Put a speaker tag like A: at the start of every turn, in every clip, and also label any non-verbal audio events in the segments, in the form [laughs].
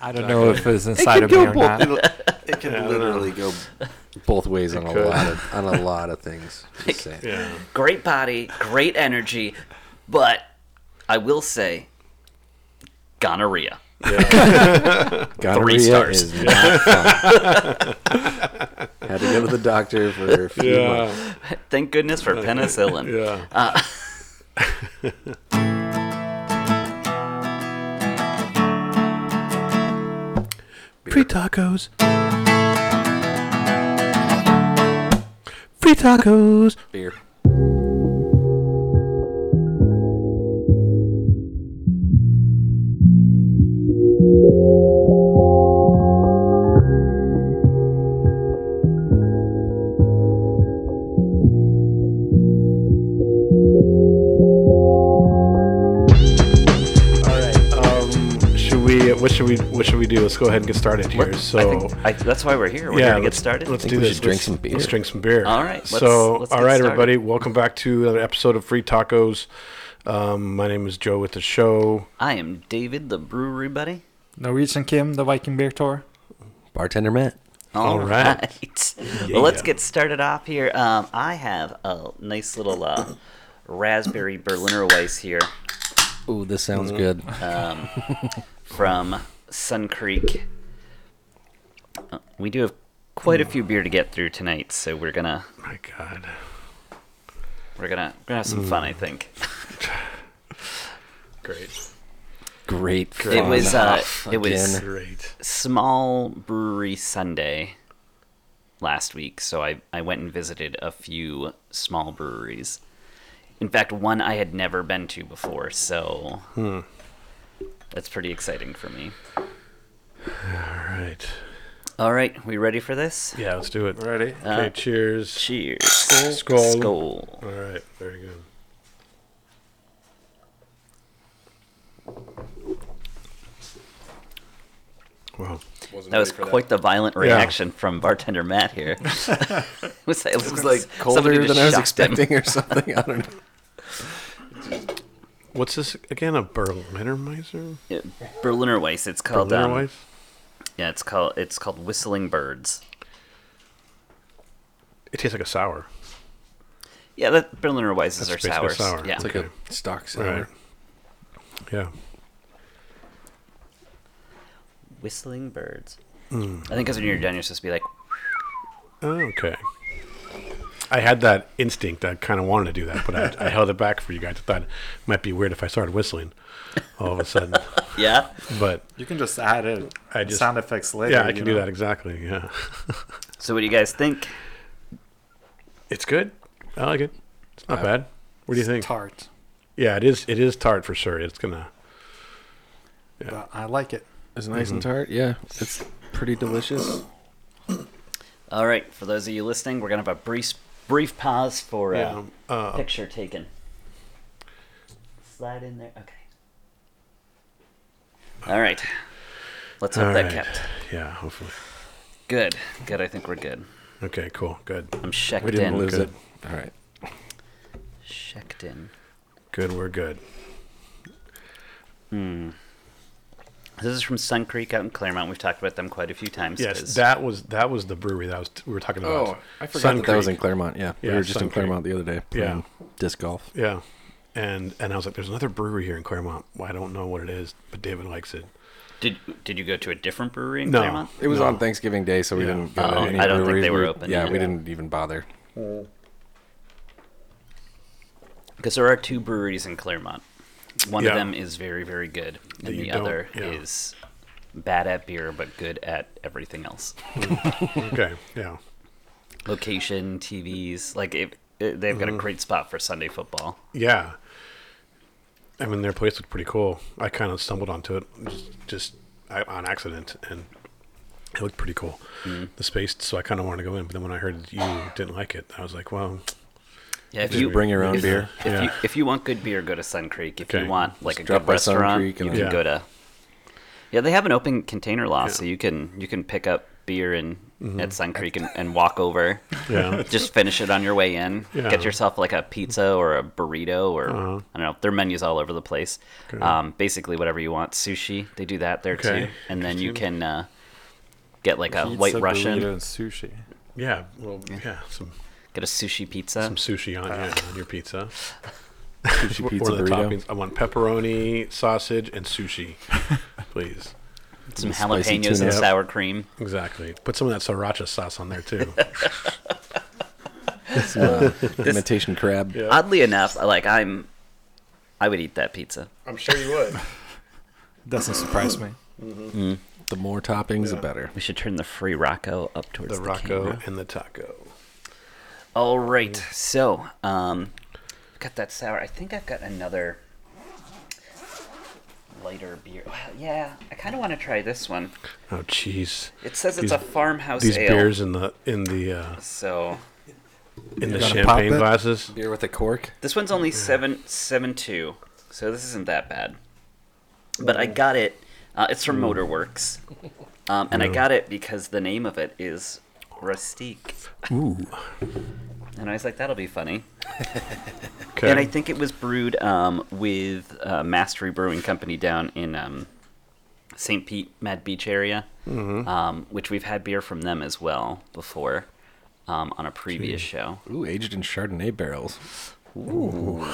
A: I don't know if it's
B: It
A: inside
B: can
A: of me
B: go
A: or
B: both.
A: not.
B: It'll, it can literally go both ways on a
C: could.
B: lot of on a
C: [laughs]
B: lot of things. Just saying.
C: Yeah.
D: Great body, great energy, but I will say gonorrhea.
B: Gonorrhea
D: stars.
B: is not fun.
C: [laughs]
B: Had to go to the doctor for a few months.
C: Yeah.
D: Thank goodness for penicillin.
C: [laughs] Yeah. Free tacos. Free tacos.
B: Beer.
C: All right. Um, should we? What should we? What should we do? Let's go ahead and get started here.
D: We're-
C: so.
D: I think, I, that's why we're here. We're here to get
C: let's-
D: started.
C: Let's
B: think
C: do
B: we
C: this.
B: should drink
C: Let's-
B: some beer.
C: Let's drink some beer.
D: All right, let's-
C: so,
D: let's
C: all
D: get
C: right,
D: started.
C: everybody, welcome back to another episode of Free Tacos. Um, my name is Joe with the show.
D: I am David, the brewery buddy.
A: Norwegian Kim, the Viking Beer Tour.
B: Bartender Matt.
C: All right.
D: right. Well, let's
C: Yeah.
D: get started off here. Um, I have a nice little uh, raspberry Berliner Weiss here
B: Ooh, this sounds
C: Mm-hmm.
B: good.
D: from Sun Creek. Uh, we do have quite a few beer to get through tonight, so we're gonna
C: My God.
D: we're gonna we're gonna have some
C: Mm.
D: fun. I think
C: Great.
B: Great. Fun.
D: it was uh, it was
B: Again.
C: Great.
D: small brewery Sunday last week, so I, I went and visited a few small breweries. In fact, one I had never been to before, so
C: Hmm.
D: that's pretty exciting for me.
C: All right.
D: All right, we ready for this?
C: Yeah, let's do it.
A: Ready?
D: Uh,
C: Okay, cheers.
D: Cheers.
C: Skull.
D: Skull.
C: All right, very good. Wow.
D: That was quite the violent reaction from bartender Matt
C: [laughs]
D: here. [laughs] it was, it was like somebody
B: colder
D: just
B: than I was
D: shocked him.
B: expecting or something. I
C: [laughs]
B: don't know.
C: What's this again? A Berliner Meiser?
D: Yeah, [laughs] Berliner Weiss. It's called.
C: Berliner
D: um,
C: Weiss?
D: Yeah, it's called. It's called Whistling Birds.
C: It tastes like a sour.
D: Yeah, that Berliner Weisses are
C: That's basically
D: sours.
C: sour.
D: Yeah.
B: It's like a stock sour.
C: Right. Yeah.
D: Whistling birds.
C: Hmm.
D: I think as when you're done, you're supposed to be like,
C: Oh, okay. I had that instinct. I kind of wanted to do that, but I, I held it back for you guys. I thought it might be weird if I started whistling all of a sudden.
D: yeah.
C: But
A: You can just add it.
C: I just-
A: sound effects later.
C: yeah, I
A: you
C: can
A: know.
C: do that exactly. Yeah.
D: So what do you guys think?
C: It's good. I like it. It's not bad. What do you think?
A: Tart,
C: Yeah, it is. It is tart for sure. It's gonna.
A: but I like it.
B: It's nice and tart. Yeah, it's pretty delicious.
D: All right, for those of you listening, we're gonna have a brief brief pause for uh,
C: Yeah, uh,
D: picture taken. Slide in there. Okay. All right. Let's hope
C: All
D: that
C: right.
D: kept.
C: Yeah, hopefully.
D: Good. Good. I think we're good.
C: Okay, cool. Good.
D: I'm checked
B: We didn't
D: in.
B: lose
C: Good.
B: it. All right.
D: Checked in.
C: Good. We're good.
D: This is from Sun Creek out in Claremont. We've talked about them quite a few times.
C: Yes,
D: 'cause-
C: that was that was the brewery that was we were talking about.
B: Oh, I forgot
C: Sun
B: that, that was in
C: Creek.
B: Claremont. Yeah, we
C: Yeah,
B: were just
C: Sun
B: in Claremont the other day. playing disc golf.
C: Yeah, and and I was like, "There's another brewery here in Claremont. Well, I don't know what it is, but David likes it."
D: Did Did you go to a different brewery in
C: No.
D: Claremont?
B: It was
C: No.
B: on Thanksgiving Day, so we
C: Yeah.
B: didn't go to
D: Oh,
B: any
D: I don't think
B: breweries.
D: they were
B: We-
D: open,
B: Yeah,
D: yeah.
B: we didn't even bother.
D: Because there are two breweries in Claremont. One of
C: Yeah.
D: them is very, very good, and
C: you
D: the
C: don't-
D: other
C: yeah.
D: is bad at beer but good at everything else.
C: Okay, yeah,
D: Location, TVs, like it, it- they've
C: Mm.
D: got a great spot for Sunday football.
C: yeah. I mean, their place looked pretty cool. I kind of stumbled onto it just, just I, on accident, and it looked pretty cool.
B: Mm-hmm.
C: The space, so I kind of wanted to go in, but then when I heard you didn't like it, I was like, "Well,
D: Yeah, if
B: Just
D: you
B: bring your own
D: if-
B: beer.
D: If,
C: Yeah.
D: you, if you want good beer, go to Sun Creek. If
C: Okay.
D: you want like a
B: drop
D: good
B: by Sun
D: restaurant,
B: Creek and
D: you
B: then-
D: can go
C: Yeah.
D: to. Yeah, they have an open container lot, so you can you can pick up beer in
C: Mm-hmm.
D: at Sun Creek and, and walk
C: [laughs]
D: over.
B: [laughs]
C: Yeah.
D: Just finish it on your way in.
C: Yeah.
D: Get yourself like a pizza or a burrito or
C: Uh-huh.
D: I don't know. Their menus all over the place. Um, basically whatever you want. Sushi, they do that there
C: Okay.
D: too. And then you can uh, get like a
A: Pizza,
D: Uh, white
A: burrito,
D: Russian,
A: and sushi.
C: yeah. Well, yeah. Some
D: get a sushi pizza.
C: some sushi on, yeah, on your pizza.
B: Sushi Uh, pizza
C: One of the
B: burrito.
C: toppings. I want pepperoni, sausage,
B: [laughs]
C: and sushi, please.
D: some
B: Some spicy
D: jalapenos
B: tuna.
D: and sour cream.
C: Exactly. Put some of that sriracha sauce on
D: [laughs]
C: there too.
B: Imitation crab.
C: Yeah.
D: Oddly enough, like I'm, I would eat that pizza.
C: I'm sure you would.
A: Doesn't surprise me.
B: The more toppings,
C: Yeah.
B: the better.
D: We should turn the free Rocco up towards
C: The
D: the,
C: Rocco
D: camera.
C: and the taco.
D: All right, so um, got that sour. I think I've got another lighter beer. Well, yeah, I kind of want to try this one.
C: Oh, jeez.
D: It says it's
C: These-
D: a farmhouse
C: These
D: ale.
C: beers in the in the uh,
D: So
C: in the
A: gonna pop
C: champagne
A: it?
C: glasses.
B: Beer with a cork.
D: this one's only seven seven two. So this isn't that bad. But I got it. Uh, it's from Motorworks, um, and I got it because the name of it is Rustique.
B: Ooh.
D: And I was like, that'll be funny.
C: Okay.
D: And I think it was brewed um, with uh, Mastery Brewing Company down in um, St. Pete, Mad Beach area,
C: Mm-hmm.
D: um, which we've had beer from them as well before um, on a previous show.
B: Ooh, aged in Chardonnay barrels.
D: Will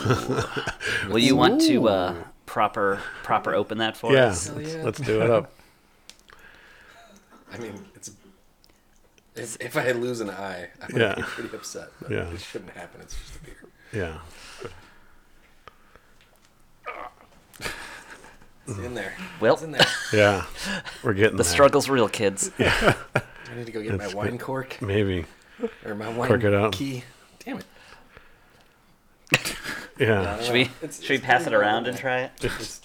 D: you want to uh, proper proper open that for
C: yeah,
D: us?
C: let's, let's do it
D: [laughs]
C: up.
B: I mean, it's if, if I lose an eye, I would
C: Yeah.
B: be pretty upset. But
C: Yeah.
B: it shouldn't happen. It's just a beer.
C: Yeah.
B: It's in there.
D: Well-
B: it's in there.
C: Yeah. We're getting
D: The
C: there.
D: struggle's real, kids.
B: I need to go get my
C: It's
B: wine
C: good.
B: cork
C: Maybe.
B: or my wine
C: Cork it out.
B: key. Damn it!
C: Yeah.
D: Should we
B: It's-
D: should we
B: it's
D: pass it
B: pretty
D: around
B: good.
D: and try it?
B: It's-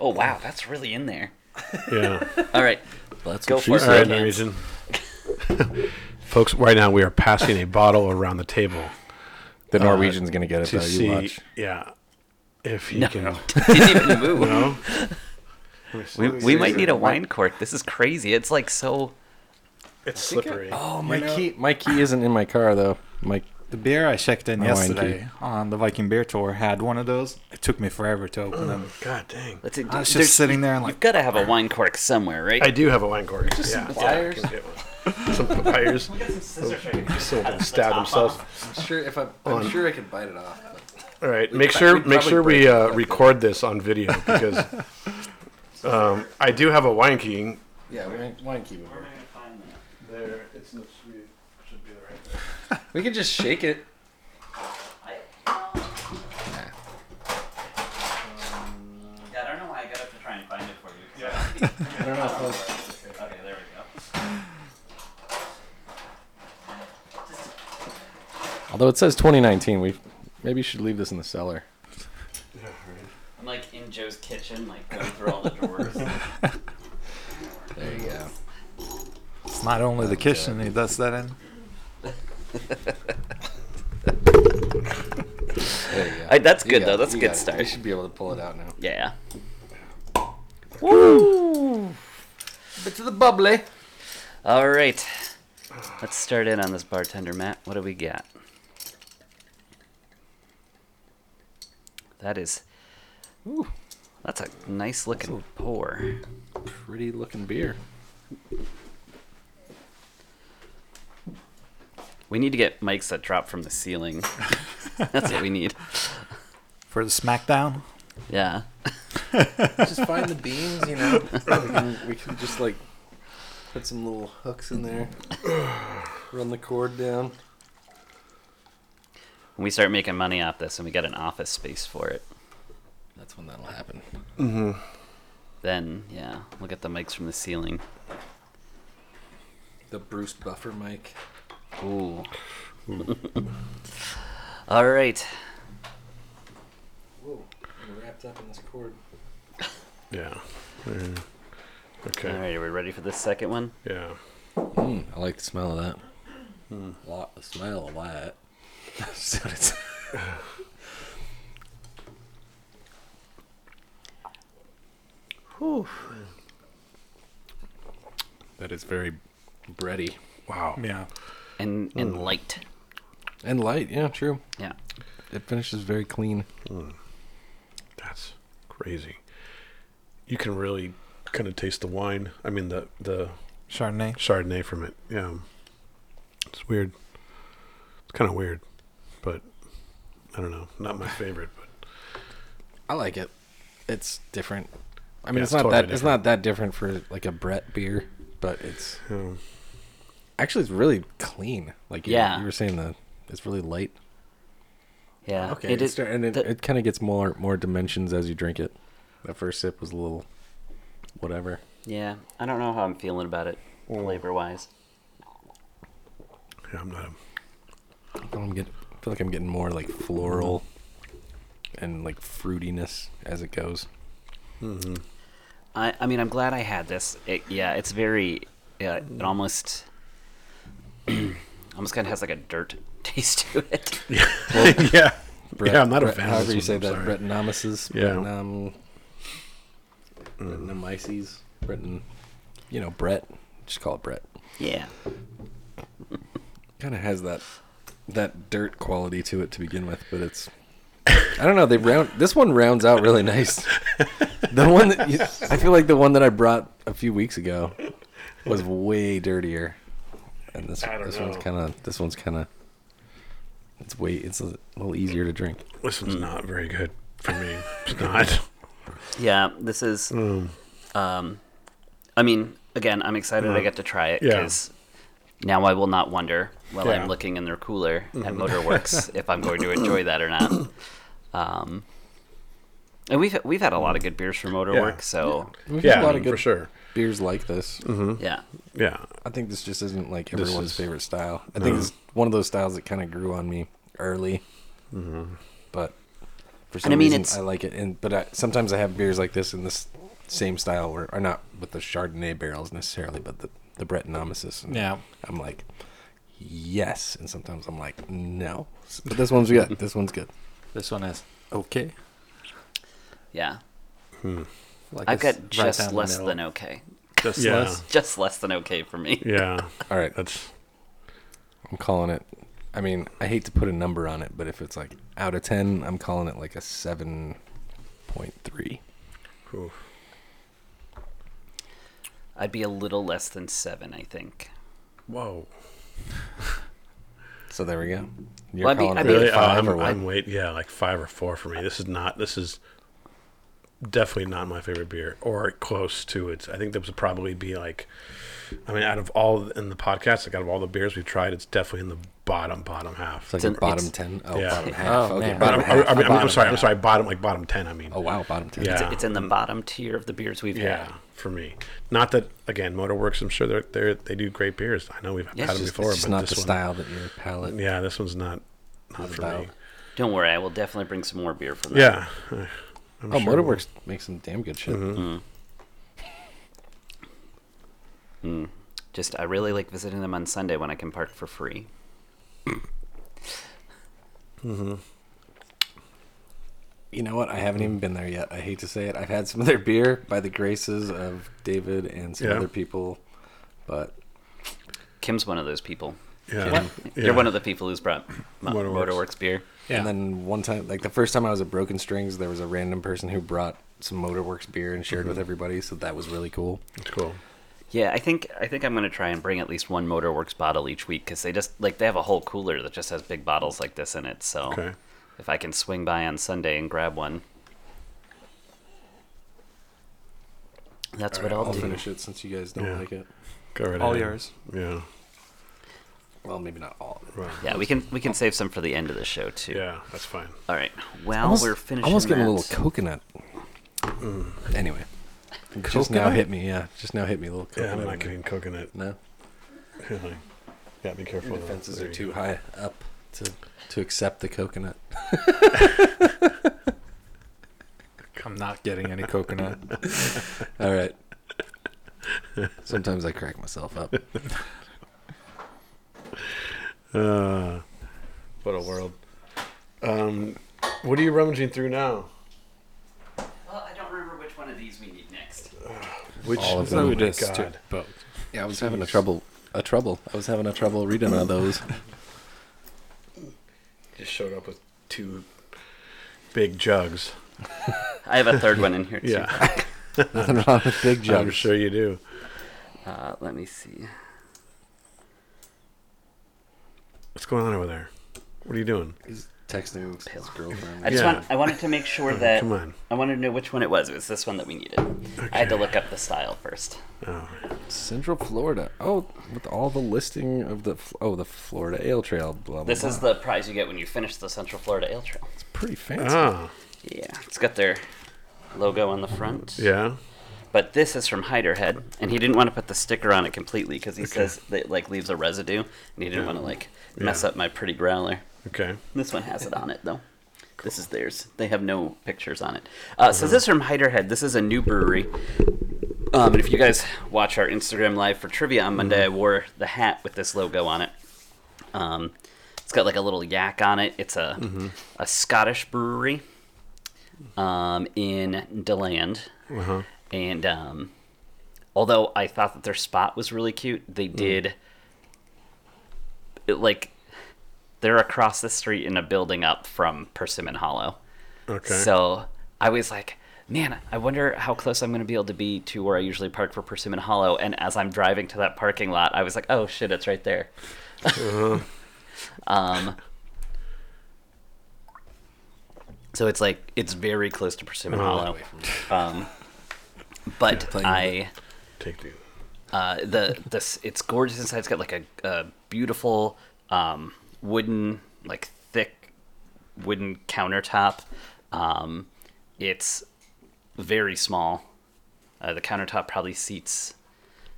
D: Oh wow, that's really in there.
C: [laughs] Yeah.
D: [laughs] All right,
B: that's
D: Go
B: what
D: for
B: she
D: it.
C: All right,
B: said.
D: Yes.
C: Norwegian. [laughs] Folks, right now we are passing a bottle around the table
B: The Norwegian's gonna get it
C: to
B: though.
C: see,
B: You watch.
C: yeah, if he
D: No. [laughs]
C: can. Oh.
D: didn't even move.
C: [laughs] No.
D: We, we might need a wine cork. This is crazy. It's like so.
C: It's slippery.
B: Oh, my key. My key isn't in my car though. My
A: The beer I checked in
B: My wine
A: yesterday on the Viking Beer Tour had one of those. It took me forever to open them.
C: God dang.
D: Let's,
A: I was
D: there's-
A: just sitting there and
D: You've
A: like,
D: got to have a wine cork somewhere, right?
C: I do have a wine cork. Just
B: some pliers?
C: [laughs] some pliers. So they stab themselves.
B: I'm sure if I, I'm sure I could bite it off. But
C: All right, make sure
B: we'd
C: make
B: probably
C: sure we
B: break it,
C: uh,
B: but-
C: record this on [laughs] video because um, I do have a wine key.
B: yeah, wine, wine key. would work.
C: There, it's in the should be the right.
B: We could just shake it.
D: Yeah, I don't know why I got up to try and find it for you.
B: I don't know. If I'll-
D: Okay, there we
B: Although it says 2019, we maybe should leave this in the cellar.
D: go. I'm like in Joe's kitchen, like going through [laughs] all the drawers.
B: There you go.
A: it's not only the kitchen he does that in.
B: There you go.
D: Hey, that's
B: You
D: good,
B: got
D: though.
B: it.
D: That's a
B: You
D: good
B: got it.
D: start.
B: You should be able to pull it out now.
D: yeah.
B: Bit to the bubbly.
D: All right. Let's start in on this bartender, Matt. What do we got? That is. Ooh, that's a nice looking pour.
B: Pretty looking beer.
D: We need to get mics that drop from
B: [laughs]
D: the ceiling. That's what we need.
A: For the SmackDown,
D: Yeah.
B: just find the beans, you know. [laughs] we, can, we can just like put some little hooks in [sighs] there. Run the cord down.
D: When we start making money off this and we get an office space for it,
B: That's when that'll happen.
D: then, yeah, we'll get the mics from the ceiling.
B: The Bruce Buffer mic.
D: Ooh. All right.
B: Whoa, I'm wrapped up in this cord.
C: Yeah. Yeah. Mm-hmm. Okay.
D: All right, are we ready for this second one?
C: Yeah.
B: Mm, I like the smell of that. Hmm. Lot the smell of that. [laughs] so it's That is very bready
C: Wow.
A: Yeah.
D: and
B: Hmm.
D: and light.
B: and light. Yeah, true.
D: Yeah.
B: It finishes very clean.
C: That's crazy. You can really kind of taste the wine. I mean the the
A: Chardonnay.
C: Chardonnay from it. Yeah, it's weird. It's kind of weird, but I don't know. Not my favorite, but
B: I like it. It's different. I mean,
C: Yeah,
B: it's,
C: it's
B: not
C: totally
B: that it's not that different for like a Brett beer, but it's
C: um,
B: actually it's really clean. Like you-
D: Yeah.
B: you were saying the it's really light.
D: Yeah.
B: Okay, it is,
D: is-
B: and it,
D: the-
B: it kind of gets more more dimensions as you drink it. That first sip was a little whatever.
D: yeah. I don't know how I'm feeling about it
B: Hmm.
D: flavor wise.
C: yeah, I'm not. A,
B: I feel, I'm getting, I feel like I'm getting more like floral and like fruitiness as it goes.
D: I, I mean, I'm glad I had this. It, yeah, it's very, yeah,
B: Hmm.
D: it almost, [clears throat] almost kind of has like a dirt [laughs] taste to it.
C: [laughs] yeah,
B: Brett-
C: yeah, I'm not
B: Brett-
C: a fan.
B: However
C: of this
B: you
C: one,
B: say
C: I'm
B: that,
C: sorry.
B: Brettanomyces,
C: Yeah. Mm.
B: Brettinum, Brettanomyces, Bretton, you know, Brett. Just call it Brett.
D: yeah.
B: Kind of has that that dirt quality to it to begin with, but it's I don't know. They round this one rounds out really nice. The one that you, I feel like the one that I brought a few weeks ago was way dirtier, and this
C: I don't
B: this one's
C: know.
B: kind of this one's kind of it's way it's a little easier to drink.
C: This
B: Mm.
C: one's not very good for me.
B: [laughs]
C: It's not.
D: Yeah, this is,
C: Hmm.
D: um, I mean, again, I'm excited I get to try it
C: Uh-huh. Yeah.
D: because now I will not wonder while
C: Yeah. Mm-hmm.
D: I'm looking in their cooler at
C: [laughs]
D: Motorworks if I'm going to enjoy that or not. Um, and we've we've had a lot of good beers from Motorworks, so
B: We've had
C: yeah,
B: a lot
C: I mean,
B: of good
C: for sure.
B: beers like this.
A: Hmm.
D: yeah,
C: Yeah,
B: I think this just isn't like
C: This
B: everyone's
C: is-
B: favorite style. I think it's one of those styles that kind of grew on me early,
C: Mm-hmm.
B: but for some
D: I mean,
B: reason
D: it's-
B: I like it. And but I, sometimes I have beers like this in this same style, where or not with the Chardonnay barrels necessarily, but the the Brettanomyces. And
A: Yeah.
B: I'm like, yes, and sometimes I'm like, no. But this one's good. this one's good.
A: This one is okay.
D: yeah.
C: Hmm.
B: Like
D: I've
B: this-
D: got
A: right
D: just
A: down the
D: less
A: middle.
D: than okay.
A: Just
C: Yeah.
A: less.
D: just less than okay for me.
C: yeah.
B: All right,
C: That's
B: I'm calling it. I mean, I hate to put a number on it, but if it's like out of ten, I'm calling it like a seven point three.
C: oof.
D: I'd be a little less than seven, I think.
C: whoa.
B: So there we go. You're
D: Well, I mean-
B: calling
D: I
B: it
D: mean-
C: Really, Oh,
B: a five
C: I'm,
B: or what?
C: I'm wait. Yeah, like five or four for me. This is not. This is definitely not my favorite beer, or close to it. I think this would probably be like. I mean, out of all in the podcast, like out of all the beers we've tried, it's definitely in the bottom bottom half.
B: It's like
D: It's an-
B: a bottom
D: it's-
B: ten. Oh,
C: Yeah.
B: bottom half.
A: Oh,
B: okay,
A: man.
B: bottom
C: bottom. I, I
B: half.
C: mean, I'm
B: bottom
C: sorry. I'm
B: half.
C: sorry. Bottom like bottom ten. I mean.
B: Oh wow, bottom ten.
C: Yeah.
D: It's in the bottom tier of the beers we've
C: Yeah,
D: had.
C: for me. Not that again, Motorworks. I'm sure they're they they do great beers. I know we've
D: Yeah,
C: had
D: it's
C: them
D: just-
C: before,
B: It's just
C: but
B: not
C: this
B: the
C: one,
B: style that your palate.
C: Yeah, this one's not not for
B: About-
C: me.
D: Don't worry, I will definitely bring some more beer from that.
C: Yeah. uh, I'm
B: Oh,
C: sure Mm-hmm. we'll-
B: Motorworks makes some damn good shit.
D: Just I really like visiting them on Sunday when I can park for free.
B: You know what? I haven't even been there yet. I hate to say it. I've had some of their beer by the graces of David and some
C: Yeah.
B: other people, but
D: Kim's one of those people.
C: Yeah. yeah.
D: You're one of the people who's brought Mo-
C: Motorworks.
D: Motorworks. beer.
A: Yeah.
B: And then one time, like the first time I was at Broken Strings, there was a random person who brought some Motorworks beer and
C: Mm-hmm.
B: shared with everybody, so that was really cool.
C: It's cool.
D: Yeah, I think I think I'm gonna try and bring at least one Motorworks bottle each week because they just like they have a whole cooler that just has big bottles like this in it. So
C: Okay.
D: if I can swing by on Sunday and grab one, that's what
C: All right,
B: I'll
D: I'll do.
B: finish it since you guys don't
C: Yeah.
B: like it.
C: Go right
A: All
C: ahead.
A: yours.
C: Yeah.
B: Well, maybe not all. Of it.
C: Right.
D: Yeah, we can we can save some for the end of the show too.
C: Yeah, that's fine.
D: All right. Well, we're finishing.
B: Almost getting a
D: that.
B: little coconut. Mm. Anyway, just now
A: Coconut?
B: hit me. Yeah, just now hit me a little
C: Yeah,
B: coconut.
C: I'm
B: in
C: not
B: there.
C: getting coconut. [laughs]
B: No,
C: Really. Yeah, be careful.
B: your
C: though.
B: defenses
C: There
B: are
C: you
B: too
C: go.
B: high up to to accept the coconut.
A: I'm not getting any coconut.
B: All
C: [laughs]
B: right. Sometimes I crack myself up.
C: Uh, what a world. Um, what are you rummaging through now?
D: Well, I don't remember which one of these we need next.
C: Which
B: All of
A: so
B: them.
A: we just
C: Oh God.
A: took both.
B: Yeah, I was having a trouble a trouble. I was having a trouble reading on those.
C: Just showed up with two big jugs.
D: I have a third one in here too.
C: [laughs] Yeah,
B: Nothing wrong with big
C: [laughs] I'm
B: jugs.
C: sure you do.
D: Uh, let me see.
C: What's going on over there? What are you doing?
B: He's texting his girlfriend.
D: I just
C: Yeah.
D: want I wanted to make sure that
C: Come on.
D: I wanted to know which one it was. It was this one that we needed. I had to look up the style first.
C: Oh,
B: Central Florida. Oh, with all the listing of the F- oh the Florida Ale Trail. Blah, blah,
D: This
B: blah.
D: is the prize you get when you finish the Central Florida Ale Trail.
B: It's pretty fancy.
C: ah,
D: Yeah, it's got their logo on the front.
C: yeah.
D: But this is from Hider Head, and he didn't want to put the sticker on it completely because he says that it, like leaves a residue, and he didn't want to like mess
C: Yeah.
D: up my pretty growler.
C: Okay.
D: This one has it on it though. This is theirs. They have no pictures on it. Uh, So this is from Hider Head. This is a new brewery. Um, and if you guys watch our Instagram live for trivia on Monday, I wore the hat with this logo on it. Um, it's got like a little yak on it. It's a a Scottish brewery um, in Deland, and um, although I thought that their spot was really cute, they did it, like they're across the street in a building up from Persimmon Hollow.
C: Okay.
D: So I was like, man, I wonder how close I'm going to be able to be to where I usually park for Persimmon Hollow. And as I'm driving to that parking lot, I was like, oh shit, it's right there. [laughs] um, so it's like it's very close to Persimmon Hollow. Um, but
B: playing with
D: I
C: Take the.
D: uh, the this it's gorgeous inside. It's got like a, a beautiful um, wooden, like thick wooden countertop. Um, it's very small. Uh, the countertop probably seats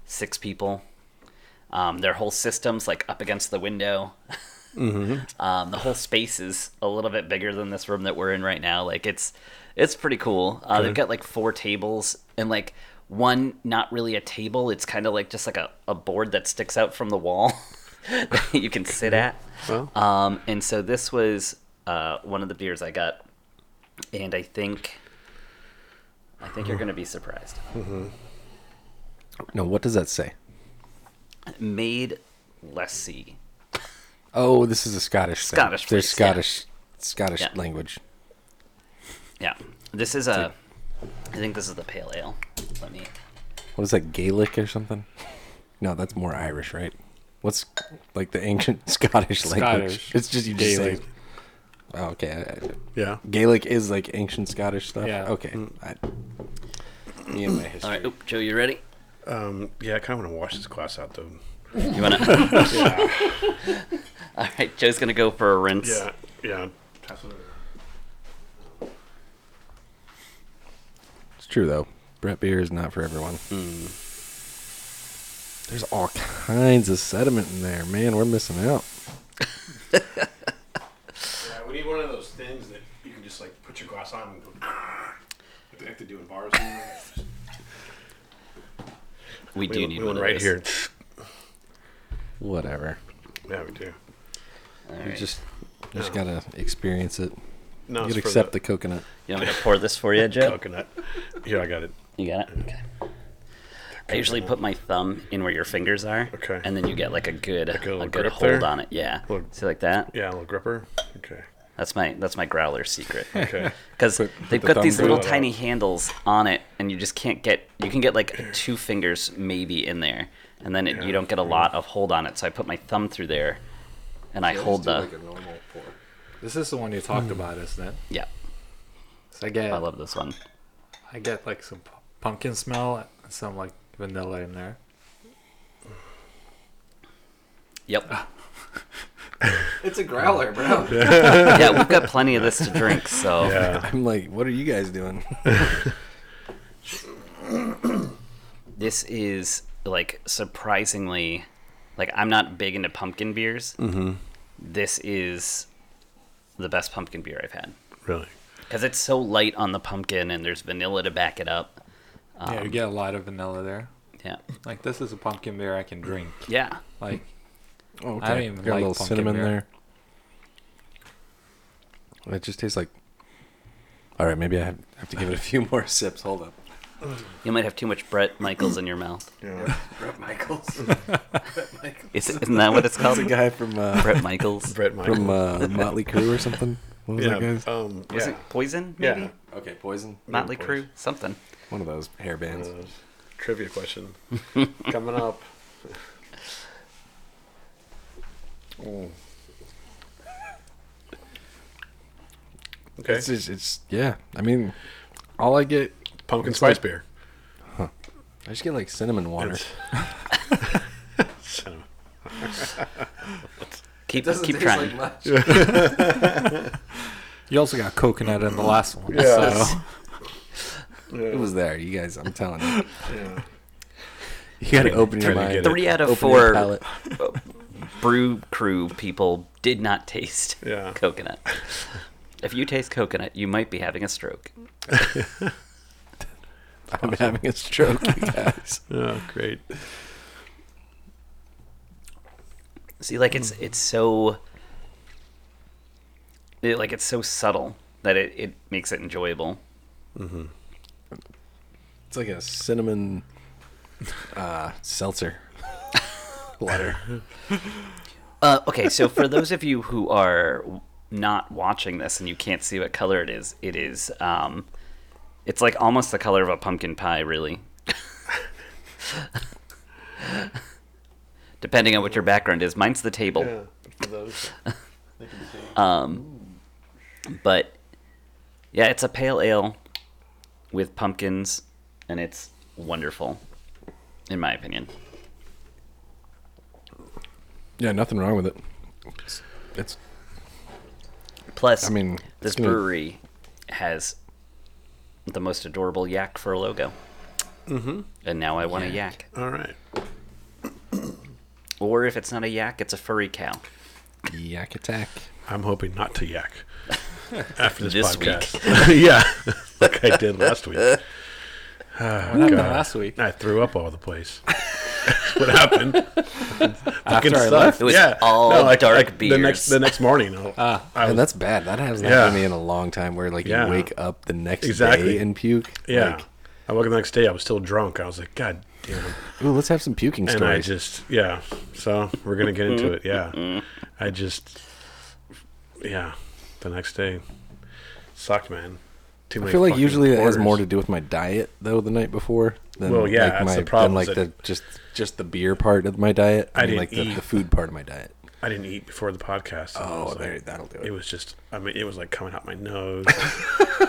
D: six people. Um, their whole system's like up against the window. um, the whole space is a little bit bigger than this room that we're in right now. Like it's it's pretty cool. Uh, They've got like four tables and like one not really a table. It's kind of like just like a, a board that sticks out from the wall [laughs] that you can sit at.
C: Well.
D: Um, and so this was uh, one of the beers I got, and I think I think you're gonna be surprised. [laughs]
B: No, what does that say?
D: Made Lessee.
B: Oh, this is a Scottish. thing.
D: Scottish
B: There's
D: place, yeah.
B: Scottish. Scottish
D: Yeah.
B: language.
D: Yeah, this is a. I think this is the pale ale. Let me.
B: What is that Gaelic or something? No, that's more Irish, right? What's like the ancient [laughs] Scottish language?
A: Scottish.
B: It's just you just say-
A: Gaelic.
B: Oh, okay. I- I-
C: Yeah.
B: Gaelic is like ancient Scottish stuff.
A: Yeah.
B: Okay.
D: Hmm.
B: I, me and my history.
D: All right, oop, Joe, you ready?
C: Um. Yeah. I kind of want to wash this glass out though.
D: You wanna? All right, Joe's gonna go for a rinse.
C: Yeah. Yeah.
B: It's true though. Brett beer is not for everyone.
D: Hmm.
B: There's all kinds of sediment in there, man. We're missing out.
C: Yeah, we need one of those things that you can just like put your glass on and go. [clears throat] Like they have to do in bars.
D: [laughs] we do need one of
C: right
D: those.
C: here. [laughs]
B: Whatever.
C: Yeah, we do.
D: All
B: You
D: right.
B: just you just gotta experience it.
C: No,
B: You
C: it's
B: gotta
C: for
B: accept the coconut.
D: You want me to pour this for
C: [laughs]
D: you, Joe?
C: coconut. Here, I got it.
D: You got it. Okay. I usually put my thumb in where your fingers are.
C: Okay.
D: And then you get like a good, a,
C: a little
D: good
C: grip
D: hold
C: there?
D: on it. Yeah.
C: Little-
D: See, like that.
C: Yeah, a little gripper.
D: [laughs]
C: Okay.
D: That's my that's my growler secret.
C: [laughs] Okay.
D: because
B: Put- put
D: they've
B: the
D: got
B: thumb
D: these
B: through
D: little
C: it.
D: tiny handles on it, and you just can't get. You can get like two fingers maybe in there, and then it, you don't get a lot of hold on it. So I put my thumb through there, and I hold the
A: This is the one you talked about, isn't it?
D: yeah.
A: 'Cause I get
D: I love this one.
A: I get like some pu- pumpkin smell and some like vanilla in there.
D: Yep.
A: It's a growler, bro.
D: [laughs] yeah, we've got plenty of this [laughs] to drink. So
C: Yeah.
B: I'm like, what are you guys doing? [laughs]
D: this is like surprisingly, like I'm not big into pumpkin beers. Mm-hmm. This is the best pumpkin beer I've had
C: really.
D: because it's so light on the pumpkin, and there's vanilla to back it up.
A: yeah, you get a lot of vanilla there.
D: Yeah.
A: Like this is a pumpkin beer I can drink.
D: Yeah.
A: Like
B: Oh,
A: I don't even
B: Got
A: like
B: a little
A: pumpkin
B: cinnamon
A: beer.
B: [laughs] there. It just tastes like. All right, maybe I have, have to give it a few more sips. Hold up.
D: You might have too much Brett Michaels in your mouth. [laughs]
A: Yeah.
B: Brett [laughs] Michaels.
D: Is it, isn't that what it's
B: That's
D: called?
B: a guy from uh,
D: [laughs] Brett Michaels.
C: Brett Michael.
B: from uh, Motley Crue or something. What was
C: yeah.
B: that guy's?
C: Um,
D: Was
C: yeah.
D: it Poison? Maybe
C: Yeah.
B: Okay, Poison.
D: Motley
C: Poison.
D: Crue. Something.
B: One of those hair bands.
C: Uh, trivia question coming up. Mm. Okay.
B: It's just, it's yeah. I mean, all I get,
C: Pumpkin
B: it's
C: spice
B: like-
C: beer.
B: I just get like cinnamon water.
C: It's- Cinnamon.
D: Keep keep trying.
B: much.
A: You also got coconut in the last one.
C: Yeah.
A: So
B: It was there, you guys. I'm telling you.
C: Yeah.
B: You got to open your
C: trying to
B: mind.
C: get it.
D: Three out of
B: Open your
D: four
B: palate.
D: brew crew people did not taste [laughs]
C: Yeah.
D: coconut. If you taste coconut, you might be having a stroke.
B: I'm having a stroke, you guys.
C: Oh, great.
D: See, like it's it's so it, like it's so subtle that it, it makes it enjoyable.
B: It's like a cinnamon uh,
C: [laughs]
B: seltzer. Water.
D: Uh, okay, so for those of you who are not watching this and you can't see what color it is, it is um, it's like almost the color of a pumpkin pie, really. [laughs] Depending on what your background is, mine's the table.
C: Yeah. For those. They can see.
D: [laughs] Um, But yeah, it's a pale ale with pumpkins, and it's wonderful, in my opinion.
B: Yeah, nothing wrong with it. It's, it's
D: Plus,
B: I mean,
D: this
B: it's gonna-
D: brewery has the most adorable yak for a logo. Mm-hmm. And now I want a yak.
C: All right.
D: Or if it's not a yak, it's a furry cow.
B: yak attack.
C: I'm hoping not to yak after this,
D: This week.
C: podcast. [laughs] yeah, like I did last week. Ah,
A: what happened
C: God.
A: last week?
C: I threw up all over the place. [laughs]
D: [laughs]
C: what happened? Fucking
A: I
C: sucked.
A: left?
D: It was all dark
C: The
D: beers.
C: next,
D: Ah,
C: the next morning. I'll- I
B: And
C: was,
B: that's bad. That hasn't
C: Yeah.
B: happened to me in a long time. Where like
C: Yeah.
B: you wake up the next
C: Exactly.
B: day and puke.
C: yeah.
B: Like,
C: I woke up the next day. I was still drunk. I was like, God damn.
D: [laughs]
B: Ooh, let's have some puking
C: And I
B: stories.
C: just, yeah. So we're gonna get into it. Yeah. I just, yeah. The next day, sucked, man. Too many
B: I feel like
C: fucking
B: usually it has
C: quarters.
B: more to do with my diet though the night before. Than,
C: Well, yeah,
B: like,
C: that's
B: my,
C: the problem,
B: Than, like
C: is
B: the
C: that-
B: just just the beer part of my diet.
C: I
B: mean,
C: didn't
B: like the,
C: eat.
B: the food part of my diet.
C: I didn't eat before the podcast. and I
B: Oh,
C: was
B: there- that'll do it.
C: It was just, I mean, it was like coming out my nose. [laughs]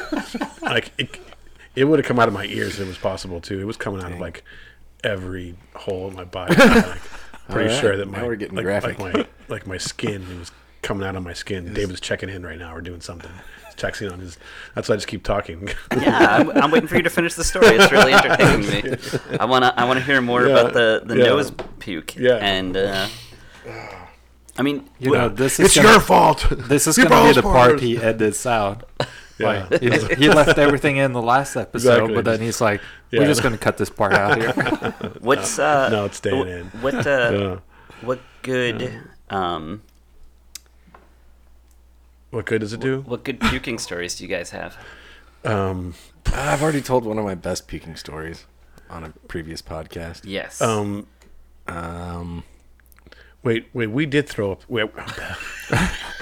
C: like it, it would have come out of my ears. if It was possible too. It was coming out of like every hole in my body. I'm, like, pretty
B: All right,
C: sure that
B: now
C: my
B: we're getting
C: like,
B: graphic.
C: like my like my skin it was coming out of my skin. David's checking in right now or doing something. He's texting on his. That's why I just keep talking. [laughs]
D: Yeah, I'm, I'm waiting for you to finish the story. It's really entertaining me.
C: [laughs]
D: I wanna I wanna hear more
C: Yeah,
D: about the the
C: yeah.
D: nose puke.
C: Yeah.
D: And uh, I mean,
A: You know, this is
C: it's
A: gonna,
C: your fault.
A: This is
C: You
A: going to be
C: brought
A: the
C: us
A: part
C: bars.
A: he edits out.
C: Yeah.
A: Like, he, he
C: [laughs]
A: left everything in the last episode,
C: Exactly.
A: but then he's like,
C: Yeah.
A: "We're just going to cut this part out
C: [laughs]
A: here."
D: what's uh
C: no, it's staying
D: wh-
C: in.
D: What uh,
C: [laughs] Yeah.
D: what good um
C: What good does it do?
D: what good puking stories do you guys have?
C: Um,
B: I've already told one of my best puking stories on a previous podcast.
D: Yes.
C: um,
B: Um,
C: wait, wait. We did throw up. Wait,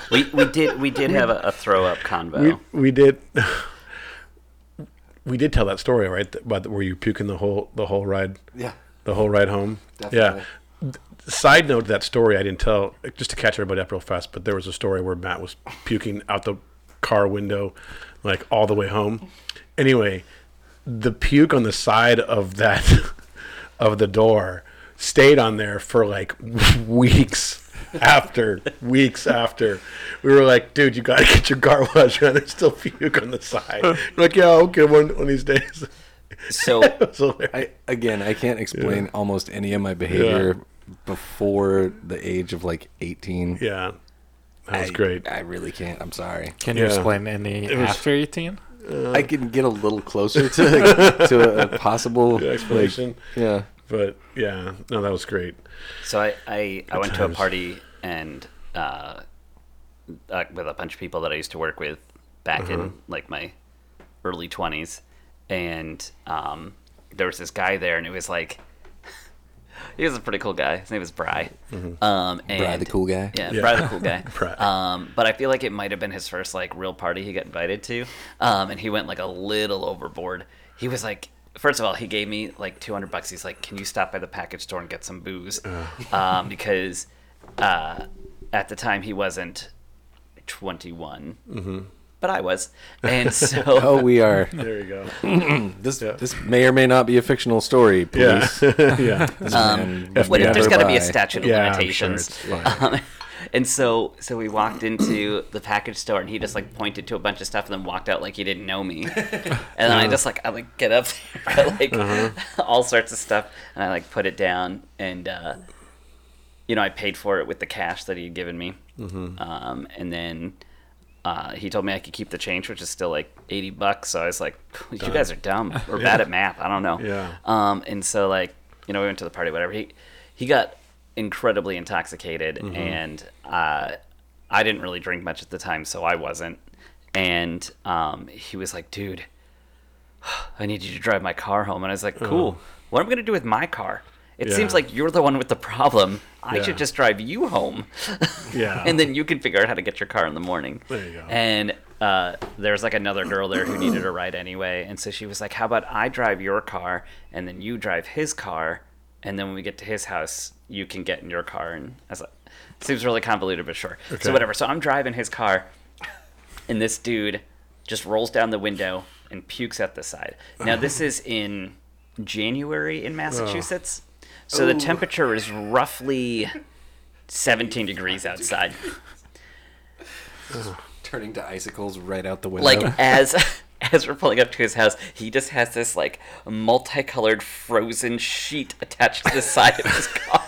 D: we, we did we did have a, a throw up convo.
C: we, we did [laughs] we did tell that story right Th- about the- where you puking the whole the whole ride
B: yeah,
C: the whole ride home
B: Definitely.
C: yeah side note to that story i didn't tell just to catch everybody up real fast but there was a story where matt was puking out the car window like all the way home anyway the puke on the side of that [laughs] of the door stayed on there for like [laughs] weeks after weeks after we were like dude you gotta get your car washed and there's still puke on the side like yeah okay one, one of these days [laughs]
D: So
C: so there-
B: I again, I can't explain almost any of my behavior before the age of like 18.
C: yeah that was
B: I-
C: great
B: I really can't. I'm sorry.
A: Can
C: Yeah.
A: you explain any
C: was-
A: after eighteen?
C: Uh.
B: I can get a little closer
C: [laughs]
B: to to a possible
C: Good explanation
B: like, yeah.
C: but yeah no that was great
D: So I I, I went to a
C: times.
D: party and uh, uh, with a bunch of people that I used to work with back in like my early twenties, and um, there was this guy there, and it was like [laughs] he was a pretty cool guy. His name was Bry. Um, and
B: Bry the cool guy?
D: Yeah,
C: Yeah.
D: Bry the cool guy.
C: Bry.
D: Um, but I feel like it might have been his first like real party he got invited to, um, and he went like a little overboard. He was like. First of all, he gave me like 200 bucks. He's like, "Can you stop by the package store and get some booze?" [laughs] Um, because uh, at the time he wasn't 21, but I was, and so
B: Oh, we
D: [laughs]
B: are.
C: There you go.
B: This
C: Yeah.
B: this may or may not be a fictional story.
C: Yeah.
B: Please.
C: [laughs] yeah.
B: Um,
D: Well,
C: Yeah,
D: there's got to be
B: thereby-
D: a statute of
C: Yeah, I'm sure
D: limitations.
C: it's fine.
D: Um, [laughs] and so, so we walked into the package store, and he just like pointed to a bunch of stuff, and then walked out like he didn't know me. And then I just like I like get up, there, [laughs] like all sorts of stuff, and I like put it down, and uh, you know I paid for it with the cash that he had given me, um, and then. Uh, he told me I could keep the change, which is still like eighty bucks. So I was like, "You guys are dumb or bad at math. I don't know."
C: Yeah.
D: Um, and so like, you know, we went to the party, whatever. He he got incredibly intoxicated,
C: Mm-hmm.
D: and uh, I didn't really drink much at the time, so I wasn't. And um, he was like, "Dude, I need you to drive my car home." And I was like, "Cool. What am I gonna do with my car? It
C: Uh-huh. Yeah.
D: seems like you're the one with the problem. I
C: Yeah.
D: should just drive you home." [laughs]
C: Yeah.
D: and then you can figure out how to get your car in the morning.
C: There you go.
D: And uh, there was like another girl there who needed a ride anyway, and so she was like, "How about I drive your car, and then you drive his car, and then when we get to his house, you can get in your car." And I was like, "Seems really convoluted, but sure."
C: Okay.
D: So whatever. So I'm driving his car, and this dude just rolls down the window and pukes out the side. Now this is in January in Massachusetts. So the temperature is roughly 17 degrees outside.
B: Turning to icicles right out the window.
D: Like as [laughs] as we're pulling up to his house, he just has this like multicolored frozen sheet attached to the side of his car.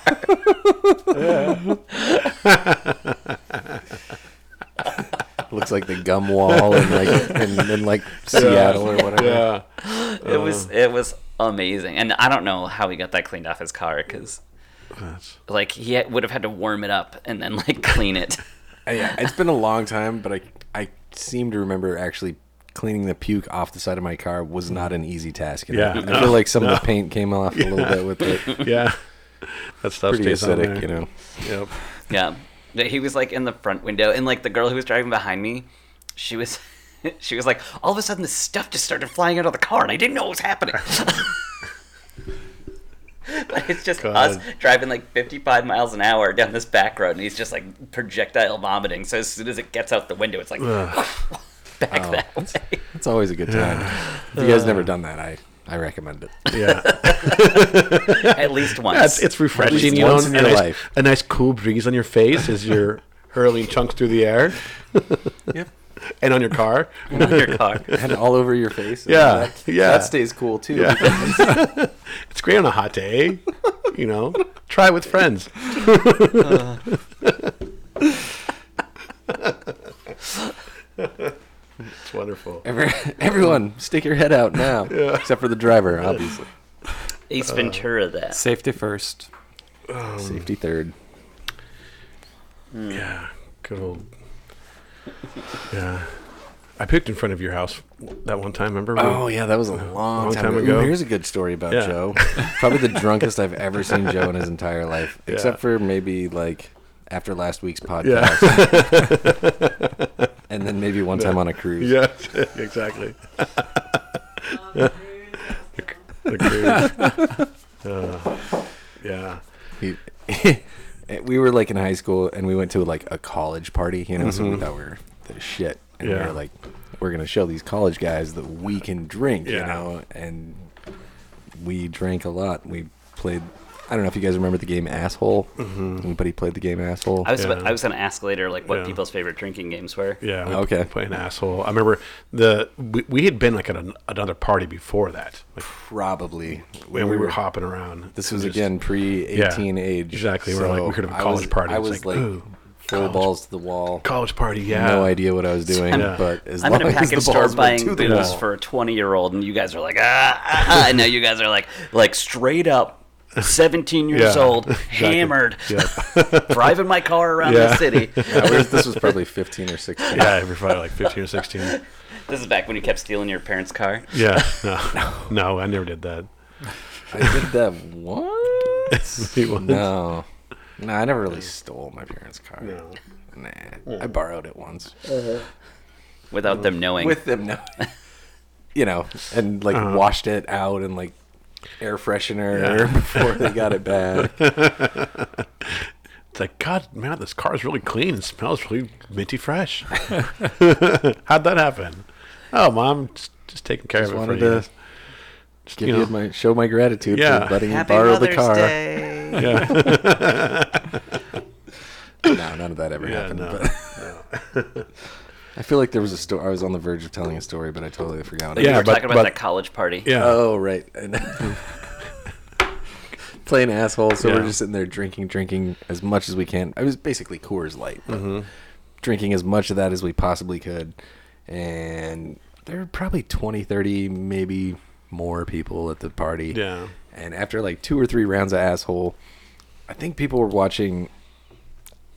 B: [laughs]
D: [laughs]
B: looks like the gum wall in like in, in
C: [laughs]
B: like Seattle or whatever.
C: yeah.
D: It was it was amazing. And I don't know how he got that cleaned off his car cuz
C: That's-
D: like he had- would have had to warm it up and then like clean it.
B: Uh, yeah, it's been a long time, but I I seem to remember actually cleaning the puke off the side of my car was not an easy task. And
C: Yeah.
B: I, I feel like some of the paint came off a little bit with it.
C: yeah. That stuff
B: Pretty
C: stays on
B: acidic,
C: there.
B: you know.
C: Yep.
D: Yeah. That he was like in the front window and like the girl who was driving behind me, she was [laughs] she was like, all of a sudden this stuff just started flying out of the car and I didn't know what was happening. [laughs] but it's just us
C: God.
D: driving like 55 miles an hour down this back road and he's just like projectile vomiting. So as soon as it gets out the window, it's like [laughs] back that way.
C: [laughs]
B: It's always a good time. If you guys never done that, I I recommend it.
C: Yeah.
B: [laughs]
D: At least once.
C: Yeah, it's, it's refreshing. You know,
B: once in
C: a
B: your
C: nice,
B: life.
C: a nice cool breeze on your face as you're
B: [laughs]
C: hurling chunks through the air.
B: Yep.
C: [laughs] And on your car.
D: on your car.
B: And all over your face. and
C: Yeah,
B: that-
C: yeah.
B: That stays cool too. because [laughs]
C: It's great on a hot day. You know, try with
B: [laughs]
C: friends. it's wonderful.
B: Every, everyone, stick your head out now. Except for the driver, obviously.
D: Ace Ventura that.
A: Safety first.
C: Um,
B: Safety third.
C: Yeah, good old. Yeah, I puked in front of your house that one time. Remember? We-
B: Oh yeah, that was a long, time,
C: time
B: ago.
C: ago.
B: Ooh, here's a good story about
C: Yeah. [laughs]
B: Joe. Probably the drunkest I've ever seen Joe in his entire life,
C: Yeah.
B: except for maybe like after last week's
C: Yeah. [laughs]
B: podcast, and then maybe one time on a cruise.
C: Yeah, [laughs] exactly. the cruise. [laughs] Uh, yeah.
B: He- [laughs] we were like in high school, and we went to like a college party, you know, so we thought we were the shit, and we
C: Mm-hmm. Yeah.
B: were like, we're gonna show these college guys that we can drink, you
C: Yeah.
B: know, and we drank a lot. We played. I don't know if you guys remember the game Asshole.
C: Mm-hmm.
B: Anybody played the game Asshole?
D: I was
C: Yeah.
D: I was gonna ask later like what
C: Yeah.
D: people's favorite drinking games were.
C: Yeah. we
B: Okay.
C: Play an asshole. I remember the we, we had been like at an, another party before that, like,
B: Probably.
C: when we, were, hopping around.
B: This was
C: Just-
B: again pre eighteen age.
C: exactly. We're like, we could have a
B: I
C: college
B: was-
C: party.
B: I
C: It's
B: was
C: like,
B: like,
C: ooh,
B: full
C: college-
B: balls to the wall.
C: college party. Yeah.
B: No idea what I was doing,
C: Yeah.
B: but as
D: I'm
B: long
D: in a
B: as the
D: package store
B: balls were to
D: buying
B: the
D: booze
B: wall.
D: for a 20 year old, and you guys are like, ah, ah, ah," and now you guys are like, like straight up, 17 years
C: Yeah,
B: [laughs]
D: old,
C: exactly.
D: hammered,
C: Yeah.
D: [laughs] driving my car around
C: Yeah.
B: [laughs]
D: the city.
B: Yeah, we- this was probably fifteen or sixteen.
C: yeah. We're probably like fifteen or sixteen.
B: [laughs]
D: This is back when you kept stealing your parents' car.
C: Yeah. No. no. I never did that.
B: I did that once.
C: Wait, what?
B: No, no, I never really stole my parents' car.
C: No. Hmm. Um,
B: Nah, I borrowed it once
D: without them knowing.
B: with them. No, you know, and like washed it out and like air freshener
C: Uh-huh. Yeah.
B: [laughs] before they got it
C: [laughs]
B: back.
C: It's like, God, man, this car is really clean. It smells really minty fresh. [laughs] How'd that happen? Oh, mom, just, just taking care
B: Just
C: of it
B: wanted
C: for you.
B: to
C: Just,
B: Give
C: you
B: you
C: know,
B: my show my gratitude
C: Yeah.
B: for letting me borrow the car.
D: Day.
C: yeah,
B: No, none of that ever
C: yeah,
B: happened.
C: no,
B: But [laughs] I feel like there was a story. I was on the verge of telling a story, but I totally forgot.
D: We
C: Yeah,
D: were
C: but-
D: talking about
C: but-
D: that college party.
B: [laughs]
C: yeah.
B: Oh right. And playing asshole. So we're
C: Yeah.
B: just sitting there drinking, drinking as much as we can. I was basically Coors Light, but
C: Mm-hmm.
B: drinking as much of that as we possibly could. And there were probably 20, 30, maybe more people at the party.
C: Yeah.
B: And after like two or three rounds of asshole, I think people were watching,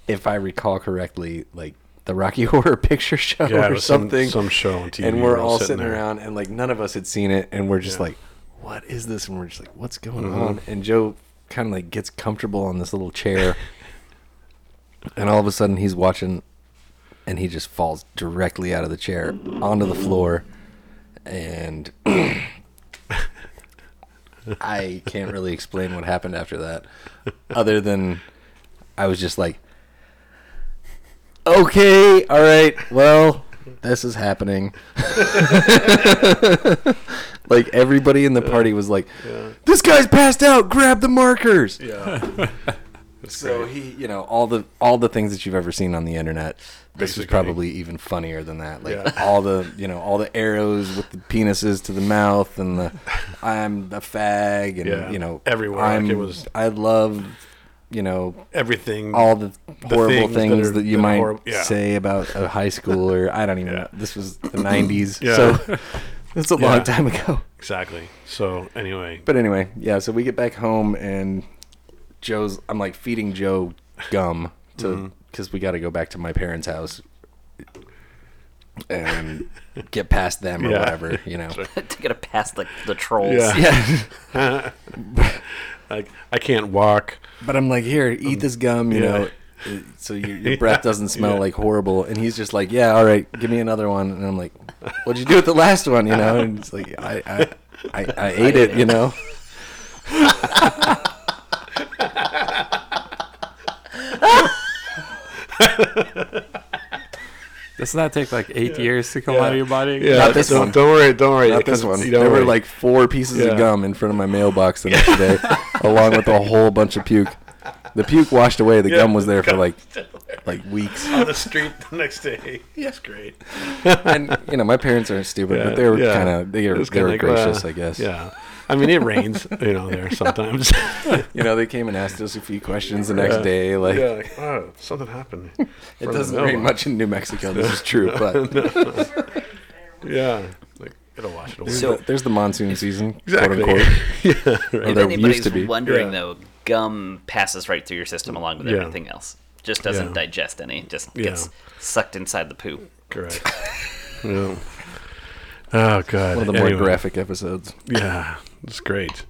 B: if I recall correctly, like the Rocky [laughs] Horror Picture Show
C: Yeah, it
B: or
C: was some-
B: something.
C: some show on TV.
B: And
C: We're
B: we're
C: all
B: all
C: sitting
B: sitting
C: there.
B: around, and like none of us had seen it, and we're just
C: Yeah. Mm-hmm.
B: like, "What is this?" And we're just like, "What's going on?" And Joe kind of like gets comfortable on this little
C: [laughs]
B: chair, and all of a sudden he's watching, and he just falls directly out of the chair onto the floor, and I can't really explain what happened after that, other than I was just like, okay, all right, well, this is happening. [laughs] like everybody in the party was like, this guy's passed out. Grab the markers.
C: Yeah.
B: So he, you know, all the all the things that you've ever seen on the internet. This was
C: Basically.
B: probably even funnier than that. Like
C: Yeah.
B: all the, you know, all the arrows with the penises to the mouth and the I'm the fag and
C: Yeah.
B: you know
C: Everywhere, like,
B: I'm,
C: it was-
B: I love, you know,
C: Everything.
B: all the horrible
C: things
B: things,
C: that
B: that,
C: are-
B: you
C: that are
B: might
C: horrib- yeah.
B: say about a high schooler. I don't even
C: Yeah.
B: know. This was the 90s.
C: Yeah. [laughs]
B: So it's a
C: Yeah.
B: long time ago.
C: exactly. So anyway,
B: But anyway, yeah, so we get back home and Joe's I'm like feeding Joe gum
C: Mm-hmm.
B: to cuz we got to go back to my parents' house and get past them or
C: Yeah.
B: whatever, you know.
D: [laughs] to get a past the, the trolls.
C: Yeah.
B: [laughs] Yeah.
C: I, I can't walk.
B: But I'm like, "Here, eat this gum, you
C: Yeah.
B: know, uh, so your,
C: [laughs]
B: your breath doesn't smell like horrible." And he's just like, "Yeah, all right, give me another one." And I'm like, "What'd you do with the last one?" You know, and it's like, "I I I, I ate it," you know.
A: Doesn't that take like eight years to come out of your body?
B: Not this
C: don't,
B: one.
C: Don't worry. Don't worry.
B: Not this
C: 'cause
B: one.
C: you
B: There
C: know,
B: were
C: right.
B: like four pieces
C: Yeah.
B: of gum in front of my mailbox the next
C: [laughs]
B: day, along with a whole bunch of puke. The puke washed away. The gum was there for like like weeks.
C: [laughs] on the street the next day. Yes, great. [laughs]
B: And you know, my parents aren't stupid, but they were
C: Yeah.
B: kind of they,
C: It
B: were-
C: was
B: they were
C: kinda like,
B: gracious,
C: uh,
B: I guess.
C: Yeah. I mean, it rains, you know, there
B: [laughs]
C: sometimes.
B: You know, they came and asked us a few questions the next day. Like
C: yeah, like, oh, something happened.
B: [laughs] it doesn't rain much in New Mexico. This is
C: [laughs]
B: true, but
C: Yeah. Like, it'll wash it away.
D: So-
B: there's the monsoon season,
C: exactly.
B: quote unquote. [laughs]
C: [laughs] yeah, right.
B: Or
D: If
B: there
D: anybody's
B: used to be.
D: wondering,
C: Yeah.
D: though, gum passes right through your system along with
C: Yeah.
D: everything else. Just doesn't
C: Yeah.
D: digest any. Just
C: Yeah.
D: gets sucked inside the poop.
C: Correct. yeah. Oh, God.
B: One of the more
C: Anyway,
B: graphic episodes.
C: Yeah. It's great.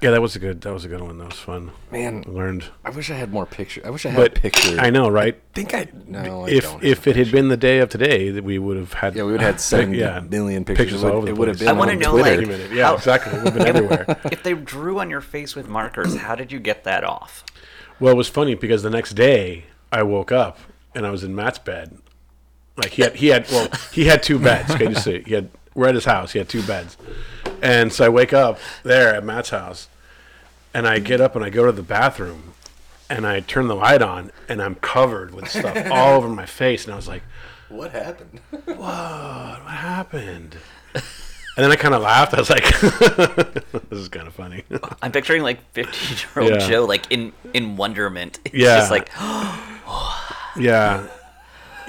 C: Yeah, that was a good. That was a good one. That was fun.
B: Man.
C: I learned.
B: I wish I had more picture. I wish I had
C: But
B: pictures.
C: I know, right?
B: think I no. I
C: if
B: don't
C: if it had been the day of today, that we would have had.
B: Yeah, we would have had seven million
C: [laughs] yeah,
B: pictures.
C: pictures
B: it would,
C: all over the
B: it would have
C: place.
B: been
D: I wanna
B: on
D: know,
B: Twitter.
D: like-
C: minute. Yeah,
D: How-
C: exactly. It would have
D: [laughs]
C: been everywhere.
D: if they drew on your face with markers, how did you get that off?
C: Well, it was funny because the next day I woke up and I was in Matt's bed. Like he had, he had, well, he had two beds. Okay, just say he had. We're at his house. He had two beds, and so I wake up there at Matt's house, and I get up and I go to the bathroom, and I turn the light on, and I'm covered
B: [laughs]
C: with stuff all over my face, and I was like,
B: what happened?
C: "What happened?" And then I kind of laughed. I was like, [laughs] "This is kind of funny."
D: I'm picturing like 15 year old
C: Yeah.
D: Joe, like in [laughs] in wonderment. It's
C: Yeah.
D: just like,
C: yeah,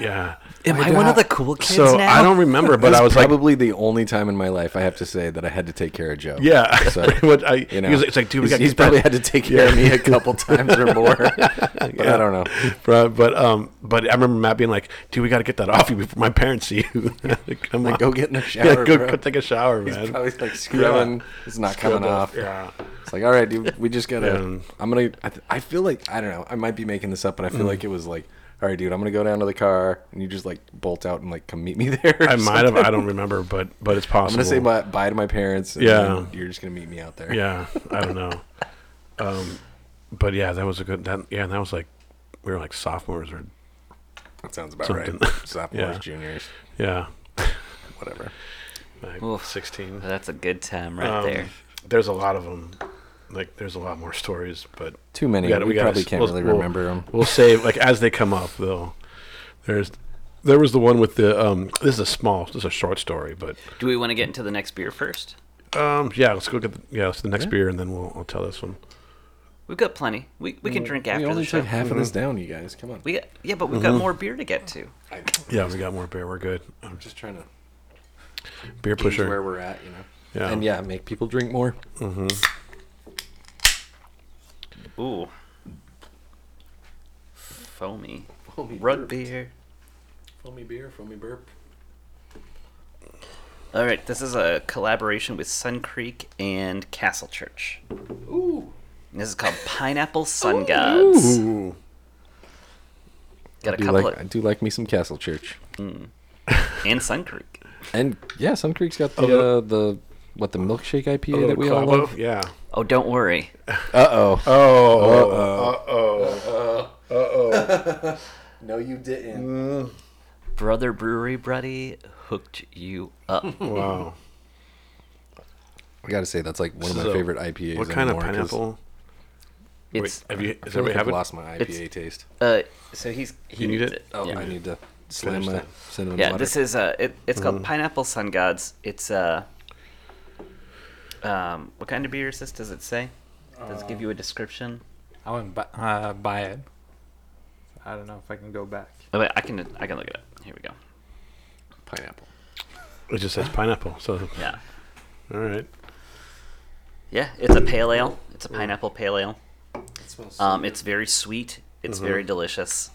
C: yeah.
D: Am I
B: do
D: one of
B: I-
D: the cool kids
C: so
D: now?
C: I don't remember, but I was like,
B: probably the only time in my life I have to say that I had to take care of Joe.
C: yeah, [laughs]
B: So,
C: pretty much. I,
B: you know,
C: he was- it's like, dude, we
B: he's,
C: got
B: he's probably had to take care of me a
C: [laughs]
B: couple times or more. but I don't know.
C: But, but um, but I remember Matt being like, "Dude, we got to get that off you before my parents see you." [laughs] like, I'm
B: Like,
C: like,
B: go get in the shower,
C: [laughs] yeah, go,
B: bro.
C: go take a shower, man.
B: He's probably like scrubbing. It's not coming off. [laughs]
C: Yeah,
B: It's like, all right, dude, we just gotta.
C: Yeah. Mm.
B: I'm gonna. I, th- I feel like I don't know. I might be making this up, but I feel like it was like, all right, dude, I'm gonna go down to the car, and you just like bolt out and like come meet me [laughs] there. or
C: I might have.
B: something.
C: I don't remember, but but it's
B: I'm
C: possible.
B: gonna say bye, bye to my parents. And
C: Yeah.
B: then you're just gonna meet me out there.
C: Yeah, I don't know. um, but yeah, that was a good. That yeah, that was like we were like sophomores or
B: that sounds about
C: Something. [laughs]
B: right. Sophomores,
C: Yeah.
B: juniors,
C: yeah,
B: whatever.
C: like
D: Oof.
C: sixteen.
D: That's a good time right
C: Um,
D: there.
C: There's a lot of them. Like there's a lot more stories, but
B: Too many.
C: We
B: We,
C: gotta- we gotta
B: probably
C: s-
B: can't
C: we'll-
B: really
C: we'll-
B: remember them.
C: we'll save like as they come up though. There's there was the one with the um. This is a small. This is a short story, but
D: Do we want to get into the next beer first?
C: um. Yeah, let's go get the, yeah. Let's the next beer, and then we'll I'll tell this one.
D: We've got plenty. We we can drink
B: Mm, We
D: after
B: only
D: the
B: took
D: show.
B: half Mm-hmm. of
C: Mm-hmm.
B: this down, you guys. Come on.
D: we got, yeah, but we've got more beer to get to.
B: I'm
C: Yeah, we got more beer. We're good. Um,
B: just trying to
C: beer
B: gauge where
C: pusher.
B: we're at, you know.
C: Yeah.
B: And yeah, make people drink more.
D: Ooh, foamy, rug beer.
B: Foamy beer, foamy burp.
D: All right, this is a collaboration with Sun Creek and Castle Church. Ooh. This is called Pineapple Sun Gods.
C: Ooh.
D: Got a
B: Do
D: couple
B: like, I
D: of,
B: do like me some Castle Church.
D: and Sun Creek.
B: And yeah, Sun Creek's got the
C: A little-
B: uh, the what the milkshake IPA
C: Little
B: that we all
C: Clavo,
B: love.
C: Yeah.
D: Oh, don't worry.
B: Uh oh.
C: Oh.
B: No, you didn't.
D: Brother Brewery Buddy hooked you up.
C: Wow.
B: I gotta say that's like one of my
C: So,
B: favorite IPAs.
C: What kind of
B: anymore, 'cause
C: pineapple?
D: It's
C: Wait, have you?
B: I
C: Does
B: feel like
C: everybody
B: I've
C: have it?
B: lost my IPA
D: It's-
B: taste.
D: uh so he's he
C: You need
D: needs
C: it?
B: Oh,
D: yeah.
B: I need to slam
C: Finish
B: my
C: that.
B: cinnamon
D: Yeah,
B: water.
D: this is uh it, it's
B: Mm-hmm.
D: called Pineapple Sun Gods. It's uh um what kind of beer is this? Does it say? Does it give you a description?
A: I wouldn't buy, uh, buy it. I don't know if I can go back.
D: Oh wait, I can I can look it up. Here we go.
B: pineapple.
C: It just says pineapple. So
D: Yeah.
C: all right.
D: Yeah, it's a pale ale. It's a pineapple pale ale.
B: Mm. It smells Mm-hmm.
D: Um it's very sweet. It's very delicious.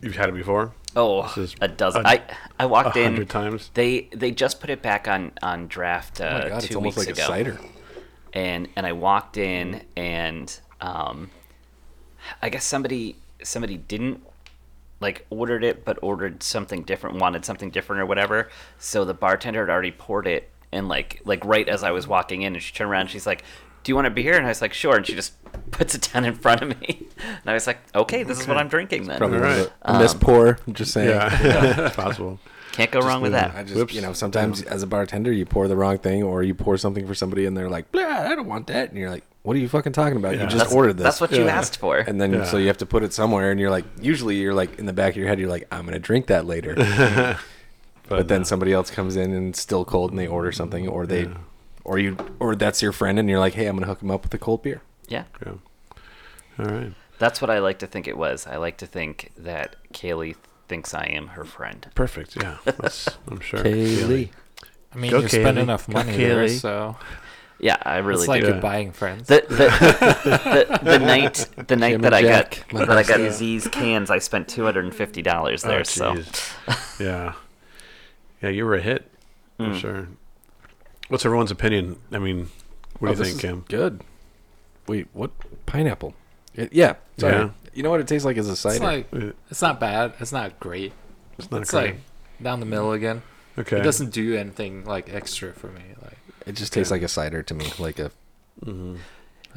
C: You've had it before.
D: Oh,
C: This is
D: a dozen.
C: a-
D: I I
C: A
D: walked in.
C: hundred times.
D: They they just put it back on on draft uh,
B: Oh my god,
D: two
B: it's almost
D: weeks
B: like
D: ago.
B: a cider.
D: and and I walked in and um, I guess somebody somebody didn't like ordered it but ordered something different wanted something different or whatever so the bartender had already poured it and like like right as I was walking in and she turned around and she's like do you want a beer and I was like sure and she just [laughs] puts it down in front of me and I was like okay this is what I'm drinking then
B: Probably
C: All
B: was
C: right.
B: a- a
D: Um,
B: miss pour. I'm just saying. [laughs]
C: Yeah. it's possible.
D: can't go wrong with
C: leave it.
D: that
B: I just,
C: Whoops.
B: you know, sometimes as a bartender, you pour the wrong thing, or you pour something for somebody, and they're like, "Blah, I don't want that," and you're like, "What are you fucking talking about?
C: Yeah.
B: You just
D: that's,
B: ordered this."
D: that's what you
C: Yeah.
D: asked for
B: And then so
C: Yeah.
B: you have to put it somewhere, and you're like, usually you're like in the back of your head, you're like, "I'm gonna drink that
C: [laughs]
B: later," but, then somebody else comes in and it's still cold, and they order something, or they, or you, or that's your friend, and you're like, "Hey, I'm gonna hook him up with a cold beer."
D: yeah
C: Yeah. All right.
D: That's what I like to think it was. I like to think that Kaylee thinks I am her friend.
C: Perfect. Yeah. That's, I'm
B: [laughs]
C: sure.
B: Kaylee,
A: I mean,
C: Go
A: you spend
C: Kaylee.
A: enough
C: Go
A: money there,
C: Kaylee.
A: so
D: Yeah, I really
A: it's like
D: do.
A: you're buying friends.
D: The, the, the,
B: [laughs]
D: the night the night
B: Jim
D: that
B: and
D: I
B: Jack, my
D: got [laughs] that I got
B: besties.
D: these cans, I spent two hundred and fifty dollars there.
C: Oh,
D: so
C: jeez. yeah, yeah, you were a hit. I'm sure. What's everyone's opinion? I mean,
B: Oh,
C: what do you think, Kim?
B: Good. Wait, what? Pineapple. It- yeah. Sorry.
C: Yeah.
B: You know what it tastes like is a cider.
A: it's like
C: Uh,
A: it's not bad. It's not great.
C: It's not
A: It's
C: great.
A: like down the middle again.
C: okay.
A: It doesn't do anything like extra for me. Like
B: It just tastes like a cider to me, like a.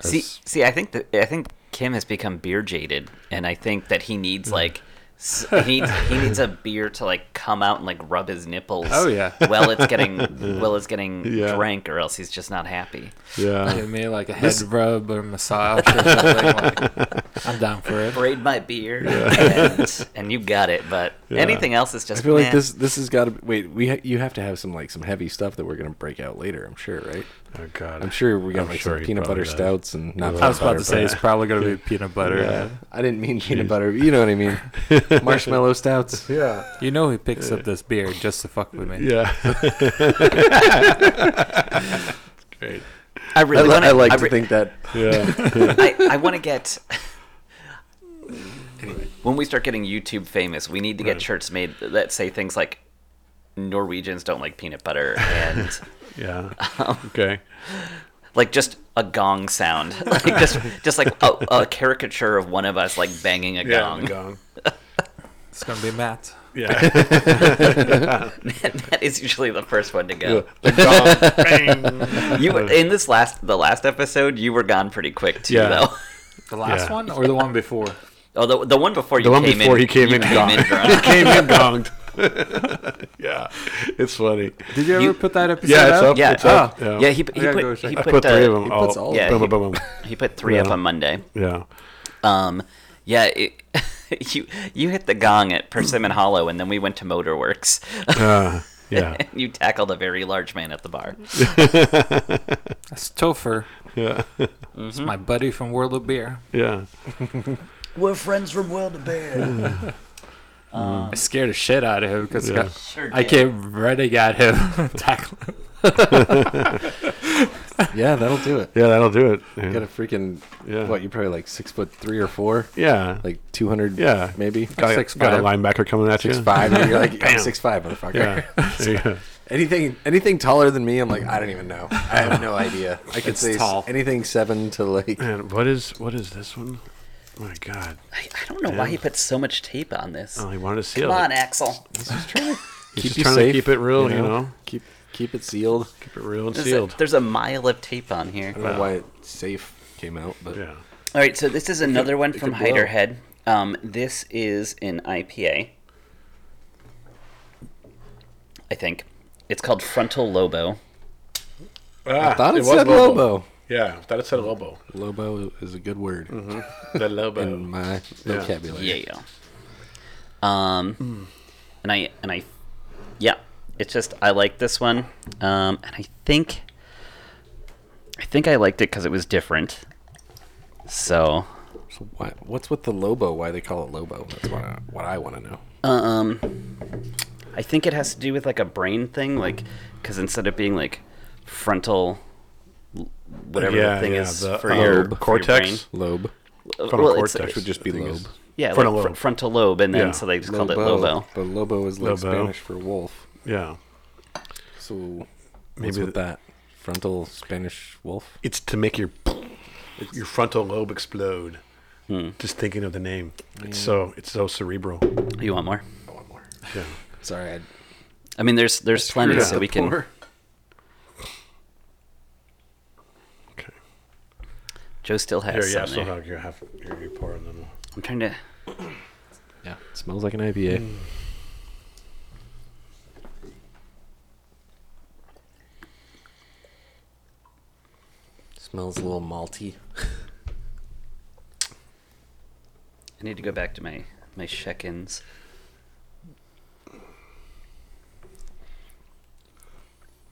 D: see see I think that I think Kim has become beer jaded and I think that he
B: Hmm.
D: needs like s- he needs, he needs a beer to like come out and like rub his nipples.
A: Oh, yeah.
D: While it's getting
B: [laughs]
D: while it's getting
C: Yeah.
D: drank or else he's just not happy.
C: yeah.
E: [laughs]
A: give me like a head rub or massage or [laughs] something.
B: [laughs]
A: like, I'm down for it.
D: braid my beard, and, and you got it. But
C: Yeah.
D: anything else is
B: I
D: just.
B: feel
D: meh.
B: like this. This has got to wait. We ha- you have to have some like some heavy stuff that we're gonna break out later. I'm sure, right?
C: Oh God,
B: I'm sure we're gonna
C: I'm
B: make
C: sure
B: some
C: he
B: peanut butter
C: probably does.
B: stouts and not.
C: Yeah.
A: I was about
C: Butter
A: to say it's
C: bread.
A: probably gonna be peanut butter.
B: Yeah. I didn't mean peanut
C: Jeez.
B: butter. But you know what I mean? Marshmallow stouts.
C: Yeah,
A: You know he picks up this beer just to fuck with me.
B: [laughs]
C: yeah.
B: [laughs]
C: Great.
D: I
B: I,
D: really
B: li-
D: want
B: I like
D: I,
B: to
D: re-
B: think that.
C: Yeah,
B: [laughs]
D: I, I want to
C: [laughs]
D: get. When we start getting YouTube famous, we need to get shirts made that say things like Norwegians don't like peanut butter and
C: yeah. Okay.
D: like just a gong sound, [laughs] like just just like a, a caricature of one of us like banging a
C: Yeah,
D: gong. [laughs]
C: gong.
A: It's gonna be Matt.
C: Yeah,
B: [laughs]
C: [laughs]
D: that is usually the first one to go.
C: the [laughs] gong. Bang.
D: You were, in this last the last episode, you were gone pretty quick too,
C: Yeah.
D: though.
A: The last
C: Yeah.
A: one or the one before?
D: [laughs] Oh, the, the one before you
C: The one
D: came
C: before
D: in,
C: he came
D: you
C: in gone. [laughs]
D: drunk.
C: Came in gonged. [laughs] yeah, it's funny.
A: Did you ever
D: You-
A: put that episode
C: Yeah, it's
A: out?
C: up.
D: Yeah. Oh.
C: It's up.
D: yeah,
C: Yeah.
D: he, he put
A: gotta go check.
D: he
C: I
D: put,
C: put
D: the,
C: three of them.
B: he
C: all,
B: puts all of
C: boom,
D: them.
C: boom, boom, boom.
D: He put three up
C: Yeah.
D: on Monday. [laughs]
C: [laughs] Yeah.
D: Um, yeah, it, [laughs] you you hit the gong at Persimmon Hollow, and then we went to Motorworks. [laughs]
C: Uh, yeah.
D: you tackled a very large man at the bar.
A: That's Topher.
C: Yeah. [laughs]
A: It's my buddy from World of Beer.
C: Yeah.
D: [laughs] We're friends from World of Bear.
A: I scared the shit out of him because
C: Yeah.
D: Sure
A: I
D: did.
A: came running at him. [laughs] Tackle.
B: Yeah, that'll do it.
C: Yeah, that'll do it. Yeah.
B: You got a freaking
C: Yeah.
B: what? You probably like six foot three or four,
C: yeah.
B: like two hundred.
C: Yeah.
B: maybe
C: got,
A: six
C: got a
A: five.
C: linebacker coming at you.
B: six five. And you're like I'm
C: Bam.
B: six five, motherfucker.
D: [laughs]
C: Yeah. There you go.
B: Anything anything taller than me, I'm like I don't even know. I have no idea. I could
A: It's
B: say s-
A: tall.
B: anything seven to like.
C: Man, what is what is this one? My God.
D: I, I don't know why he put so much tape on this.
C: Oh, he wanted to seal
D: Come on,
C: it.
D: Axel.
C: He's
B: keep
C: just
B: you
C: trying
B: safe,
C: to keep it real,
B: you
C: you know?
B: know? Keep keep it sealed.
C: Keep it real and
D: There's a,
C: sealed.
D: there's a mile of tape on here.
B: I don't know why it's safe came out, but
C: yeah.
D: All right, so this is another one from
B: could blow.
D: Hider Head. Um, this is an IPA. I think it's called Frontal Lobo.
C: Ah,
B: I thought it,
C: was
B: said Lobo.
C: Yeah, I thought it said Lobo.
B: Lobo is a good word
C: That Lobo.
B: in my
C: Yeah.
B: vocabulary.
D: Oh, Yeah. Um, and I and I, yeah, it's just I like this one, um, and I think, I think I liked it because it was different. So,
B: So why, what's with the Lobo? Why they call it Lobo? That's what I, what I want to know.
D: um, I think it has to do with like a brain thing, like because instead of being like frontal, whatever
C: Yeah,
D: the thing
C: yeah,
D: is
C: the,
D: for
C: um,
D: your for your
C: cortex?
D: brain.
B: Lobe.
D: Uh,
C: Frontal
D: well, it's-
C: cortex
B: would just be
C: I think is-
B: lobe.
D: yeah,
C: Frontal
D: like fr-
C: lobe.
D: frontal lobe, and then
C: Yeah.
D: so they just called it Lobo.
B: But Lobo is like
C: Lobo.
B: Spanish for wolf.
C: Yeah.
B: So what's
C: Maybe
B: with
C: th-
B: that? Frontal Spanish wolf?
C: It's to make your your frontal lobe explode.
D: Hmm.
C: Just thinking of the name. It's so it's so cerebral.
D: You want more?
C: Yeah.
B: Sorry, I
D: I mean, there's there's plenty,
C: out
D: so
C: the
D: we can.
C: Okay.
D: Joe still has
C: Here, yeah,
D: some
C: so
D: there.
C: have your half your your pour and then we'll
D: I'm trying to.
B: Yeah. smells like an IPA.
C: Mm.
B: Smells a little malty.
D: I need to go back to my my check-ins.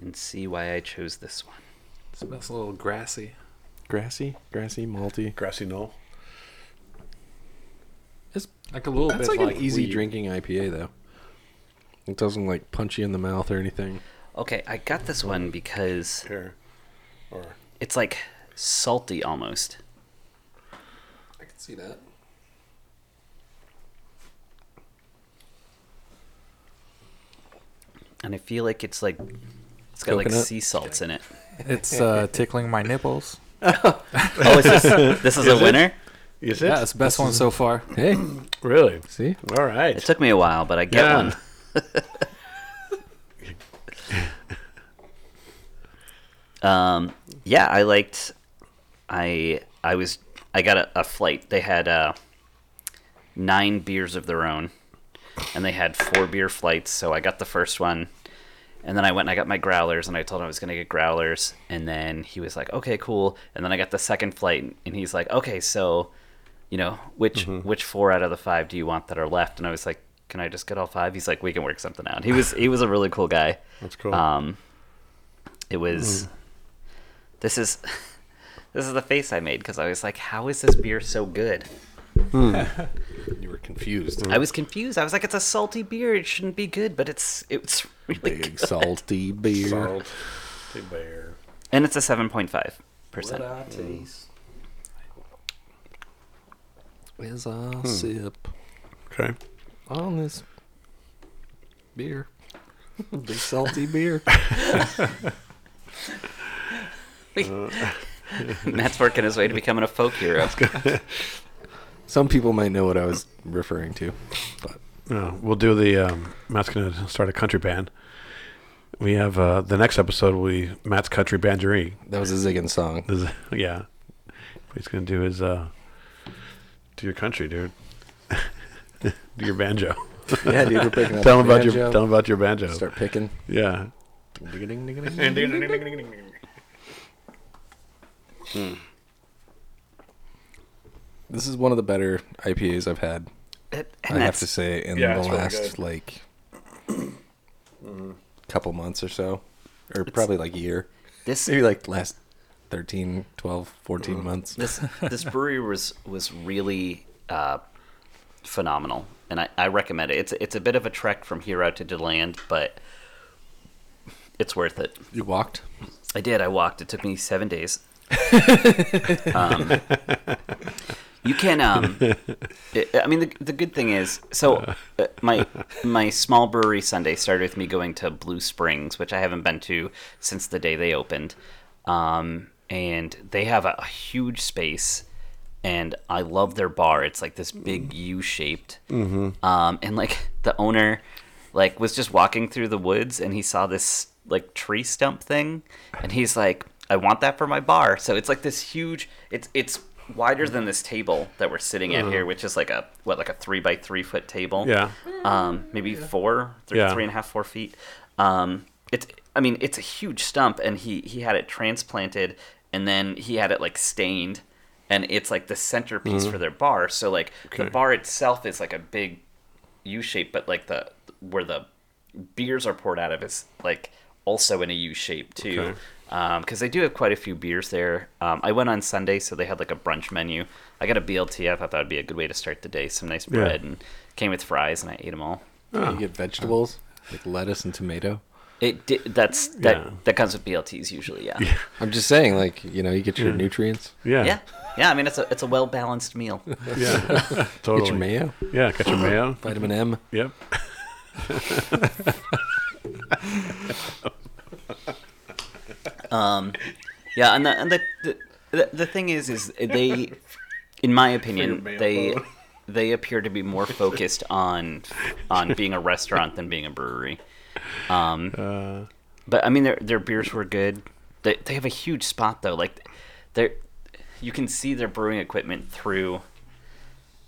D: And see why I chose this one.
A: smells a little grassy.
B: Grassy, grassy, malty.
C: grassy knoll.
A: It's like a little
B: That's
A: bit
B: like,
A: like, e-
B: an easy
A: weed.
B: drinking IPA though. It doesn't like punch you in the mouth or anything.
D: Okay, I got this one because
C: Here. Or
D: it's like salty almost.
B: I can see that.
D: And I feel like it's like it's got like
B: Coconut?
D: sea salts in it.
A: It's uh, tickling my nipples.
D: Oh, is this this is, a winner?
C: is it?
A: Yeah, it's the best one so far.
B: Hey,
C: Really?
B: see?
C: All right.
D: It took me a while, but I get
C: Yeah.
D: one. um, yeah, I liked. I I was I got a, a flight. They had uh, nine beers of their own, and they had four beer flights. So I got the first one, and then I went and I got my growlers, and I told him I was gonna get growlers, and then he was like, "Okay, cool." And then I got the second flight, and he's like, "Okay, so." you know, which which four out of the five do you want that are left? And I was like, can I just get all five? He's like, we can work something out. He Um, was he was a really cool guy.
C: That's cool.
D: Um, it was This is [laughs] this is the face I made because I was like, "How is this beer so good?"
B: You were confused.
D: I was confused. I was like, "It's a salty beer. It shouldn't be good, but it's it's really
B: Big
D: good."
B: salty beer.
C: Salt. The bear.
D: and it's a seven point five percent. [laughs]
B: Is a sip
C: Okay.
B: on this beer. [laughs] Big salty beer.
D: Matt's working his way to becoming a folk hero.
B: Some people might know what I was referring to. But
C: No, we'll do the. Um, Matt's going to start a country band. We have uh, the next episode will be Matt's country banderie.
B: that was a Ziggin song.
C: This- [laughs] yeah, what he's going to do is uh, do your country, dude. [laughs] do your banjo.
B: Yeah, dude, we're [laughs] picking up
C: tell
B: the
C: him about
B: banjo.
C: your tell him about your banjo.
B: Start picking.
C: Yeah.
B: Hmm. This is one of the better IPAs I've had.
D: It-
B: I
D: and
B: have to
D: that's
B: say in
C: Yeah,
B: the
C: it's really
B: last
C: good. Mm-hmm.
B: like couple months or so, or probably like a year,
D: this
B: maybe like last 13, 12,
C: Mm-hmm.
B: 14 months.
D: this this brewery was was really uh, phenomenal, and I, I recommend it. It's it's a bit of a trek from here out to Deland, but it's worth it.
B: You walked?
D: I did. I walked. It took me seven days. um, you can. Um, it, I mean, the, the good thing is, so uh, my my small brewery Sunday started with me going to Blue Springs, which I haven't been to since the day they opened, um, and they have a, a huge space, and I love their bar. It's like this big U shaped, um, and like the owner like was just walking through the woods and he saw this like tree stump thing and he's like i want that for my bar so it's like this huge it's it's wider than this table that we're sitting at here which is like a what like a three by three foot table
C: Uh-huh. Yeah.
D: um maybe four three,
C: Yeah.
D: three and a half four feet um it's i mean it's a huge stump and he he had it transplanted and then he had it like stained and it's like the centerpiece for their bar so like the
C: Mm-hmm. Okay.
D: bar itself is like a big U shape, but like the where the beers are poured out of is like also in a U shape too,
C: Okay.
D: because they do have quite a few beers there. Um, I went on Sunday, so they had like a brunch menu. I got a BLT. I thought that would be a good way to start the day. Some nice
C: Yeah.
D: bread and came with fries, and I ate them all.
B: You get vegetables like lettuce and tomato.
D: It di- that's that
C: Yeah.
D: that comes with BLTs usually, yeah.
B: I'm just saying, like you know, you get
C: Mm.
B: your nutrients,
C: Yeah.
D: yeah, yeah. I mean, it's a it's a well balanced
C: [laughs]
D: meal. [laughs]
C: Yeah. [laughs] totally.
B: get your mayo,
C: Yeah. Got your mayo.
B: vitamin M.
C: Yep.
D: Yeah, and the and the, the- the the thing is, is they, in my opinion,
C: mail
D: they
C: phone.
D: they appear to be more focused on on being a restaurant than being a brewery. Um,
C: Uh,
D: but I mean, their their beers were good. They they have a huge spot though. Like, they you can see their brewing equipment through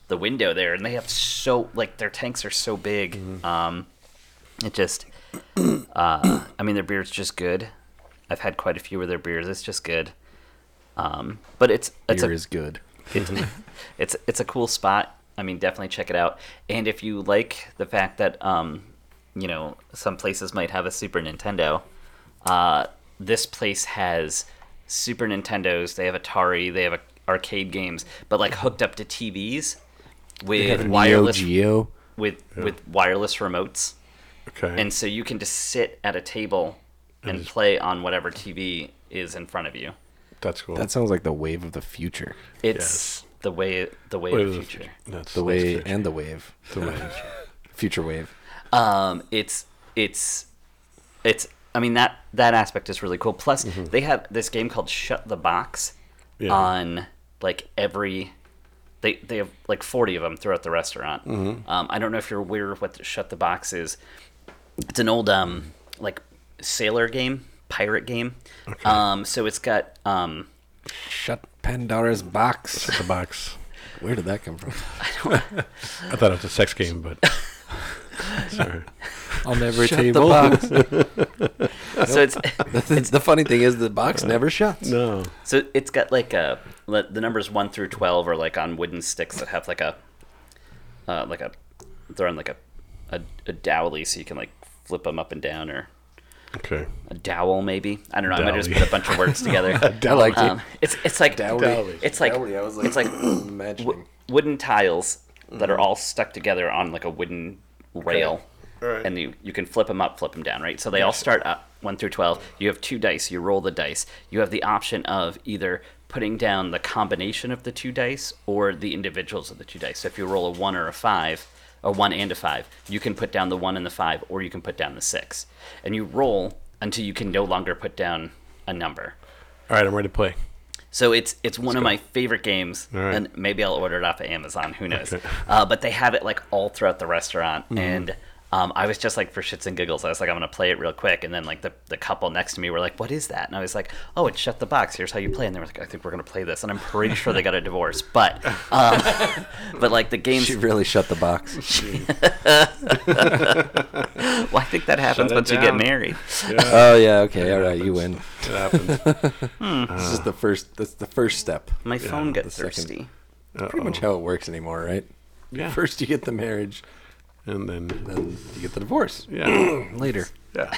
D: the window there, and they have so like their tanks are so big. Um, it just, uh, I mean, their beer's just good. I've had quite a few of their beers. It's just good. Um, but it's it's
B: Beer
D: a
B: is good.
D: it, [laughs] it's it's a cool spot. I mean, definitely check it out. And if you like the fact that um, you know some places might have a Super Nintendo, uh, this place has Super Nintendos. They have Atari. They have a, arcade games, but like hooked up to TVs with wireless
B: Neo Geo.
D: with with wireless remotes,
C: okay.
D: and so you can just sit at a table and play on whatever TV is in front of you.
C: that's cool.
B: That sounds like the wave of the future.
D: It's the way the way
C: Wait,
D: of the
C: that's-
D: future.
C: That's
B: The
C: that's
B: way
C: good.
B: and the wave. [laughs]
C: The way.
B: Future wave.
D: um, it's it's it's i mean that that aspect is really cool plus they have this game called shut the box
C: Yeah.
D: on like every they they have like 40 of them throughout the restaurant um, i don't know if you're aware of what the shut the box is it's an old um like sailor game pirate game um so it's got um
B: Shut Pandora's box.
C: the box.
B: Where did that come
C: [laughs]
B: from?
C: I thought it was a sex game,
B: [laughs]
C: but sorry.
B: On every table. The,
D: so it's
B: box. [laughs] the, the funny thing is the box never shuts.
C: No.
D: So it's got like a le- the numbers one through twelve are like on wooden sticks that have like a uh, like a they're on like a, a a dowel so you can like flip them up and down or
C: Okay.
D: a dowel maybe. I don't know. I might just
C: Dowel.
D: put a bunch of words together.
B: I liked it.
D: um, it's it's like
B: Dowry.
D: it's like
B: Dowry, I was like- [clears throat]
D: it's like
B: Imagining.
D: wooden tiles that are all stuck together on like a wooden rail.
C: Alright.
D: And you, you can flip them up, flip them down, right? So they all start up 1 through 12. You have two dice, you roll the dice. You have the option of either putting down the combination of the two dice or the individuals of the two dice. So if you roll a 1 or a 5, a 1 and a 5, you can put down the 1 and the 5 or you can put down the 6. And you roll until you can no longer put down a number.
C: All right, I'm ready to play.
D: So it's it's one of my favorite games,
C: All right.
D: and maybe I'll order it off of Amazon. Who knows?
C: Okay.
D: [laughs]
C: Mm-hmm.
D: Uh, but they have it like all throughout the restaurant, and um, I was just like for shits and giggles, I was like, I'm gonna play it real quick, and then like the, the couple next to me were like, What is that? And I was like, Oh, it's Shut the Box. Here's how you play. And they were like, I think we're gonna play this, and I'm pretty sure they got a divorce, but um, [laughs] but like the game's
B: She really shut the box.
D: [laughs] well, I think that happens
C: it
D: once you get
C: down.
D: married.
B: [laughs] oh yeah, okay, all right, you win.
C: It happens.
B: [laughs]
D: Hmm.
B: This is the first. That's the first step.
D: My phone got
B: second.
D: thirsty.
B: Pretty much how it works anymore, right?
C: yeah.
B: First you get the marriage,
C: And
B: [clears throat]
C: then,
B: then you get the divorce
C: yeah.
B: later.
C: yeah.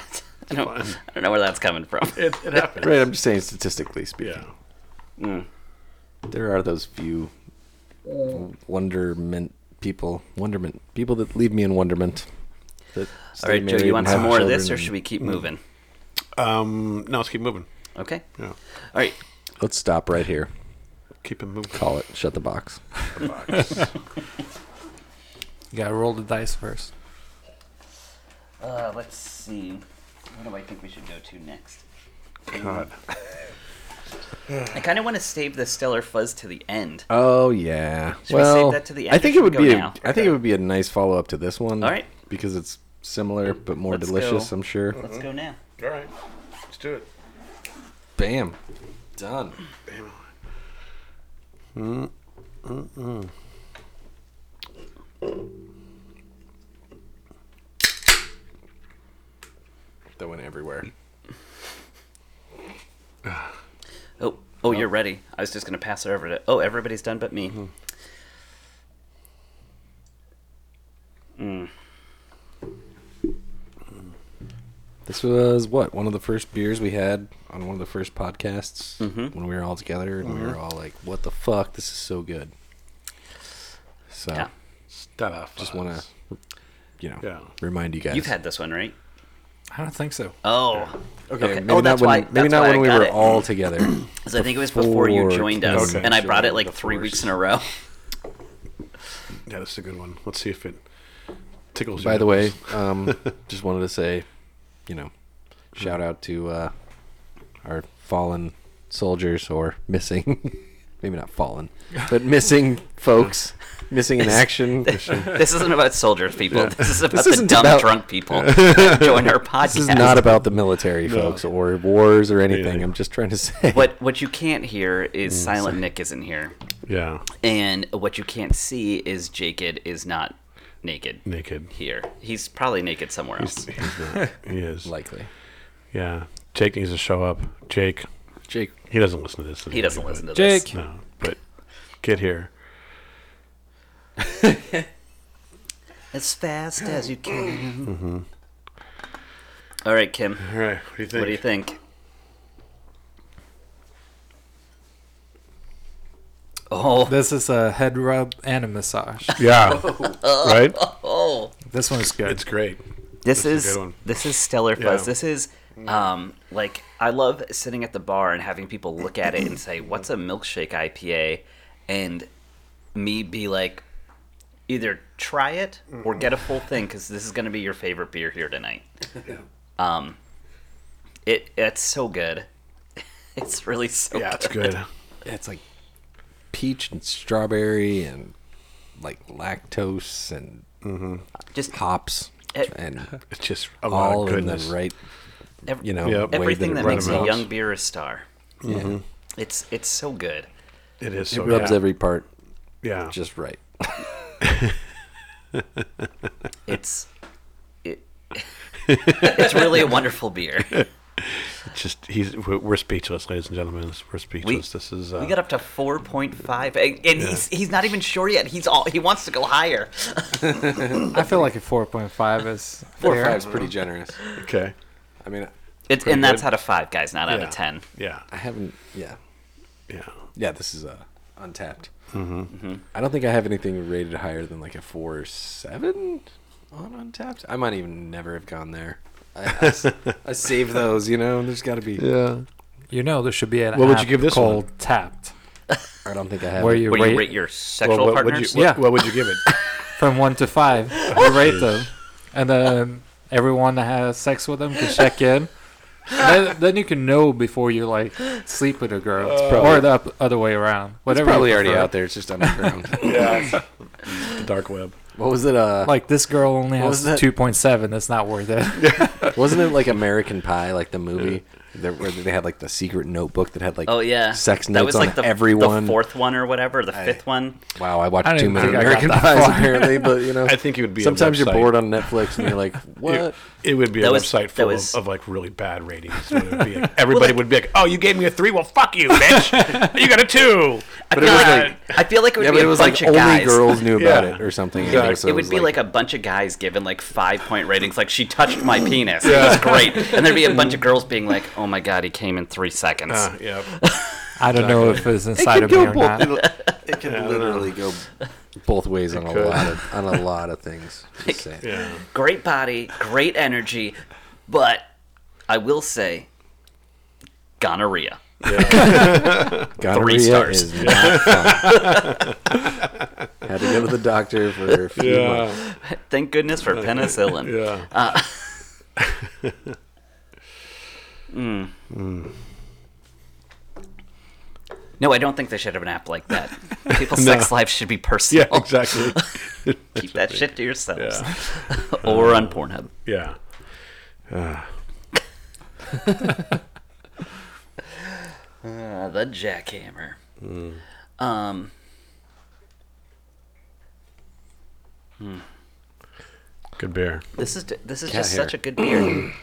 D: I don't,
C: fine.
D: I don't know where that's coming from.
C: It,
B: [laughs]
C: it happens.
B: Right, I'm just saying statistically speaking,
C: Yeah.
B: there are those few Uh, wonderment people, wonderment people that leave me in wonderment. That
D: All right, Joe, you want some more of this, or should we
C: Mm.
D: keep moving?
C: Um, no, let's keep moving.
D: Okay.
C: Yeah.
D: All right.
B: Let's stop right here.
C: Keep it moving.
B: Call it. Shut the box.
A: You gotta roll the dice first.
D: Uh, let's see. What do I think we should go to next?
C: God.
D: I kind of want to save the stellar fuzz to the end.
B: Oh yeah.
D: Should we save
B: well,
D: that to the
B: I
D: end,
B: think
D: or
B: it would
D: should we
B: be.
D: go
B: A, I
D: now?
B: think it would be a nice follow up to this one.
D: All right.
B: Because it's similar but more
D: Let's
B: delicious.
D: go.
B: I'm sure.
D: Let's go now.
C: All right. Let's do it.
B: Bam. Done. That went everywhere.
D: Oh, oh, you're ready. I was just gonna pass it over to. Oh, everybody's done but me. Mm.
B: Mm-hmm. This was what one of the first beers we had on one of the first podcasts
D: Mm-hmm.
B: when we were all together, and we were all like, "What the fuck? This is so good." So
D: Yeah.
C: Stuff.
B: just want to, you know,
C: Yeah.
B: remind you guys.
D: You've had this one, right?
A: I don't think so.
D: Oh,
B: okay,
D: okay.
B: maybe
D: Oh,
B: not
D: that's
B: when
D: why-
B: maybe
D: that's
B: not
D: why
B: when
D: I
B: we
D: got
B: were
D: it.
B: all together.
D: [clears throat] because I think it was before you
B: Before
D: joined us,
C: Tim
D: and I brought it
B: joined [laughs]
D: like
B: the
D: three
B: force.
D: weeks in a row.
C: Yeah, that's a good one. Let's see if it tickles.
B: By
C: your
B: the
C: nipples.
B: way,
C: [laughs]
B: um, just wanted to say, you know, shout out to uh, our fallen soldiers or missing, [laughs] maybe not fallen, but
C: [laughs]
B: missing folks, missing in action. this
D: [laughs] this isn't about soldiers, people. This is about the
B: isn't
D: dumb
B: about-
D: drunk people
B: [laughs]
D: that join our podcast.
B: is not about the military, folks, or wars or anything.
C: Yeah.
B: I'm just trying to say.
D: what what you can't hear is Silent Nick isn't here,
C: yeah,
D: and what you can't see is Jacob is not naked.
C: naked.
D: here. He's probably naked somewhere else.
C: He's
B: [laughs]
C: not. he
B: [laughs]
C: is.
B: Likely,
C: yeah. Jake needs to show up. Jake.
B: Jake.
C: He doesn't listen to this.
D: He doesn't listen to
A: Jake.
D: this.
C: No, but get
D: As fast as you can. All right, Kim.
C: All right. What do you think?
D: What do you think? Oh,
A: This is a head rub and a massage.
C: Yeah.
D: [laughs]
C: [laughs] right.
D: oh!
A: This one's good.
C: It's great.
D: This
C: is a
D: is
C: good one.
D: this is stellar fuzz.
C: Yeah.
D: This is um like I love sitting at the bar and having people look at it and say, "What's a milkshake IPA?" and me be like, either try it or get a full thing because this is going to be your favorite beer here
C: [laughs]
D: tonight. Um, it it's so good. [laughs] It's really so
C: Yeah, it's
D: good.
C: good.
B: It's like peach and strawberry and like lactose and
D: Just
B: hops
D: It-
B: and
C: It's just Eh. [laughs] a lot
B: all
C: of
B: in the
C: goodness.
B: right,
D: ev-
B: you know,
C: Yep.
B: way
D: everything
B: it
D: that
C: right
D: makes a
B: rubs.
C: amount.
D: young beer a star.
B: Yeah.
D: It's it's so good.
C: It is.
B: It
C: So
B: rubs
C: yeah.
B: every part
C: Yeah.
B: just [laughs] right.
D: It's it, it's really a wonderful beer.
C: just he's we're, we're speechless, ladies and gentlemen. We're speechless. this is. Uh,
D: We got up to four point five, and and he's he's not even sure yet. He's all he wants to go higher.
A: I feel like a 4.5 is
B: Four
A: fair.
B: five's pretty generous.
C: okay.
B: I mean,
D: It's
C: pretty
D: and that's
C: good.
D: out of five guys, not out
C: Yeah.
D: of ten.
C: Yeah,
B: I haven't. Yeah,
C: yeah.
B: yeah. This is uh, untapped.
D: Mm-hmm.
B: I don't think I have anything rated higher than like a four or seven on untapped. I might even never have gone there. I, I s- I save those, you know. There's got to be.
C: Yeah.
E: You know, there should be an
C: What would you
E: app
C: give this
E: called
C: one?
E: Tapped,
B: I don't think I have.
E: where
B: it.
E: you
D: Where
E: rate,
D: you rate your sexual
C: what, would you,
D: partners?
C: what,
E: Yeah.
C: what would you give it?
E: from one to five. you rate them, and then everyone that has sex with them can check in. And then, then you can know before you like sleep with a
B: Uh,
E: girl, or the up- other way around.
B: It's
E: Whatever. you
B: probably already
E: prefer.
B: out there. It's just underground.
C: yeah. the
B: [laughs]
C: dark web.
B: what was it? Uh,
E: Like this girl only
B: What was
E: has
B: that?
E: two point seven. That's not worth it. [laughs]
B: wasn't it like American Pie, like the movie, there, where they had like the secret notebook that had like
D: Oh yeah,
B: sex notes
D: That was
B: on
D: like the,
B: everyone.
D: The fourth one or whatever, the
B: I-
D: fifth one.
B: Wow, I
E: I
B: watched
E: don't
B: too
E: even
B: many
E: think I got
B: American
E: that
B: Pies
E: far.
B: apparently, but you know,
C: I think it would be. a
B: sometimes you're
C: website.
B: bored on Netflix and you're like, what?
C: It, it would be a
D: That was-
C: website
D: that
C: full
D: was-
C: of, of like really bad ratings. So it would be like, [laughs] everybody would be like, "Oh, you gave me a three. Well, fuck
D: [laughs]
C: you, bitch. you got a two.
D: I
B: it
D: feel
B: was
D: like, I feel like it would
B: yeah,
D: be
B: but
D: a
B: it was like
D: bunch
B: only
D: of guys.
B: girls knew about
C: Yeah.
B: it or something. I
C: Exactly.
B: think, so
D: it would
B: was
D: be like, a bunch of guys given like five point ratings, like she touched my penis. It was great, and there'd be
B: [laughs]
D: a bunch of girls being like, "Oh my god, he came in three seconds."
C: Uh, yeah.
E: I don't know if it's inside of me
B: go
E: or
B: both-
E: not.
B: it'll- it can literally go both ways on a
C: could.
B: lot
C: [laughs]
B: of on a lot of things. Just saying.
C: Yeah.
D: great body, great energy, but I will say, gonorrhea.
B: Gonorrhea
D: stars.
B: is not fun. Had to go to the doctor for a few months.
C: Yeah.
D: Thank goodness
C: [laughs]
D: for penicillin.
C: Yeah.
D: No, I don't think they should have an app like
C: [laughs]
D: that. People's sex lives should be personal.
C: Yeah.
D: [laughs]
C: Exactly.
D: Keep that shit to yourselves.
C: Yeah.
D: [laughs]
C: Uh,
D: or on Pornhub.
C: Yeah.
D: Uh, the jackhammer. Um.
C: Good beer.
D: This is this is
B: Cat
D: just
B: hair.
D: such a good beer. [clears throat]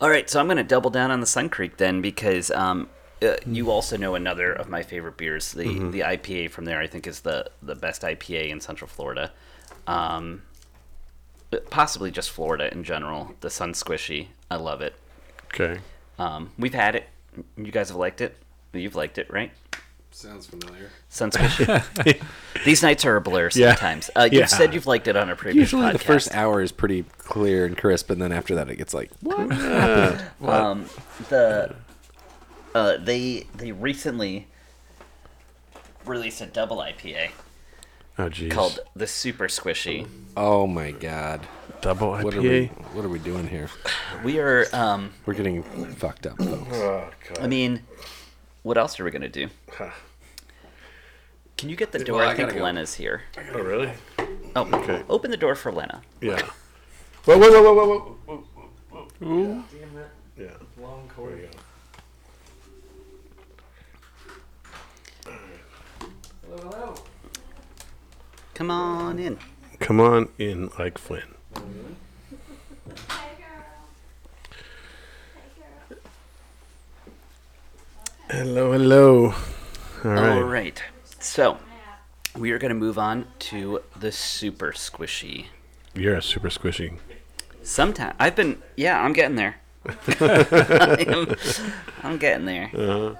D: All right, so I'm going to double down on the Sun Creek then because um, uh, you also know another of my favorite beers. The
B: Mm-hmm.
D: the IPA from there I think is the the best IPA in Central Florida. Um, but possibly just Florida in general. The Sun Squishy, I love it.
C: Okay.
D: Um, we've had it. You guys have liked it. You've liked it, right?
B: Sounds familiar.
D: Sun Squishy.
B: [laughs]
D: These nights are a blur
C: Yeah.
D: sometimes. Uh, you've
C: Yeah.
D: said you've liked it on a previous
B: Usually
D: podcast.
B: the first hour is pretty clear and crisp, and then after that it gets like what?
D: um, the uh, they they recently released a double IPA
C: Oh, geez.
D: called the Super Squishy.
B: Oh my god!
C: double
B: What are we? What are we doing here?
D: We are. Um,
B: We're getting fucked up, folks.
D: I
C: Oh, God.
D: mean, what else are we gonna do? Can you get the door?
B: Well, I
D: I think
B: gotta go.
D: Lena's here.
C: oh, really?
D: Oh,
C: Okay.
D: open the door for Lena.
C: Yeah. Whoa, whoa, whoa, whoa, whoa, whoa, whoa, Damn that. Yeah. Long cord.
D: Come on in.
C: Come on in like Flynn. Hello, hello. All
D: All
C: right.
D: right. So we are gonna move on to the Super Squishy.
C: You're a super squishy.
D: Sometime I've been yeah, I'm getting
C: [laughs]
D: there. [laughs] I'm, I'm getting there.
C: Uh-huh.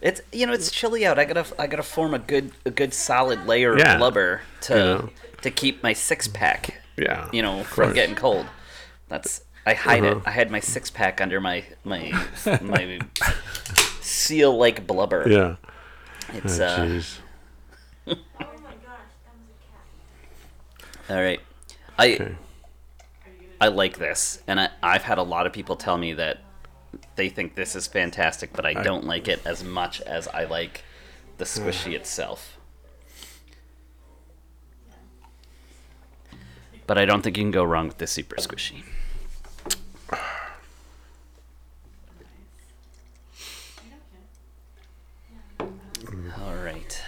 D: It's you know it's chilly out. I gotta I gotta form a good a good solid layer
C: Yeah.
D: of blubber to
C: Yeah.
D: to keep my six pack
C: Yeah.
D: you know from
C: course. Uh-huh.
D: getting cold. That's I hide it. I had my six pack under my
C: [laughs]
D: my my seal like blubber.
C: Yeah. Oh,
D: It's uh,
C: Jeez.
D: all right. I
C: Okay.
D: I like this, and I, I've had a lot of people tell me that they think this is fantastic, but I, don't like it as much as I like the squishy itself. But I don't think you can go wrong with the super squishy. All right.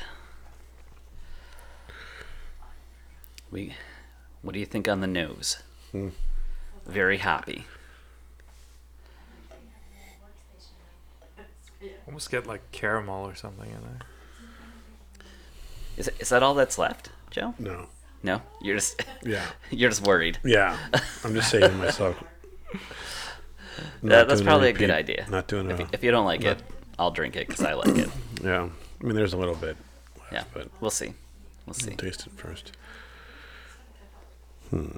D: We, what do you think on the nose?
C: Hmm.
D: very happy.
E: Almost get like caramel or something in there.
D: Is, is that all that's left, Joe?
C: No.
D: No, you're just [laughs]
C: Yeah.
D: you're just worried. [laughs]
C: Yeah. I'm just saving myself.
D: That, that's
C: doing
D: probably a
C: repeat-
D: good idea.
C: Not doing
D: If,
C: it.
D: if you don't like
C: Yeah.
D: it, I'll drink it because I like
C: [coughs]
D: it.
C: Yeah, I mean, there's a little bit. Left,
D: Yeah,
C: but
D: we'll see. We'll see.
C: taste it first. Hmm.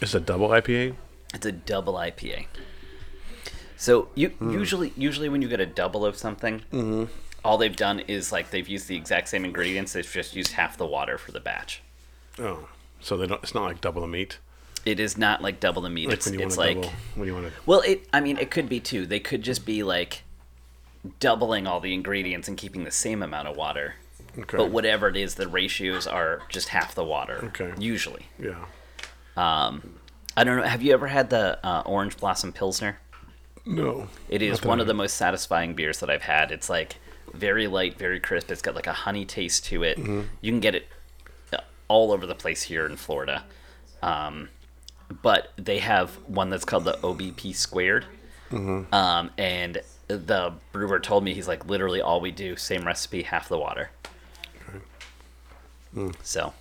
C: It's a double IPA.
D: It's a double IPA. So you
C: Hmm.
D: usually usually when you get a double of something,
C: Mm-hmm.
D: all they've done is like they've used the exact same ingredients. They've just used half the water for the batch.
C: Oh, so they don't. It's not like double the meat.
D: It is not like double the meat.
C: Like
D: it's
C: when you want
D: it's
C: to
D: like
C: double. When you want to.
D: well, it. I mean, it could be too. They could just be like doubling all the ingredients and keeping the same amount of water.
C: Okay.
D: But whatever it is, the ratios are just half the water.
C: Okay.
D: Usually,
C: Yeah.
D: I don't know. Have you ever had the uh, orange blossom pilsner?
C: No.
D: It is
C: Nothing
D: one
C: I
D: of the most satisfying beers that I've had. It's like very light, very crisp. It's got like a honey taste to it.
C: Mm-hmm.
D: You can get it uh, all over the place here in Florida. Um, but they have one that's called the OBP squared.
C: Mm-hmm.
D: Um, and the brewer told me he's like literally all we do same recipe, half the water.
C: Mm.
D: So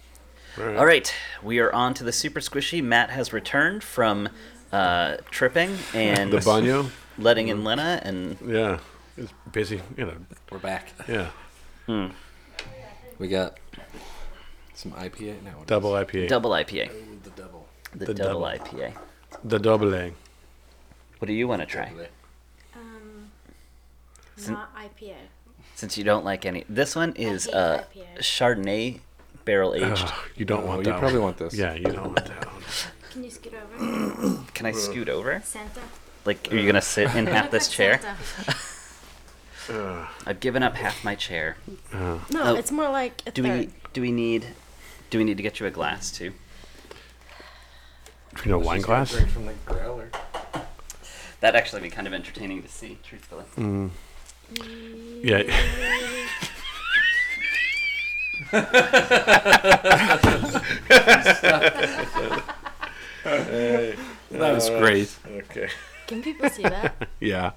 C: Alright.
D: all right, we are on to the super squishy. Matt has returned from uh, tripping and
C: [laughs] The baño.
D: letting in Lena, and
C: Yeah. It's busy. You know.
B: We're back.
C: Yeah.
B: We got some IPA now.
C: Double IPA.
D: double IPA,
B: The double.
D: the,
C: The
D: double,
C: double.
D: IPA.
C: the double A.
D: What do you want to try?
F: Um,
D: Sin-
F: not IPA.
D: Since you don't like any, this one is
F: hate
D: uh,
F: IPA.
D: Chardonnay barrel aged.
C: Ugh, you don't
B: Oh,
C: want
B: you
C: that.
B: probably
C: one.
B: want this.
C: Yeah, you don't want that one.
F: Can you scoot
D: [clears throat]
F: over?
D: Can I scoot over?
F: Santa.
D: Like, are you gonna sit in half
F: [laughs] Look
D: this
F: like
D: chair? [laughs]
F: Santa.
D: I've given up half my chair.
F: No,
D: Oh.
F: it's more like a
D: Do
F: third.
D: we do we need do we need to get you a glass too?
C: You know, wine glass.
B: from the growler.
D: That'd actually be kind of entertaining to see, truthfully.
C: Yeah. [laughs]
A: That was great.
C: okay.
F: Can people
D: [laughs]
F: see that?
C: Yeah.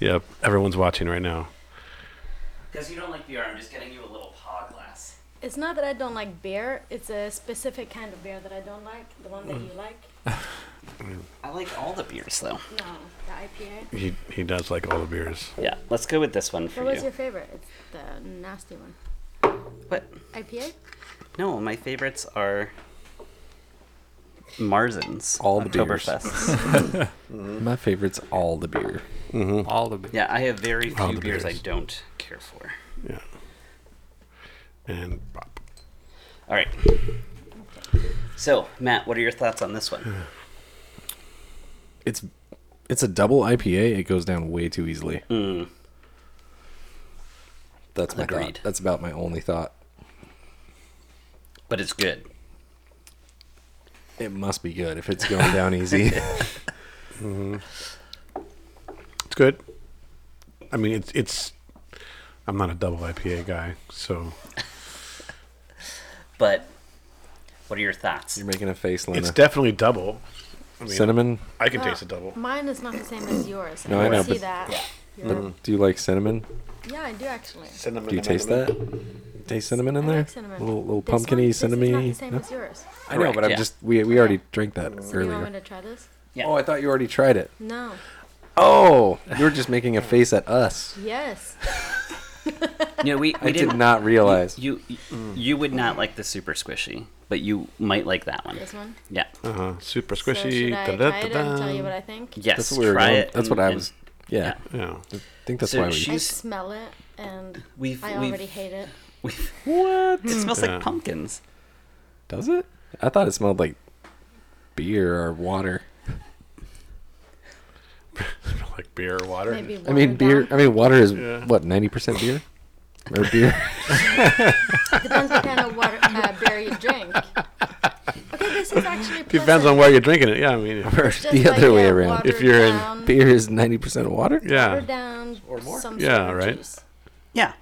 C: Yep. Everyone's watching right now.
D: Because you don't like beer, I'm just getting you a little paw glass.
F: it's not that I don't like beer. It's a specific kind of beer that I don't like. The one that
D: Mm. [laughs]
F: you like.
D: I like all the beers though.
F: No, the IPA.
C: He he does like all the beers.
D: Yeah, let's go with this one for
F: What was
D: you.
F: your favorite? It's the nasty one.
D: But
F: IPA.
D: no, my favorites are Marzens.
B: All the beers.
D: Oktoberfests.
B: My favorite's all the beer. Mm-hmm.
E: All the beer.
D: yeah, I have very few
C: All
D: beers.
C: the
D: I
C: beers.
D: don't care for.
C: Yeah. And pop.
D: All right. So, Matt, what are your thoughts on
B: [sighs]
D: this one?
B: It's it's a double IPA. It goes down way too easily.
F: Hmm.
B: That's my
D: Agreed.
B: thought. That's about my only thought.
D: But it's good.
B: It must be good if it's going down
F: [laughs]
B: easy.
C: It's good. I mean, it's it's. I'm not a double IPA guy, so
D: But what are your thoughts?
B: You're making a face, Lena.
C: it's definitely double. I mean,
B: cinnamon.
C: I can
F: No.
C: taste a double.
F: Mine is not the same as yours.
B: No, I
F: I
B: know,
F: see
B: but-
F: that.
D: Yeah.
F: You're-
B: Do you like cinnamon?
F: yeah, I do actually.
C: Cinnamon.
B: Do you taste that? Taste cinnamon in
F: I
B: there?
F: like cinnamon.
B: Little little
F: This one-
B: pumpkiny,
F: this is not the
B: cinnamony.
F: same
B: No?
F: as yours.
B: I know, but
D: Correct,
B: I'm
D: yeah.
B: just we we already drank that
F: So you want me
B: earlier.
F: to try this?
D: Yeah.
B: Oh, I thought you already tried it.
F: No.
B: Oh, you were just making a face at us.
F: Yes.
D: you know, we, we
B: I
D: didn't,
B: did not realize.
D: You you, you would not like the super squishy, but you might like that one.
B: [laughs]
F: This one.
D: Yeah.
C: Uh huh. Super
F: So
C: squishy.
F: should I
C: da-da-da-da.
F: try it and tell you what I think?
D: Yes.
B: That's what we were
D: try
B: going.
D: it.
B: That's
D: and-
B: what I
D: and-
B: was. Yeah,
C: Yeah.
B: I think that's
D: So
B: why we.
D: she-
F: I
D: Use-
F: smell it and
D: We've,
F: I
D: we've,
F: already hate it.
D: What? [laughs] It smells
C: Yeah.
D: like pumpkins.
B: does it? I thought it smelled like beer or water.
D: Mm.
C: [laughs] like beer or water.
F: Maybe
B: I mean,
F: watered
B: beer.
F: down.
B: I mean, water is
C: Yeah.
B: what ninety percent beer, or beer.
F: Depends what kind of water uh, beer you drink. Okay, this is actually pleasant.
C: Depends on where you're drinking it. Yeah,
D: [laughs]
C: I mean,
B: or
F: Just
B: the
F: like
B: other way
F: a
B: around.
F: watered
C: If you're in
F: down,
B: Beer is ninety percent water.
F: watered
C: yeah.
F: down or more. Some
C: Yeah,
F: sort of
C: right.
F: juice.
B: [laughs]
D: Yeah.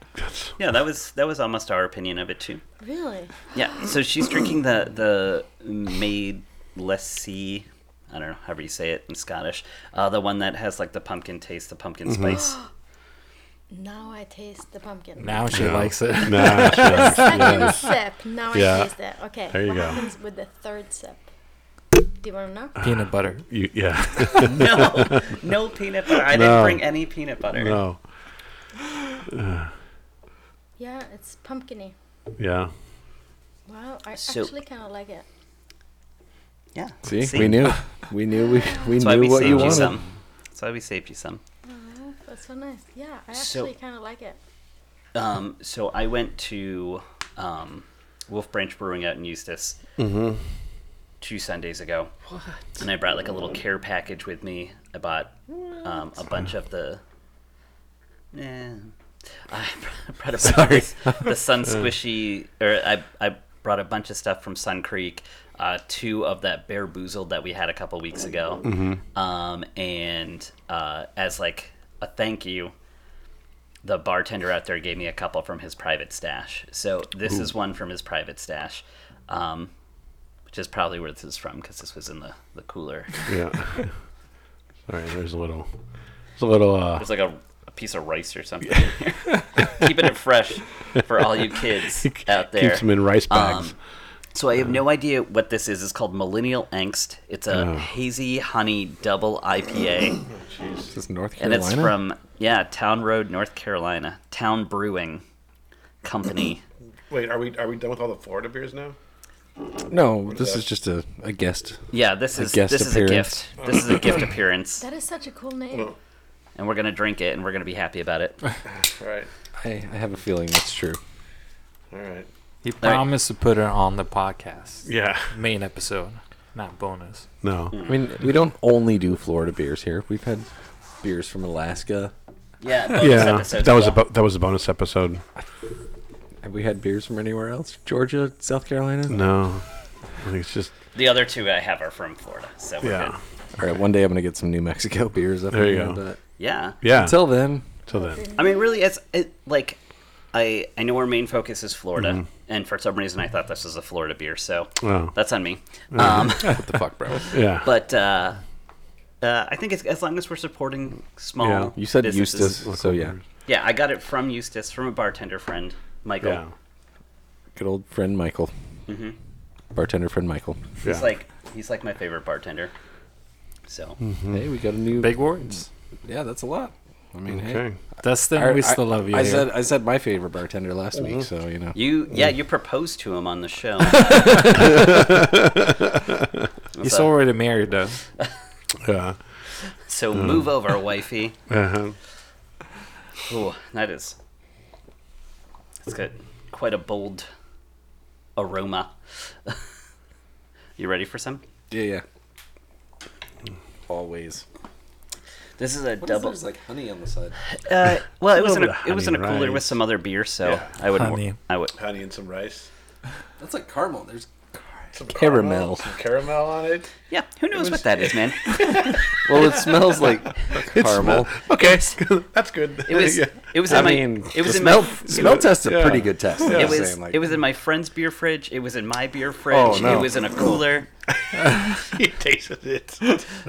D: Yeah, that was that was almost our opinion of it too.
F: Really?
D: Yeah. So she's drinking the the made lessee. I don't know, however you say it in Scottish. Uh, the one that has like the pumpkin taste, the pumpkin
B: Mm-hmm. [laughs]
D: spice. [laughs]
F: Now I taste the pumpkin.
E: Now she likes it.
C: [laughs]
E: [laughs]
C: Nah, sure. [laughs]
F: Second sip. Now
C: Yeah.
F: I taste it. Okay.
C: There you
F: what
C: go. Uh.
F: happens with the third sip? Do you want to know?
E: Peanut butter.
C: You, yeah.
D: [laughs] No, no peanut butter. I
C: No.
D: didn't bring any peanut butter.
C: no.
F: Yeah, it's pumpkiny.
C: Yeah.
F: Wow, I
D: So-
F: actually kind of like it.
D: Yeah.
B: See, we
D: [laughs]
B: knew, we knew, we we
D: That's why
B: knew
D: we
B: what
D: saved
B: you
D: you,
B: wanted.
D: some. That's why we saved you some.
F: Oh, that's so nice. Yeah, I
D: So-
F: actually kind of like it.
D: Um, so I went to um, Wolf Branch Brewing out in Eustis two Sundays ago. What? And I brought like a little care package with me. I bought um, a bunch of the. Eh, I brought a bunch of the, the Sun Squishy, or I, I brought a bunch of stuff from Sun Creek, uh, two of that Bear Boozled that we had a couple weeks ago. Um, and uh, as like a thank you, the bartender out there gave me a couple from his private stash. So this is one from his private stash, um, which is probably where this is from because this was in the, the cooler.
C: Yeah. [laughs] All right. There's a little. There's a little. Uh,
D: There's like a, a piece of rice or something
C: [laughs]
D: in here. Keeping it fresh for all you kids out there.
C: keeps them in rice
D: Um,
C: bags.
D: so I have no idea what this is. It's called Millennial Angst. It's a
C: Oh.
D: hazy honey double IPA.
B: Is this North
D: and
B: Carolina?
D: it's from yeah town road north carolina town brewing company
C: Wait, are we are we done with all the Florida beers now?
B: no. This is just a, a guest.
D: yeah this is
B: guest
D: this is a gift this is a
C: [laughs]
D: gift appearance
F: That is such a cool name.
D: and we're gonna drink it and we're gonna be happy about it
C: All right.
B: I, I have a feeling that's true.
C: All right.
E: He promised to put it on the podcast.
C: Yeah.
E: Main episode, not bonus.
C: No.
D: Mm.
B: I mean, we don't only do Florida beers here. We've had beers from Alaska.
D: yeah bonus
C: Yeah.
D: episodes
C: That was a
D: as well.
C: bo- that was a bonus episode.
B: Have we had beers from anywhere else? Georgia, South Carolina.
C: No. I think it's just
D: the other two i have are from florida so we're
C: yeah.
D: good.
B: All right, one day I'm gonna get some New Mexico [laughs] beers up
C: There you
B: here,
C: go. Ah.
B: But
D: yeah
C: Yeah. Till
B: until then,
C: then.
D: i mean really it's it, like I, I know our main focus is Florida,
C: Mm-hmm.
D: and for some reason I thought this was a Florida beer, so
C: Oh.
D: that's on me. Um,
C: [laughs]
B: what the fuck, bro?
C: Yeah.
D: but uh, uh, I think it's, as long as we're supporting small,
C: Yeah,
B: You said
D: businesses-
B: Eustis, so yeah,
D: Yeah, I got it from Eustace, from a bartender friend, Michael.
C: yeah.
B: good old friend Michael, Mm-hmm. bartender friend Michael.
D: He's
C: Yeah.
D: like he's like my favorite bartender. So
C: Hmm.
B: Hey, we got a new.
E: Big words.
B: Yeah, that's a lot. I mean, hey.
C: Okay.
E: That's the
B: I-
E: thing we still love you.
B: I
E: here.
B: said I said my favorite bartender last week, so you know
D: you yeah, you proposed to him on the show.
E: he's already married though.
C: Yeah.
D: so move over, wifey.
C: Uh-huh.
D: Ooh, that is it's got quite a bold aroma. [laughs] you ready for some?
B: yeah yeah. Always.
D: This is a double.
B: [laughs] like honey on the side.
D: uh, well, it was in
C: little
D: a,
C: bit of
D: it was in a
C: honey,
D: cooler
C: right?
D: with some other beer, so
C: Yeah.
D: I would
E: Honey.
D: I would
C: Honey and some rice.
B: That's like caramel. There's
C: Some
B: Caramel.
C: caramel on it.
D: yeah. Who knows what that is, man?
B: [laughs] well, it smells like caramel.
C: Okay. [laughs] That's good.
D: It was
C: [laughs] yeah.
D: it was in
B: I
D: my
B: mean,
D: it was
B: the
D: in
B: smell,
D: my
B: smell test's a
C: Yeah.
B: pretty good test. I'm
D: It
B: just
D: was
B: saying, like-
D: it was in my friend's beer fridge. It was in my beer fridge.
B: Oh, no.
D: It was in a cooler.
C: he tasted it.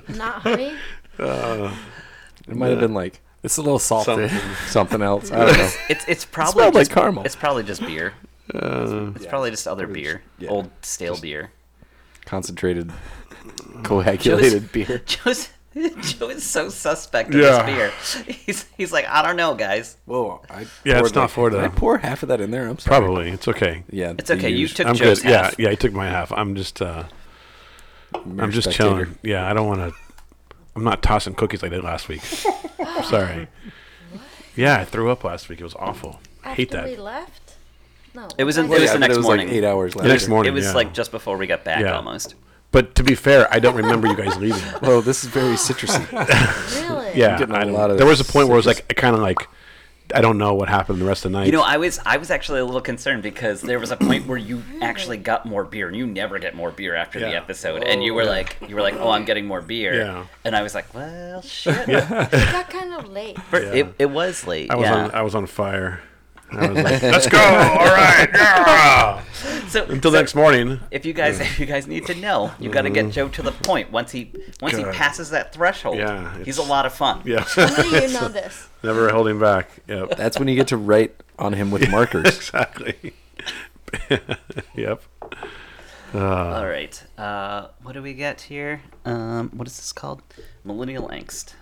F: Not honey.
B: It might have been like
E: It's a little salty.
B: something else. I don't know. [laughs]
D: It's it's probably
B: smelled like
D: just,
B: caramel.
D: It's probably just beer.
C: Uh,
D: it's probably just other beer,
B: yeah.
D: old stale beer. [laughs]
B: [laughs] Concentrated, coagulated beer.
D: Joe's, [laughs] Joe is so suspect of
C: Yeah.
D: this beer. [laughs] He's he's like I don't know, guys.
B: Whoa! I
C: Yeah,
B: poured
C: it's not
B: like-
C: for
B: did I
C: that.
B: pour half of that in there. I'm sorry.
C: Probably. It's okay.
B: Yeah,
D: It's okay. You took
C: I'm
D: Joe's
C: good. Yeah,
D: half.
C: yeah. He took my half. I'm just, uh, I'm just chilling. Yeah, I don't want to. I'm not tossing cookies like I did last week. I'm sorry. Yeah, I threw up last week. It was awful. [laughs] I hate
F: After we
C: that.
F: left. No.
D: It was in-
F: I-
D: it was
B: yeah,
D: the
B: but
D: next
B: it was
D: morning.
B: like eight hours later.
C: next morning,
D: It was
C: yeah.
D: like just before we got back,
C: Yeah.
D: almost.
C: But to be fair, I don't remember you guys leaving.
B: Whoa, this is very [laughs] citrusy.
F: really.
C: Yeah,
B: getting a
C: I-
B: lot of
C: there was a point where it was like I kind of like I don't know what happened the rest of the night.
D: You know, I was I was actually a little concerned because there was a point where you actually got more beer, and you never get more beer after the
C: Yeah.
D: episode, and you were like, you were like, oh, I'm getting more beer,
C: Yeah.
D: and I was like, well,
C: [laughs]
D: shit,
F: It got kind of late.
D: But it, it was late.
C: I was
D: yeah.
C: on I was on fire. I was [laughs] like, let's go. All right. yeah."
D: so
C: [laughs] Until
D: so
C: next morning.
D: If you guys [laughs] if you guys need to know, you got to
C: Mm-hmm.
D: get Joe to the point. Once he once he
C: God.
D: passes that threshold,
C: Yeah,
D: he's
C: it's-
D: a lot of fun.
C: Yeah.
F: How do you know this?
C: [laughs] Never holding back. Yep. [laughs]
B: That's when you get to [laughs] write on him with markers.
C: Exactly. yep.
D: All right. Uh, what do we get here? Um, what is this called? Millennial angst.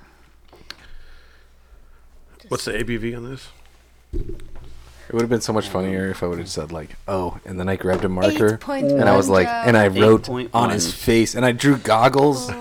C: What's the ABV on this?
B: It would have been so much funnier if I would have said like, "Oh," and then I grabbed a marker
F: 8.1
B: and I was like, and I wrote
D: 8.1.
B: on his face and I drew
F: Oh.
B: goggles.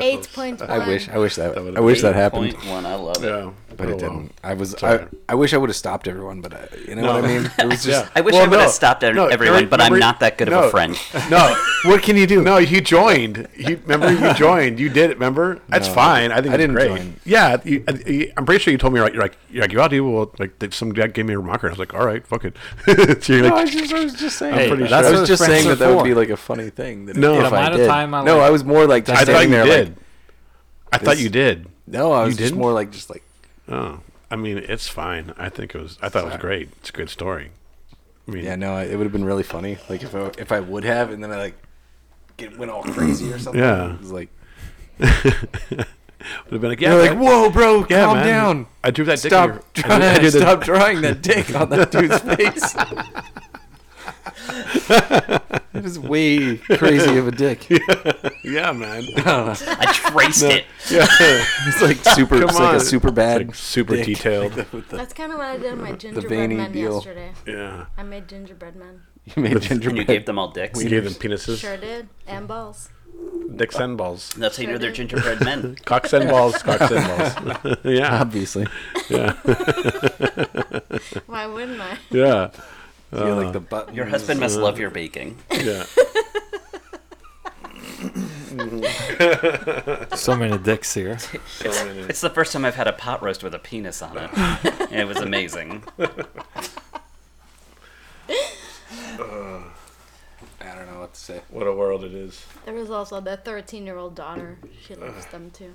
F: Eight point one.
B: I wish, I wish that,
C: would've
B: I wish
C: been
B: that happened,
D: Point one. I love it.
C: Yeah,
B: but
C: oh,
B: it
C: well.
B: didn't. I was,
C: all
B: I,
C: right.
B: I wish I would have stopped everyone, but I, you know what I
C: No.
B: mean? It [laughs] was just,
C: Yeah.
D: I wish
C: Well,
D: I would have
C: no,
D: stopped at
C: no,
D: everyone,
C: Eric,
D: but I'm
C: remember-
D: not that good of
C: no.
B: [laughs]
D: a
C: [laughs]
D: friend.
C: No,
B: what can you do?
C: no, he joined. He remember you joined. You did it. Remember? That's
B: No,
C: fine. I think
B: I
C: it's
B: didn't
C: great.
B: join.
C: Yeah, you, I- you- I'm pretty sure you told me right. You're like, you're like, you ought to. Well, like that some guy gave me a marker. And I was like, all right, fuck it. [laughs] so you're
B: No, I,
C: like,
B: just, I was just saying.
C: I'm pretty
B: I
C: sure.
B: was just saying that that would be
E: like.
B: like a funny thing. That
C: No.
B: if
C: The
B: I
E: amount of
B: did.
E: time I,
B: no,
E: like,
B: I was more like just
C: I thought
B: standing
C: you
B: there.
C: did.
B: Like,
C: I thought
B: this-
C: you did.
B: no, I was just
C: didn't?
B: more like just like
C: Oh, I mean, it's fine. I think it was. I thought it was great. It's a good story. I mean,
B: yeah.
C: [laughs]
B: No, I- it would have been really funny. Like if I, if I would have, and then I like get, went all crazy or something.
C: Yeah.
B: it was like
C: would have been like, yeah,
B: yeah, like
C: man.
B: whoa, bro,
C: Yeah,
B: calm
C: man.
B: down.
C: I drew that dick. in your- [laughs]
B: Stop
C: I
B: trying,
C: drew- I drew that-
B: stop drawing that dick on that
C: [laughs]
B: dude's face. That is way crazy of a dick. [laughs]
C: Yeah, man.
D: I traced it.
B: It's [laughs] like super, it's
C: Come
B: like
C: on.
B: a super bad, [laughs]
C: Like super
B: dick.
C: detailed.
B: [laughs]
F: That's kind of what I did on my gingerbread
B: veiny
F: man
B: deal.
F: yesterday.
C: yeah.
F: I made gingerbread man.
B: You made
D: And you
B: gingerbread.
D: gave them all dicks.
C: We gave them penises,
F: Sure did. And balls.
C: dicks and balls,
D: And that's how you know they're gingerbread men.
C: cocks and balls,
B: [laughs]
C: cocks and balls. yeah,
B: Obviously,
F: Why wouldn't I?
C: yeah,
B: You got,
C: Uh,
B: like the buttons.
D: Your husband must love your baking.
C: yeah.
A: So many dicks here.
D: It's the first time I've had a pot roast with a penis on
C: [laughs]
D: it. And it was amazing.
B: I don't know what to
D: [laughs]
B: say.
C: What a world it is.
F: There was also the 13 year old daughter. She loves them too.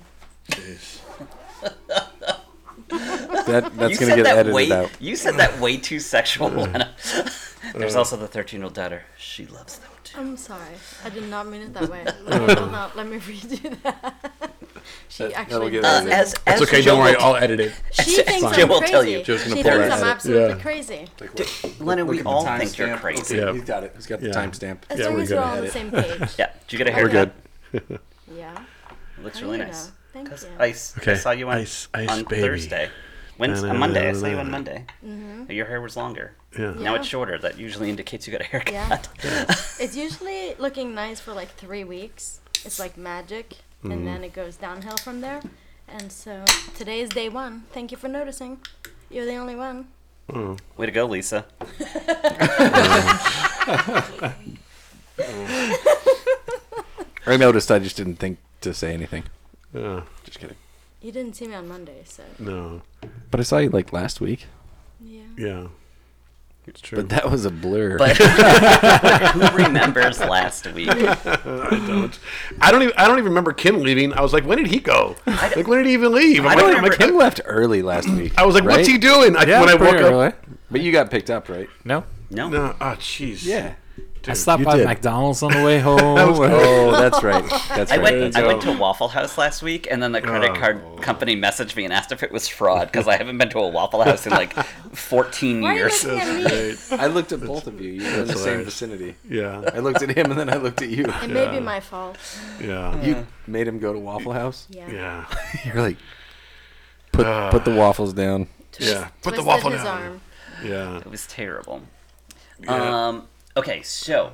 B: That that's
D: you
B: gonna
D: said
B: get
D: that
B: edited
D: way,
B: out.
D: You said that way too sexual.
C: Mm.
D: Lana. [laughs] There's also the 13 year old daughter. She loves them too.
F: I'm sorry. I did not mean it that
C: [laughs]
F: way. Let me, no, let me redo that. [laughs] She
B: That- that'll
F: actually
B: get
F: does
B: edited.
F: it.
B: That's
C: That's okay. Don't worry. I'll edit it. [laughs]
F: She thinks
D: Jim
F: I'm
D: will
F: crazy.
D: tell you.
F: She
C: Joe's gonna
F: thinks
C: pull
F: I'm
C: that.
F: absolutely
C: Yeah.
F: crazy.
D: Lena, we all think you're crazy.
C: Yeah.
B: He's got it. He's got the
C: Yeah.
B: timestamp.
F: As
C: Yeah,
F: long
C: we're
F: as we're
C: gonna
F: all on the
B: edit.
F: same
C: [laughs]
F: page.
D: Yeah. Did you get a
B: We're
D: haircut?
B: good.
F: Yeah.
D: Looks
F: How
D: really
F: do you
D: nice.
F: know? Thank
D: Because
F: you.
D: ice. I
C: Okay,
D: saw you on,
C: ice- ice
D: on
C: baby.
D: Thursday. Wednesday, on
C: Na, na,
D: Monday. I
C: na,
D: saw you on
C: na.
D: Monday. Your hair was longer.
C: Yeah.
D: Now
F: Mm-hmm. Yeah.
D: it's shorter. That usually indicates you got a haircut.
F: Yeah. It's usually looking nice for like three weeks. It's like magic,
C: Mm-hmm.
F: and then it goes downhill from there. And so today is day one. Thank you for noticing. You're the only one.
D: [laughs] Way to go,
C: [laughs]
D: Lisa.
B: I noticed. I just didn't think to say anything.
C: Yeah.
B: Just kidding.
F: You didn't see me on Monday, so
C: No.
B: But I saw you like last week.
F: yeah.
C: Yeah. It's true.
B: But that was a blur. [laughs]
D: But [laughs] who remembers last week?
F: [laughs]
C: I don't even. I don't even remember Kim leaving. I was like, when did he go? Like, when did he even leave? I'm
D: I
C: like,
D: don't
C: I'm
D: remember-
C: like,
B: Kim left early last week.
C: I was like, what's
B: right?
C: he doing? I,
B: Yeah,
C: when I woke
B: pretty
C: up.
B: early. But you got picked up, right?
E: [laughs] No,
D: No.
C: No. Oh, jeez.
B: [laughs]
E: I stopped
B: you
E: by
B: did.
E: McDonald's on the way home.
B: Oh, that's right. That's
D: I
B: right.
D: went,
B: That's
D: I
B: right.
D: went to Waffle House last week, and then the credit
C: Oh.
D: card company messaged me and asked if it was fraud because I haven't been to a Waffle House in like 14
F: Why are you
D: years.
F: looking at me?
B: I looked at both of you. You were in the same
C: hilarious.
B: vicinity. I
C: Yeah.
B: looked at him and then I looked at you.
F: It may be my fault.
C: Yeah.
B: You made him go to Waffle House.
F: Yeah.
B: [laughs]
C: Yeah.
B: You're like, uh, put put the waffles down.
F: Twist-
C: Yeah. Put the
F: twisted
C: waffle
F: his
C: down.
F: arm.
C: Yeah.
D: It was terrible.
C: Yeah.
D: Um, okay, so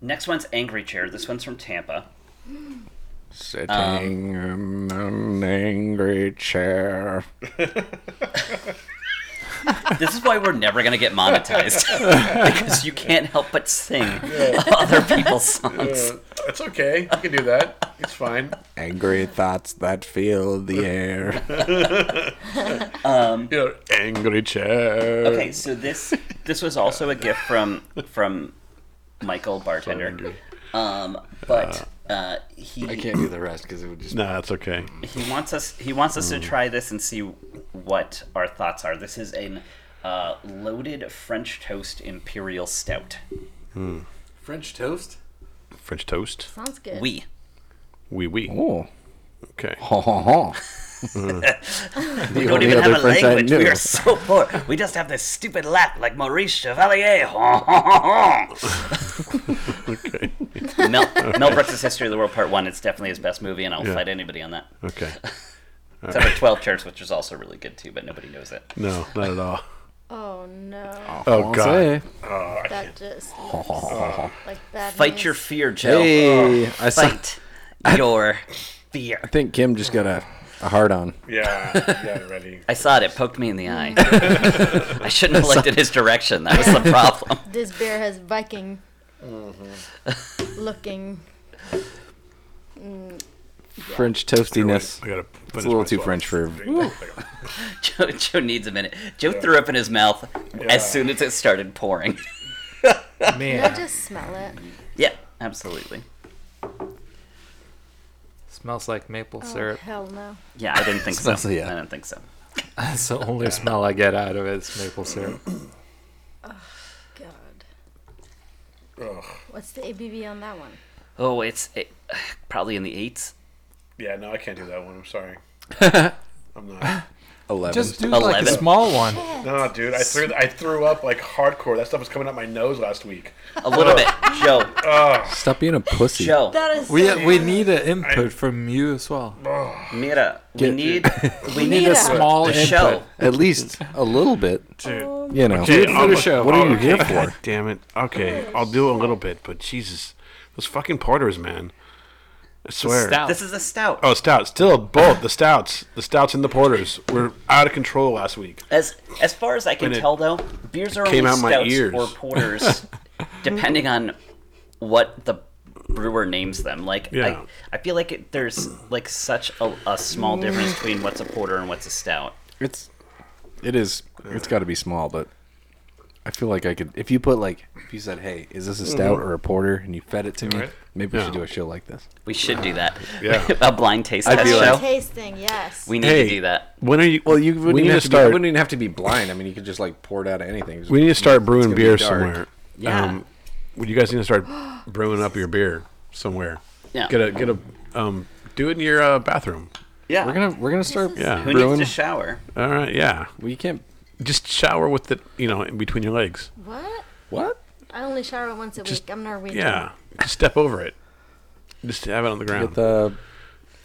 D: next one's Angry Chair. This one's from Tampa. Oh.
B: Sitting in an angry chair.
D: This is why we're never gonna get monetized because you can't help but sing other people's songs.
C: Uh, It's okay. You can do that. It's fine.
B: Angry thoughts that fill the air.
C: You know, angry chair.
D: Okay, so this this was also a gift from from Michael bartender, um, but uh, he
B: I can't do the rest because it would just.
C: Nah, that's okay.
D: he wants us he wants
B: Hmm.
D: us to try this and see what our thoughts are. This is a uh, loaded French toast imperial stout.
B: French toast?
C: French toast.
F: Sounds good.
D: We
C: Wee wee.
B: Oh.
C: Okay.
B: Ha ha ha.
D: [laughs] We
B: The
D: don't
B: only
D: even have
B: other
D: a
B: French I
D: language. We
B: knew.
D: are so poor. We just have this stupid laugh like Maurice Chevalier. [laughs]
C: Okay.
D: Mel, Mel Brooks' History of the World Part 1. It's definitely his best movie, and I'll
C: Yeah.
D: fight anybody on that.
C: Okay.
D: Except for 12 Chairs, which is also really good, too, but nobody knows it.
C: No, not at all.
F: Oh no,
C: Oh god.
B: Say.
F: that just looks like bad.
D: Fight
F: news.
D: your fear, Joe.
B: Hey, I saw, I
D: Fight
B: [laughs]
D: your fear.
B: think Kim just got a, a hard on.
C: Yeah. Yeah.
B: [laughs]
C: Ready.
D: I saw it. It poked me in the eye. I shouldn't have looked at his direction. That was the problem.
F: This bear has Viking looking.
B: French toastiness.
C: I gotta.
B: It's a little too French for.
D: Joe, Joe needs a minute. Joe threw up in his mouth as soon as it started pouring. [laughs]
F: Did
E: Man,
F: I just smell it?
D: yeah, absolutely.
E: smells like maple
F: Oh
E: syrup. [laughs]
F: hell no!
D: Yeah, I didn't think so.
B: Smells like- yeah.
D: I don't think so.
E: That's the only smell I get out of it. It's maple syrup.
F: God. What's the ABV on that one?
D: Oh, it's it, probably in the eights.
C: Yeah. No, I can't do that one.
B: [laughs]
C: I'm sorry. I'm not.
B: 11.
E: Just do like
D: Eleven.
E: a small one.
C: No, dude, I threw I threw up like hardcore. That stuff was coming out my nose last week.
D: A little bit. Joe,
B: Stop being a pussy.
D: Joe,
F: That is.
E: We we need an input from you as well.
D: Mira, we
B: Get-
D: need we need
F: need
D: a
F: a
E: small
D: small
E: input.
D: show.
B: At least a little bit.
F: Oh,
B: You know.
C: Okay,
E: for the show.
B: What are you
C: okay,
B: here
C: Oh, God
B: for?
C: [laughs] damn it. Okay, I'll do a little bit, but Jesus, those fucking porters, man. I swear.
E: stout.
D: This is a stout.
C: Oh, stout. Still both the stouts, the stouts and the porters were out of control last week.
D: As as far as I can
C: When it
D: tell, though, beers are
C: came
D: only
C: out my
D: stouts
C: ears. [laughs]
D: or porters, depending on what the brewer names them. Like
C: Yeah.
D: I, I feel like it, there's like such a, a small difference between what's a porter and what's a stout.
B: It's it is it's got to be small, but I feel like I could if you put like if you said, "Hey, is this a stout or a porter?" and you fed it to me,
E: Right.
B: maybe we should
C: Yeah.
B: do a show like this.
D: We should do that.
C: Yeah.
D: [laughs] a blind taste
B: I'd
D: test
B: be
D: show.
B: like-
F: tasting, yes.
D: we need
B: Hey.
D: to do that.
C: When are you?
B: Well, you wouldn't
C: we
B: even
C: need
B: have
C: to
B: to, be, you
C: start.
B: wouldn't even have to be blind. I mean, you could just like pour it out of anything. Just-
C: we need to start
B: gonna
C: brewing
B: be
C: beer
B: dark.
C: somewhere.
D: Yeah.
C: um, well, you guys need to start [gasps] brewing up your beer somewhere.
D: Yeah.
C: Get a get a um. Do it in your uh, bathroom.
D: Yeah.
B: We're gonna we're gonna start.
C: Yeah.
D: Who
B: brewing.
D: needs to shower?
C: All right. Yeah.
B: Well, you can't.
C: Just shower with it, you know, in between your legs.
F: What?
B: What?
F: I only shower once a
C: Just-
F: week. I'm Norwegian.
C: Yeah, just [laughs] step over it. Just have it on the ground.
B: Get the. uh,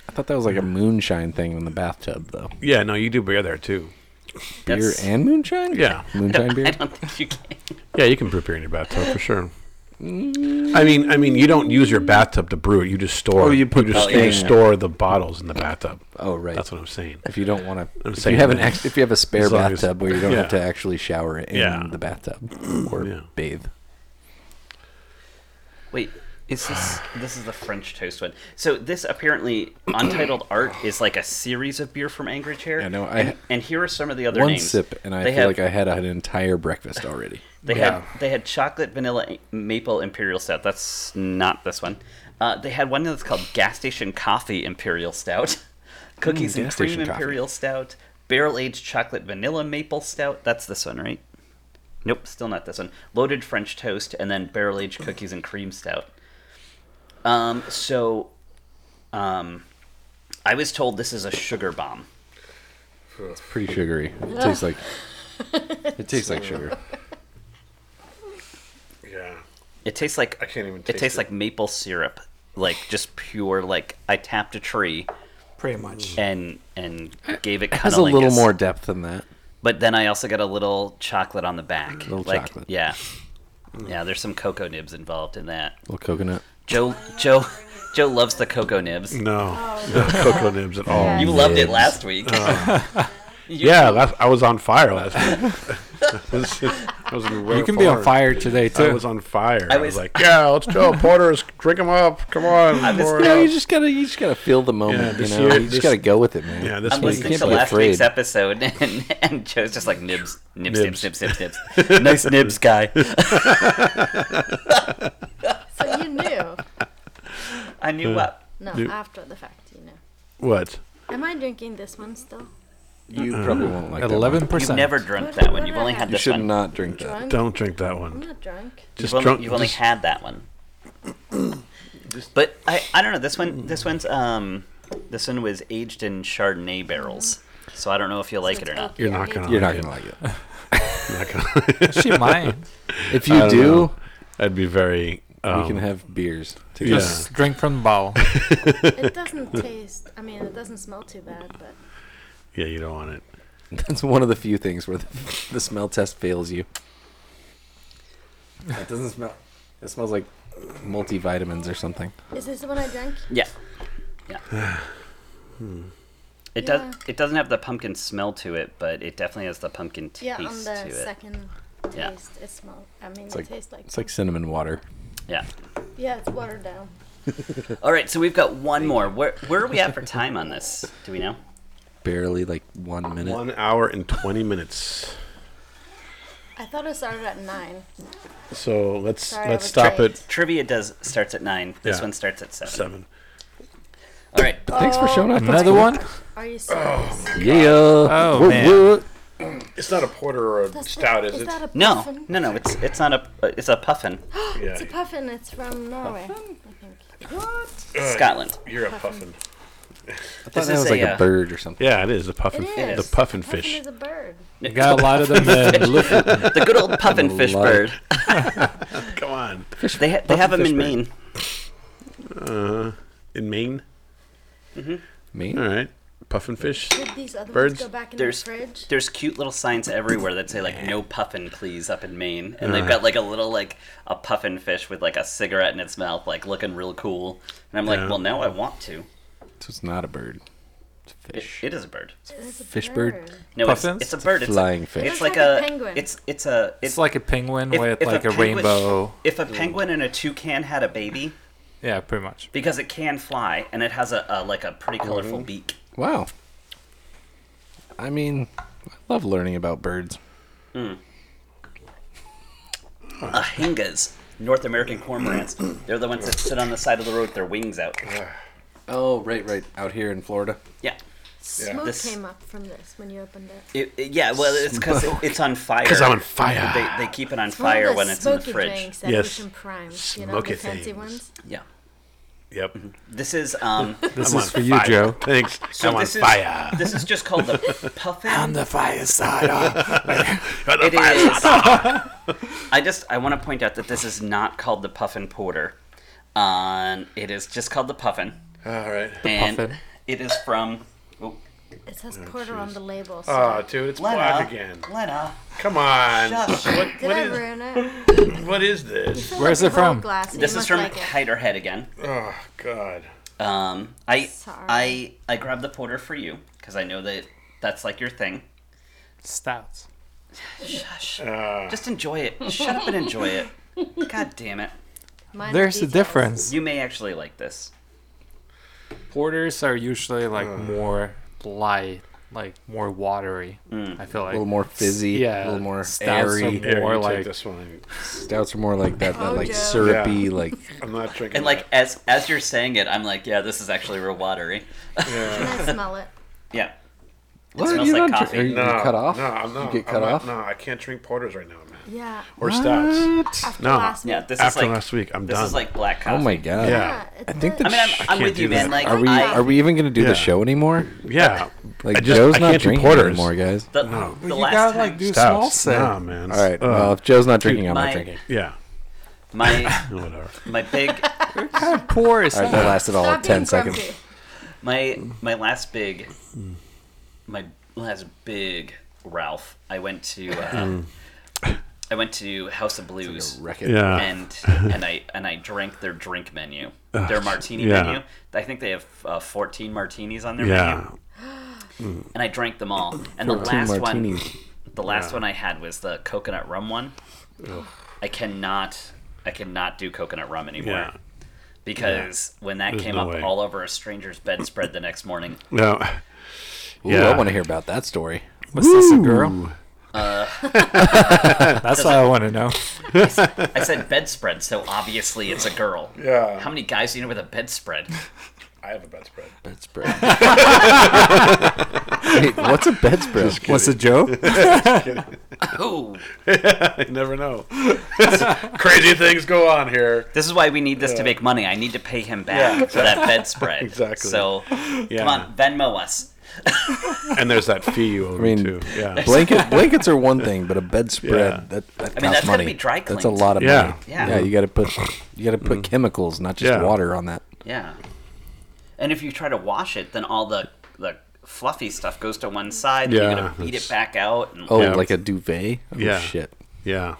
B: I thought that was like a moonshine thing in the bathtub, though.
C: yeah, no, you do beer there too.
B: Beer
D: [laughs] That's-
B: and moonshine.
C: Yeah,
B: moonshine
D: I
B: beer.
D: don't think you can.
C: yeah, you can brew beer in your bathtub for sure. I mean, I mean, you don't use your bathtub to brew it. You just store.
B: Oh, you put
C: just,
D: the
C: you
D: thing-
C: store the bottles in the bathtub.
B: Oh right.
C: That's what I'm saying.
B: if you don't want to, if you
C: saying
B: have an
C: that.
B: ex, if you have a spare
C: As long as-
B: bathtub where you don't
C: yeah.
B: have to actually shower in
C: Yeah.
B: the bathtub or
C: Yeah.
B: bathe.
D: Wait, is this this is the French toast one? So this
B: [clears throat]
D: apparently untitled art is like a series of beer from Angry Chair.
B: Yeah, no, I-
D: and, and here are some of the other
B: One
D: names.
B: sip, and I
D: they
B: feel
D: have,
B: like I had an entire breakfast already.
D: [laughs] they
E: Yeah.
D: had they had chocolate vanilla a- maple imperial stout. That's not this one. Uh, they had one that's called gas station coffee imperial stout, [laughs] cookies and
B: Mm, gas
D: cream
B: station coffee.
D: imperial stout, barrel aged chocolate vanilla maple stout. That's this one, right? Nope, still not this one. Loaded French toast and then barrel aged cookies and cream stout. Um, so, um, I was told this is a sugar bomb.
B: It's pretty sugary. It tastes like it tastes like sugar.
C: Yeah,
D: It tastes like
C: I can't even
D: it
C: taste
D: tastes
C: it.
D: like maple syrup, like just pure. Like I tapped a tree
E: Pretty much.
D: and and gave it
B: It has a little
D: cunnilingus.
B: more depth than that.
D: But then I also got a little chocolate on the back.
B: Little
D: like,
B: chocolate.
D: Yeah, yeah. There's some cocoa nibs involved in that.
B: little coconut.
D: Joe Joe Joe loves the cocoa nibs.
C: no, no [laughs] cocoa nibs at all.
D: You
B: Oh,
F: Yes.
D: loved it last week. You-
C: Yeah, last, I was on fire last week. [laughs] I was, I was in
E: You can be on fire today
C: I
E: too.
C: was on fire. I
D: I
C: was,
D: was-
C: like, yeah, let's go. Porters, drink them up. Come on.
D: was-
C: pour it
B: No,
C: up."
B: you just gotta you just gotta feel the moment.
C: this
B: you know,
C: year-
B: you
C: this-
B: just gotta go with it, man.
C: yeah, this
D: I'm
C: week.
D: listening to
B: be
D: last
B: afraid.
D: week's episode, [laughs] and, and Joe's just like nibs, nibs, nibs, nibs,
C: Nibs.
D: nibs, nibs. nice
B: [laughs]
D: nibs guy.
F: So you knew.
D: I knew what.
F: No,
C: Nope.
F: after the fact, you know.
C: What?
F: Am I drinking this one still?
B: You probably won't like that.
E: Eleven
B: one.
D: You've
E: percent. [laughs]
D: never drunk that one. You've only had
B: You
D: this
B: should
D: one.
B: not drink that.
F: Drunk?
C: Don't drink that
F: I'm
C: one.
F: not drunk.
D: You've
C: Just
D: only,
C: drunk.
D: you've only
C: just- [clears throat]
D: had that one. but I, I don't know. This one this one's um This one was aged in Chardonnay barrels, so I don't know if you'll like it or not.
C: You're not gonna-
B: You're not gonna like it.
C: Not [laughs] gonna-
E: She might.
C: [laughs]
B: If
C: I
B: you
C: don't
B: do,
C: know. I'd be very. Um,
B: we can have
C: [laughs]
B: beers. Together.
E: Just drink from the bottle.
F: It doesn't taste. I mean, it doesn't smell too bad, but
C: yeah, you don't want it.
B: That's one of the few things where the, the smell test fails
C: [laughs]
B: you. It doesn't smell. It smells like multivitamins or something.
F: is this the one I drank?
D: Yeah. Yeah.
C: [sighs]
D: It
F: Yeah.
D: does. It doesn't have the pumpkin smell to it, but it definitely has the pumpkin taste
F: Yeah, on
D: to
F: the
D: it.
F: second
D: Yeah.
F: taste, it smells. I mean,
B: It's
F: it
B: like-
F: tastes like.
B: It's like cinnamon water.
D: Yeah.
F: yeah, it's watered down.
D: All right, so we've got one more. Where where are we at for time on this? Do we know?
B: Barely like one minute.
C: One hour and twenty minutes.
F: I thought it started at nine.
C: So let's
F: Sorry, I
C: let's
F: was
C: stop
F: late.
C: at
D: Trivia does starts at nine. This
C: Yeah.
D: one starts at seven.
C: seven.
D: All right.
B: Thanks for showing up.
E: Another one?
F: Are you serious?
B: Yeah. Oh
E: man.
C: It's not a porter or a
F: That's the-
C: stout, is, it?
F: that a
D: No,
F: puffin?
D: no, no. It's it's not a it's a
F: [gasps]
D: puffin.
C: yeah,
F: It's a puffin. It's from Norway, I think.
D: Scotland.
C: you're a puffin.
B: I thought
D: This
B: that
D: is
B: was
D: a,
B: like a
D: uh,
B: bird or something.
C: Yeah, it is a puffin.
F: It is.
C: The puffin
F: Puffin
C: fish.
F: is a bird.
E: You got a lot of them uh, in Lufkin.
D: The good
E: [laughs]
D: old puffin fish
B: love
D: bird.
C: Come on,
D: They ha- they have them in
B: Puffinfish bird.
D: Maine.
C: in Maine.
B: Me?
C: All right, puffin fish.
F: Did these other
C: Birds?
F: ones go back in
D: There's
F: the fridge?
D: there's cute little signs everywhere that say like no puffin please up in Maine, and they've got like a little like a puffin fish with like a cigarette in its mouth, like looking real cool. And I'm like,
C: Yeah.
D: well, now I want to.
B: So it's not a bird. It's a
D: It,
B: fish.
D: it is a bird.
F: There's a
B: fish bird.
D: No, it's,
E: Puffins?
D: it's a bird. It's
B: Flying fish.
D: It's
F: It's
D: like
F: like a
D: a
F: penguin.
D: It's it's a
E: It's like a penguin
D: if-
E: with
D: if
E: like a,
D: penguin-
E: rainbow.
D: If a penguin and a toucan had a baby,
E: Yeah, pretty much.
D: because it can fly and it has a, a like a pretty colorful beak.
B: Wow. I mean, I love learning about birds.
D: Ahingas, North American cormorants. They're the ones that sit on the side of the road with their wings out.
B: Oh, right, right. Out here in Florida.
D: Yeah.
F: Smoke
D: This-
F: came up from this when you opened it.
D: It, it- yeah, well, it's because it, it's on fire.
C: 'Cause I'm on fire.
D: They, they keep it on
F: One of
D: fire
F: the
D: when it's in the
F: smoky
D: fridge.
F: Drinks at
C: Yes.
F: Ocean Prime, you know,
C: Smoky
F: the fancy
C: things.
F: ones.
D: Yeah.
C: Yep.
D: This is
C: [laughs]
D: um.
E: This
C: I'm
E: is
C: on
E: for you,
C: fire.
E: Joe.
C: Thanks.
D: So
C: I'm on
D: this is
C: fire.
D: this is just called
C: [laughs]
D: the puffin.
B: the fire side.
D: It is. I just I want to point out that this is not called the puffin porter. Um, it is just called the puffin,
C: All right.
D: and
E: Puffin.
D: it is from. Oh,
F: It says porter on the label. So
C: Oh, dude, it's
D: Lena,
C: black again.
D: Lena,
C: Come on.
D: Shush.
C: What,
F: did
C: what
F: I
C: is [laughs]
F: ruin it?
C: what is this?
E: Where's it from?
F: Glass,
D: this is from
F: like it.
D: Heiderhead again.
C: Oh God.
D: Um, I
F: Sorry.
D: I I grabbed the porter for you because I know that that's like your thing.
E: Stouts.
D: Shush. Just enjoy it. Shut up and enjoy it. God damn it.
F: Minor
E: There's the
F: details.
E: difference.
D: You may actually like this.
E: Porters are usually like more light, like more watery.
D: Mm.
E: I feel like
B: A little more fizzy.
E: Yeah,
B: A little more
E: stouts are
B: airy.
E: more- Or
C: you
E: like-
C: take this one.
B: Stouts are more like that, that
F: Oh,
B: like
F: Joe.
B: syrupy,
C: Yeah.
B: like
C: I'm not drinking.
D: And like as as you're saying it, I'm like, yeah, this is actually real watery. [laughs]
F: Can I smell it?
D: yeah. It
B: What?
D: smells
B: You
D: like
B: don't
D: coffee.
B: drink-
C: that. no,
B: you cut off?
C: No, I'm not.
B: You get
C: I'm
B: cut
C: not-
B: off?
C: No, I can't drink porters right now, man.
F: Yeah.
C: Or stouts.
F: After
C: No.
F: last
D: yeah,
F: week.
D: this
C: After
D: is like
C: last week, I'm
D: this
C: done.
D: is like black
B: Oh
D: coffee.
B: my god.
C: yeah,
F: I
B: think
D: I mean, I'm, I'm
C: can't
D: with
C: do
D: you, man.
C: that.
D: Like,
B: Are we
D: I,
B: are we even gonna do
C: Yeah.
B: the show anymore?
C: yeah.
B: Like
C: I just-
B: Joe's
C: I
B: not
C: can't do
B: drinking
C: porters.
B: anymore, guys.
D: the, the
E: You
D: last
E: gotta
D: time,
E: like do small
B: Stouts.
E: set.
C: Nah, man.
B: All right.
C: Ugh.
B: well, if Joe's not drinking, I'm
D: my-
B: not drinking.
C: yeah.
D: my
C: Whatever.
D: my big
E: Pour is
B: All right, that lasted all
F: Stop
B: of ten
F: being
B: seconds.
F: grumpy.
D: my my last big my last big Ralph. I went to uh, I went to House of Blues.
B: Wreck it.
C: Yeah. [laughs]
D: and and I and I drank their drink menu, their martini
C: yeah.
D: menu. I think they have uh, fourteen martinis on their
C: Yeah.
D: menu, and I drank them all. And the last
B: martinis.
D: one, the last one I had was the coconut rum one. I cannot, I cannot do coconut rum anymore
C: Yeah.
D: because when that
C: There's
D: came
C: no
D: up
C: way.
D: all over a stranger's bedspread the next morning,
C: No.
B: Ooh,
C: Yeah.
B: I
C: [laughs]
B: want to hear about that story.
E: Was this a
B: [laughs]
E: girl? That's all I want to know.
D: I said bedspread, so obviously it's a girl.
C: [laughs] Yeah.
D: How many guys do you know with a bedspread?
C: I have a bedspread.
B: That's brilliant. [laughs] Wait, what's a bedspread?
E: What's the joke?
C: [laughs]
D: Oh,
C: I
B: [laughs]
C: never know. Crazy things go on here.
D: this is why we need this to make money. I need to pay him back for
C: [laughs]
D: that bedspread.
C: Exactly.
D: So,
C: Yeah.
D: come on, Venmo us.
C: And there's that fee you owe I
B: mean,
C: too. Yeah.
B: Blanket blankets are one thing, but a bedspread
C: Yeah.
B: that, that costs
D: mean, that's gotta
B: money.
D: be dry
B: That's a
D: cleaned.
B: lot of
C: Yeah. Mm.
B: money.
D: Yeah.
B: yeah. You got to put you got to put chemicals, not just
C: Yeah.
B: water, on that.
D: Yeah. And if you try to wash it, then all the the fluffy stuff goes to one side. and
C: Yeah,
D: you gotta beat
C: that's-
D: it back out. And,
B: Oh,
C: Yeah.
B: like a duvet. Oh
C: Yeah.
B: shit.
C: Yeah.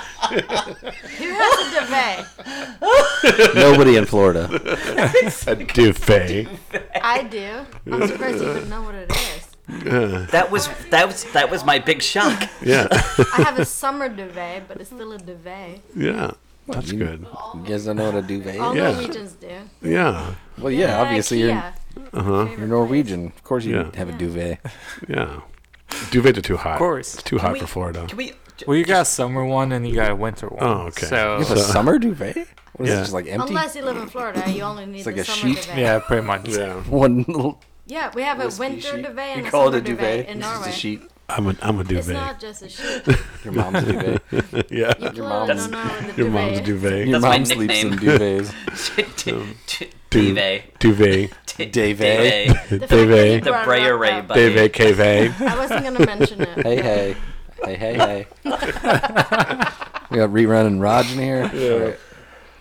F: Who has a duvet?
B: Nobody in Florida.
C: A Uh, duvet.
F: I do. I'm surprised you don't know what it is.
D: That was that was that was my big shock.
C: [laughs]
B: [laughs]
C: Yeah.
F: I have a summer duvet, but it's still a duvet.
C: yeah. That's
B: you-
C: good.
B: You guys don't know what a duvet
F: All
D: Oh,
B: is?
C: Yeah.
F: Norwegians do.
C: Yeah.
B: Well, yeah, obviously you're
F: IKEA.
B: you're Norwegian. Of course you
C: Yeah.
B: have a duvet.
C: Yeah. Duvets are too hot. Of
E: course.
C: It's too hot
D: we-
C: for Florida.
D: Can we?
E: Well, you got a summer one and you got a winter one.
C: Oh, okay.
E: So
B: You have a summer duvet? What is
C: Yeah.
B: it? Just like empty?
F: Unless you live in Florida, you only need
B: like
F: the
B: a
F: summer
B: sheet.
F: duvet.
E: yeah, pretty much.
C: Yeah.
B: [laughs] One little
F: Yeah, we have a
B: wispy
F: winter
B: sheet.
F: duvet and
B: You
F: a
B: call
F: summer
B: it a
F: duvet
B: duvet.
F: in
B: It's just
F: Norway.
B: a sheet.
C: I'm a I'm a
F: It's
C: duvet.
F: not just a sheet.
B: Your mom's duvet.
C: yeah.
F: You
B: mom's-
F: clearly don't know what
C: [laughs]
F: the
C: Your mom's
F: duvet is.
C: duvet.
B: Your
D: That's my
B: mom sleeps in
D: nickname.
B: duvets.
D: Duvet.
C: Duvet.
B: Duvet.
F: [laughs] The fact that you
C: Duvet.
D: The
F: brought it
D: Bray
F: up,
D: Array
F: though,
D: buddy.
C: Duvet. Cave.
F: [laughs] I wasn't going to mention it.
B: Hey, hey. Hey, hey, hey. we got rerun and Raj in here. Alright.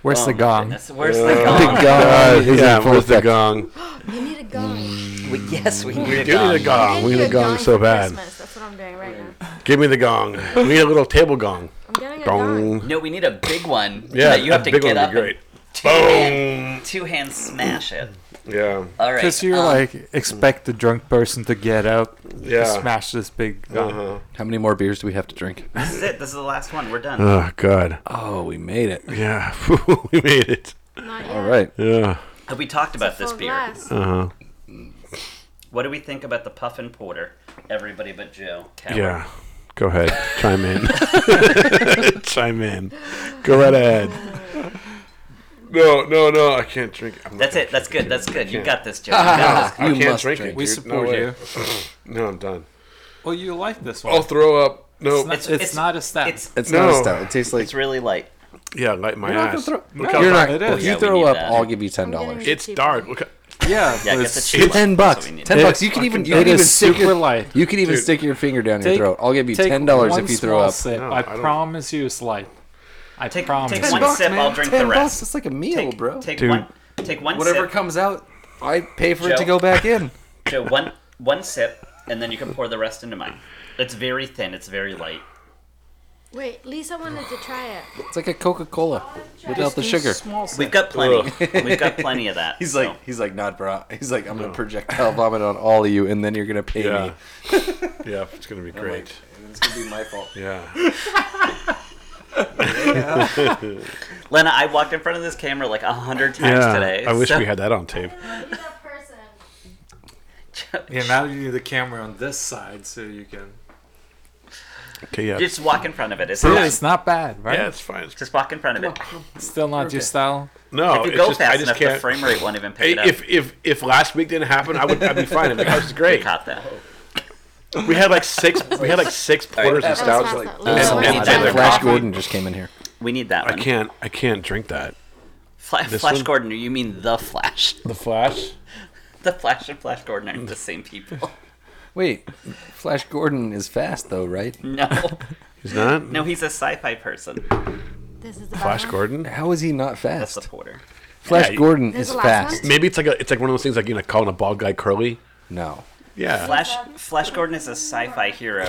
E: Where's the
D: Oh,
E: gong?
D: goodness, Where's the gong?
B: Big gong. is
C: Yeah.
B: in full
C: Where's the
B: effect.
C: gong?
F: You need a gong.
D: We- yes, we
C: We
D: need
C: do need a
D: a gong.
F: I
C: gong. Ah, We
F: you
C: need a gong so
F: for
C: bad.
F: Christmas. That's what I'm doing right now.
C: Give me the
F: [laughs]
C: gong. We need a little table gong.
F: I'm getting a gong.
C: Gong.
D: No, we need a big one.
C: Yeah.
D: that you have
C: a
D: to
C: big
D: get
C: one
D: up.
C: would
D: and
C: be great.
D: Two hand, two hands smash it.
C: Yeah.
D: All right.
E: Because you're
D: um,
E: like expect the drunk person to get up,
C: Yeah.
E: smash this big. gong.
C: Uh-huh.
B: How many more beers do we have to drink?
D: This is it. This is the last one. We're done.
C: Oh God.
B: Oh, we made it.
C: Yeah. [laughs] we made it.
F: Not yet.
B: All right.
C: Yeah.
D: Have we talked about this
F: Full
D: beer?
F: glass.
C: Uh huh.
D: What do we think about the puffin porter? Everybody but Joe. Coward.
C: Yeah. Go ahead. Chime in. [laughs] Chime in. Go right ahead. No, no, no. I can't drink. I'm not
D: That's
C: gonna
D: it. That's
C: drink
D: good. That's good. You
C: can't.
D: got this, Joe. You got this.
C: I
B: You
C: can't
B: must
C: drink,
B: drink.
C: it.
E: We
C: dude.
E: support
C: no way.
E: you.
C: No, I'm done.
E: Well, you like this one.
C: I'll throw up. No.
E: it's, not,
D: it's-
E: it's not a stat.
D: It's
B: It's
C: No.
B: not a stout. It tastes like.
D: it's really light.
C: yeah, light my
B: You're not
C: ass.
B: gonna throw-
E: No.
C: Look how
B: You're
C: dark-
B: not.
E: It is.
B: If you
D: Yeah, we
B: throw
D: need
B: up,
D: that.
B: I'll give you ten
F: I'm
B: dollars.
F: getting-
C: It's dark. Look. how-
E: yeah,
D: Yeah,
E: but
D: get the
E: it's-
D: cheap one.
B: Ten bucks.
D: That's what we need.
B: Ten
E: It-
B: bucks. You can even. You
E: it
B: can even
E: is
B: stick
E: super
B: your.
E: light.
B: You can even
C: Dude.
B: stick your finger down your
E: Take-
B: throat. I'll give you
E: take
B: ten dollars
E: one
B: if you throw
E: small
B: up.
E: Sip.
C: No,
E: I,
C: I don't-
E: promise you, it's light. I
D: Take-
E: promise.
D: take
E: you.
D: one sip, I'll drink the
B: ten
D: rest.
B: Bucks. It's like a meal,
D: Take,
B: bro.
D: take
C: Dude.
D: one. Take one
B: Whatever
D: sip.
B: comes out, I pay for it
D: Joe.
B: to go back in.
D: Joe, one one sip, and then you can pour the rest into mine. It's very thin. It's very light.
F: Wait, Lisa wanted to try it.
B: It's like a Coca Cola without the sugar.
E: Small sip.
D: We've got plenty. We've got plenty of that.
B: He's
D: so.
B: like, he's like, not, bro. He's like, I'm gonna projectile vomit on all of you, and then you're gonna pay me.
C: [laughs] Yeah. yeah. It's gonna be great.
B: And it's gonna be my fault.
C: Yeah.
D: Lena, I walked in front of this camera like a hundred times
C: Yeah.
D: today.
C: I wish
D: so-
C: we had that on tape.
F: Be that person.
E: Yeah, now you need the camera on this side so you can.
C: Okay. Yeah.
D: [laughs] Just walk in front of it. It's
E: Yeah,
D: fine.
E: it's not bad, right?
C: yeah. It's fine. It's
D: Just walk in front of it.
E: Still not your style.
C: No,
D: If you
C: it's
D: go
C: just- I
D: fast
C: just
D: enough, the
C: can't-
D: frame rate won't even pick it up.
C: If if if last week didn't happen, I would I'd be fine. I'd be
D: [laughs]
C: like, "Oh, this is great.
D: Caught that.
C: We had like six. We had like six porters and
F: That was
C: stouts.
F: not
C: Like,
F: that Lisa
D: and-
F: wanted
D: and
F: to try
D: the
F: it.
D: glass-
B: Flash
D: coffee.
B: Gordon just came in here.
D: We need that
C: I
D: one.
C: can't. I can't drink that.
D: Fla-
C: This
D: Flash
C: one?
D: Gordon, you mean the Flash? [laughs]
C: The Flash.
D: The Flash and Flash Gordon aren't the same
C: [laughs]
D: people.
B: Wait, Flash Gordon is fast though, right?
D: No,
C: He's not.
D: no, he's a sci-fi person.
F: This is the
C: Flash
F: bottom.
C: Gordon.
B: How is he not
D: That's the
B: fast?
D: porter.
B: Flash
C: Yeah, you-
B: Gordon
F: There's
B: is
F: the last
B: fast.
C: Maybe it's like a. It's like one of those things like you know calling a bald guy curly.
B: No.
C: Yeah.
D: Flash Flash Gordon is a sci-fi hero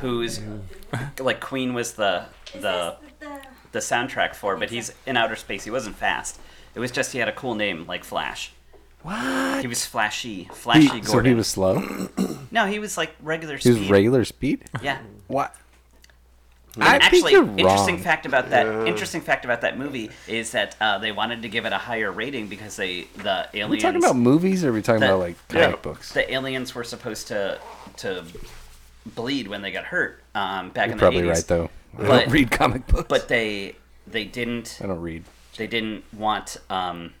D: who's like Queen was the the the soundtrack for, but he's in outer space. He wasn't fast. It was just he had a cool name like Flash. What? He was flashy, flashy Gordon.
B: so he was slow.
D: no, he was like regular
B: He
D: speed.
B: was regular speed.
D: yeah.
B: What?
D: And
B: I
D: actually,
B: think you're
D: interesting
B: wrong.
D: fact about that. Interesting fact about that movie is that uh, they wanted to give it a higher rating because they the
B: Are we
D: aliens
B: talking about movies or are we talking
D: That-
B: about like comic
C: Yeah.
B: books?
D: the aliens were supposed to to bleed when they got hurt um, back in
B: You're
D: the
B: probably
D: 80s.
B: right though. I
D: But-
B: don't read comic books.
D: But they they didn't
B: I don't read.
D: they didn't want um,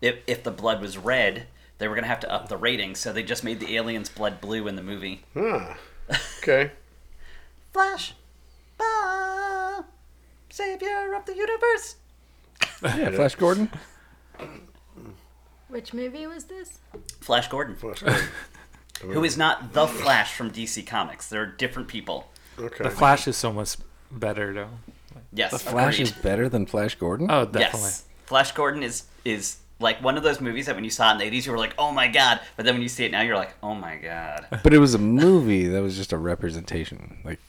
D: if if the blood was red, they were gonna have to up the rating. So they just made the aliens blood blue in the movie.
C: Ah, okay.
D: Flash, bah, savior of the universe.
B: Yeah, Flash Gordon.
F: Which movie was this?
D: Flash Gordon, [laughs]
C: Well, that's good.
D: who is not the Flash from DC Comics. They're different people.
C: Okay.
E: The Flash is so much better though.
D: Yes,
B: The Flash
D: agreed.
B: is better than Flash Gordon.
E: Oh, definitely.
D: Yes. Flash Gordon is is like one of those movies that when you saw it in the eighties you were like, Oh my god but then when you see it now you're like, Oh my god.
B: But it was a movie that was just a representation, like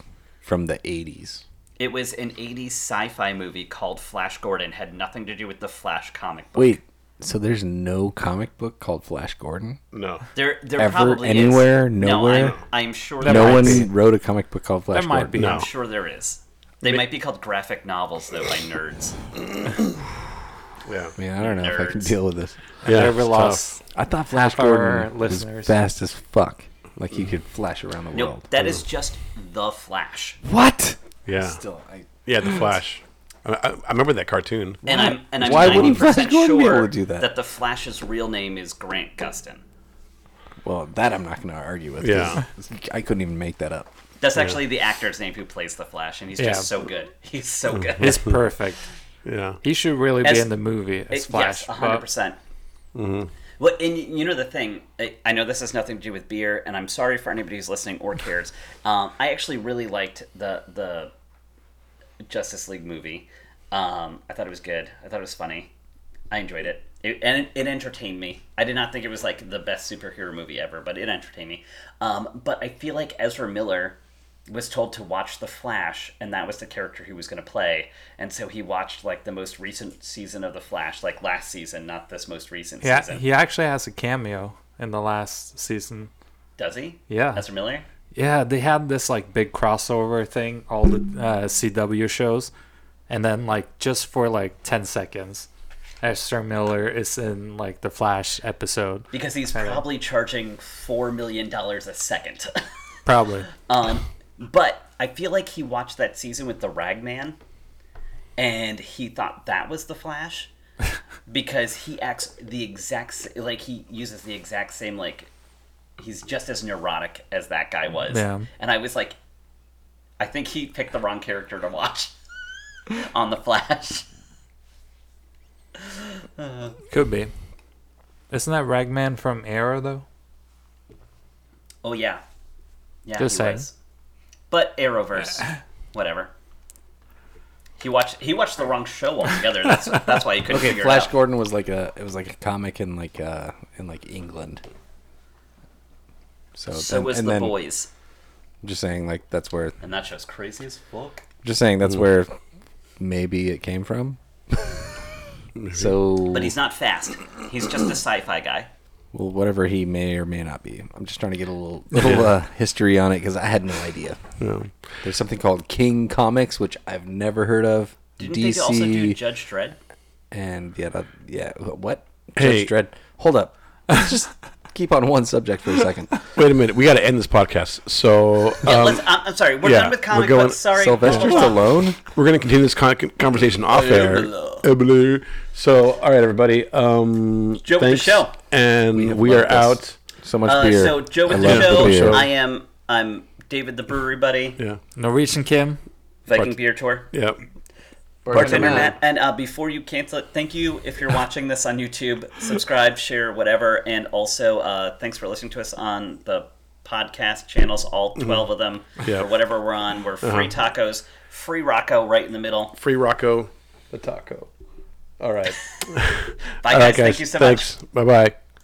B: from the '80s.
D: it was an eighties sci fi movie called Flash Gordon, had nothing to do with the Flash comic book.
B: Wait, so there's no comic book called Flash Gordon?
C: No.
D: There there
B: Ever,
D: probably is.
B: anywhere,
D: No,
B: nowhere?
D: I'm, I'm sure there
B: no
D: might
B: one
D: be.
B: wrote a comic book called Flash
E: There might
B: Gordon.
E: be.
C: No.
D: I'm sure there is. They might be called graphic novels though by nerds.
C: Yeah.
B: Man, I don't know if I can
D: Nerds.
B: deal with this.
C: Yeah.
E: Never
C: it's
E: lost.
B: I thought Flash
E: Half our
B: Gordon was
E: listeners.
B: fast as fuck. Like he could flash around the
D: No,
B: world.
D: that is just the Flash.
B: what?
C: tough. Yeah.
B: Still, I,
C: Yeah. The Flash. I, I, I remember that cartoon.
D: And I'm and I'm
B: Why
D: ninety
B: wouldn't Flash
D: percent
B: Gordon be able
D: sure
B: to do that?
D: the Flash's real name is Grant Gustin.
B: well, that I'm not going to argue with. 'cause
C: Yeah.
B: I couldn't even make that up.
D: That's actually the actor's name who plays the Flash, and he's
E: Yeah.
D: just so good. He's
B: [laughs]
D: so good.
E: [laughs] It's perfect.
C: Yeah.
E: He should really be
D: As-
E: in the movie
D: It-
E: as Flash.
D: Yes, hundred
E: but
D: percent. Well, and y- you know the thing. I- I know this has nothing to do with beer, and I'm sorry for anybody who's listening or cares. Um, I actually really liked the the Justice League movie. Um, I thought it was good. I thought it was funny. I enjoyed it. It, and it, it entertained me. I did not think it was like the best superhero movie ever, but it entertained me. Um, but I feel like Ezra Miller was told to watch The Flash, and that was the character he was going to play. And so he watched like the most recent season of The Flash, like last season, not this most recent
E: yeah,
D: season.
E: he actually has a cameo in the last season.
D: Does he?
E: Yeah.
D: Ezra Miller?
E: Yeah, they had this like big crossover thing, all the uh, CW shows, and then like just for like ten seconds, Esther Miller is in like the Flash episode,
D: Because he's probably charging $4 million a second. [laughs]
E: probably.
D: Um, but I feel like he watched that season with the Ragman, and he thought that was
E: [laughs]
D: the Flash, because he acts the exact s- like he uses the exact same like he's just as neurotic as that guy was.
E: Yeah.
D: And I was like, I think he picked the wrong character to watch [laughs] on the Flash.
E: Could be. Isn't that Ragman from Arrow though?
D: Oh yeah, yeah.
E: Just
D: he
E: saying.
D: was. But
E: [laughs]
D: Arrowverse, whatever. He watched he watched the wrong show altogether. That's that's why he couldn't
B: Okay,
D: figure it
B: Flash
D: out.
B: Gordon was like a it was like a comic in like uh in like England. So,
D: So
B: then-
D: was
B: and
D: the
B: then
D: boys,
B: Just saying, like that's where.
D: and that show's crazy as fuck.
B: Just saying,
C: Mm.
B: that's where maybe it came
C: [laughs]
B: from. so,
D: But he's not fast. He's just a sci-fi guy.
B: well, whatever he may or may not be, I'm just trying to get a little little uh, history on it because I had no idea.
C: Yeah.
B: There's something called King Comics, which I've never heard of.
D: Didn't
B: DC
D: they also do Judge Dredd?
B: and yeah, that, yeah. What?
C: Hey.
B: Judge Dredd. Hold up. Let's just keep on one subject for a second.
C: Wait a minute. We got to end this podcast. So
D: Yeah,
C: um,
D: let's, I'm, I'm sorry. We're
C: yeah,
D: done with
C: we're
D: comic
C: going-
D: books. Sorry.
B: Sylvester Stallone.
C: we're going to continue this con- conversation off air.
D: Hello.
C: Hello. So, all right, everybody. Um,
D: Joe with the
C: thanks.
D: show.
C: And we,
B: have loved
C: are
B: this.
C: out.
B: So much
D: Uh,
B: beer.
D: so Joe with
B: I
D: the
B: love
D: show.
B: beer.
D: I am. I'm David the Brewery Buddy.
C: Yeah.
E: Norwegian Kim.
D: Viking Beer Tour.
C: Yeah.
D: Bartender Matt. And uh, before you cancel it, thank you if you're watching this on YouTube. Subscribe, share, whatever. And also, uh, thanks for listening to us on the podcast channels, all 12 of them,
C: Yeah.
D: or whatever we're on. We're free tacos, free Rocco right in the middle.
C: Free Rocco.
B: the taco. All right.
D: Bye,
C: All
D: guys.
C: right, guys.
D: Thank you so much.
C: Thanks. Bye bye.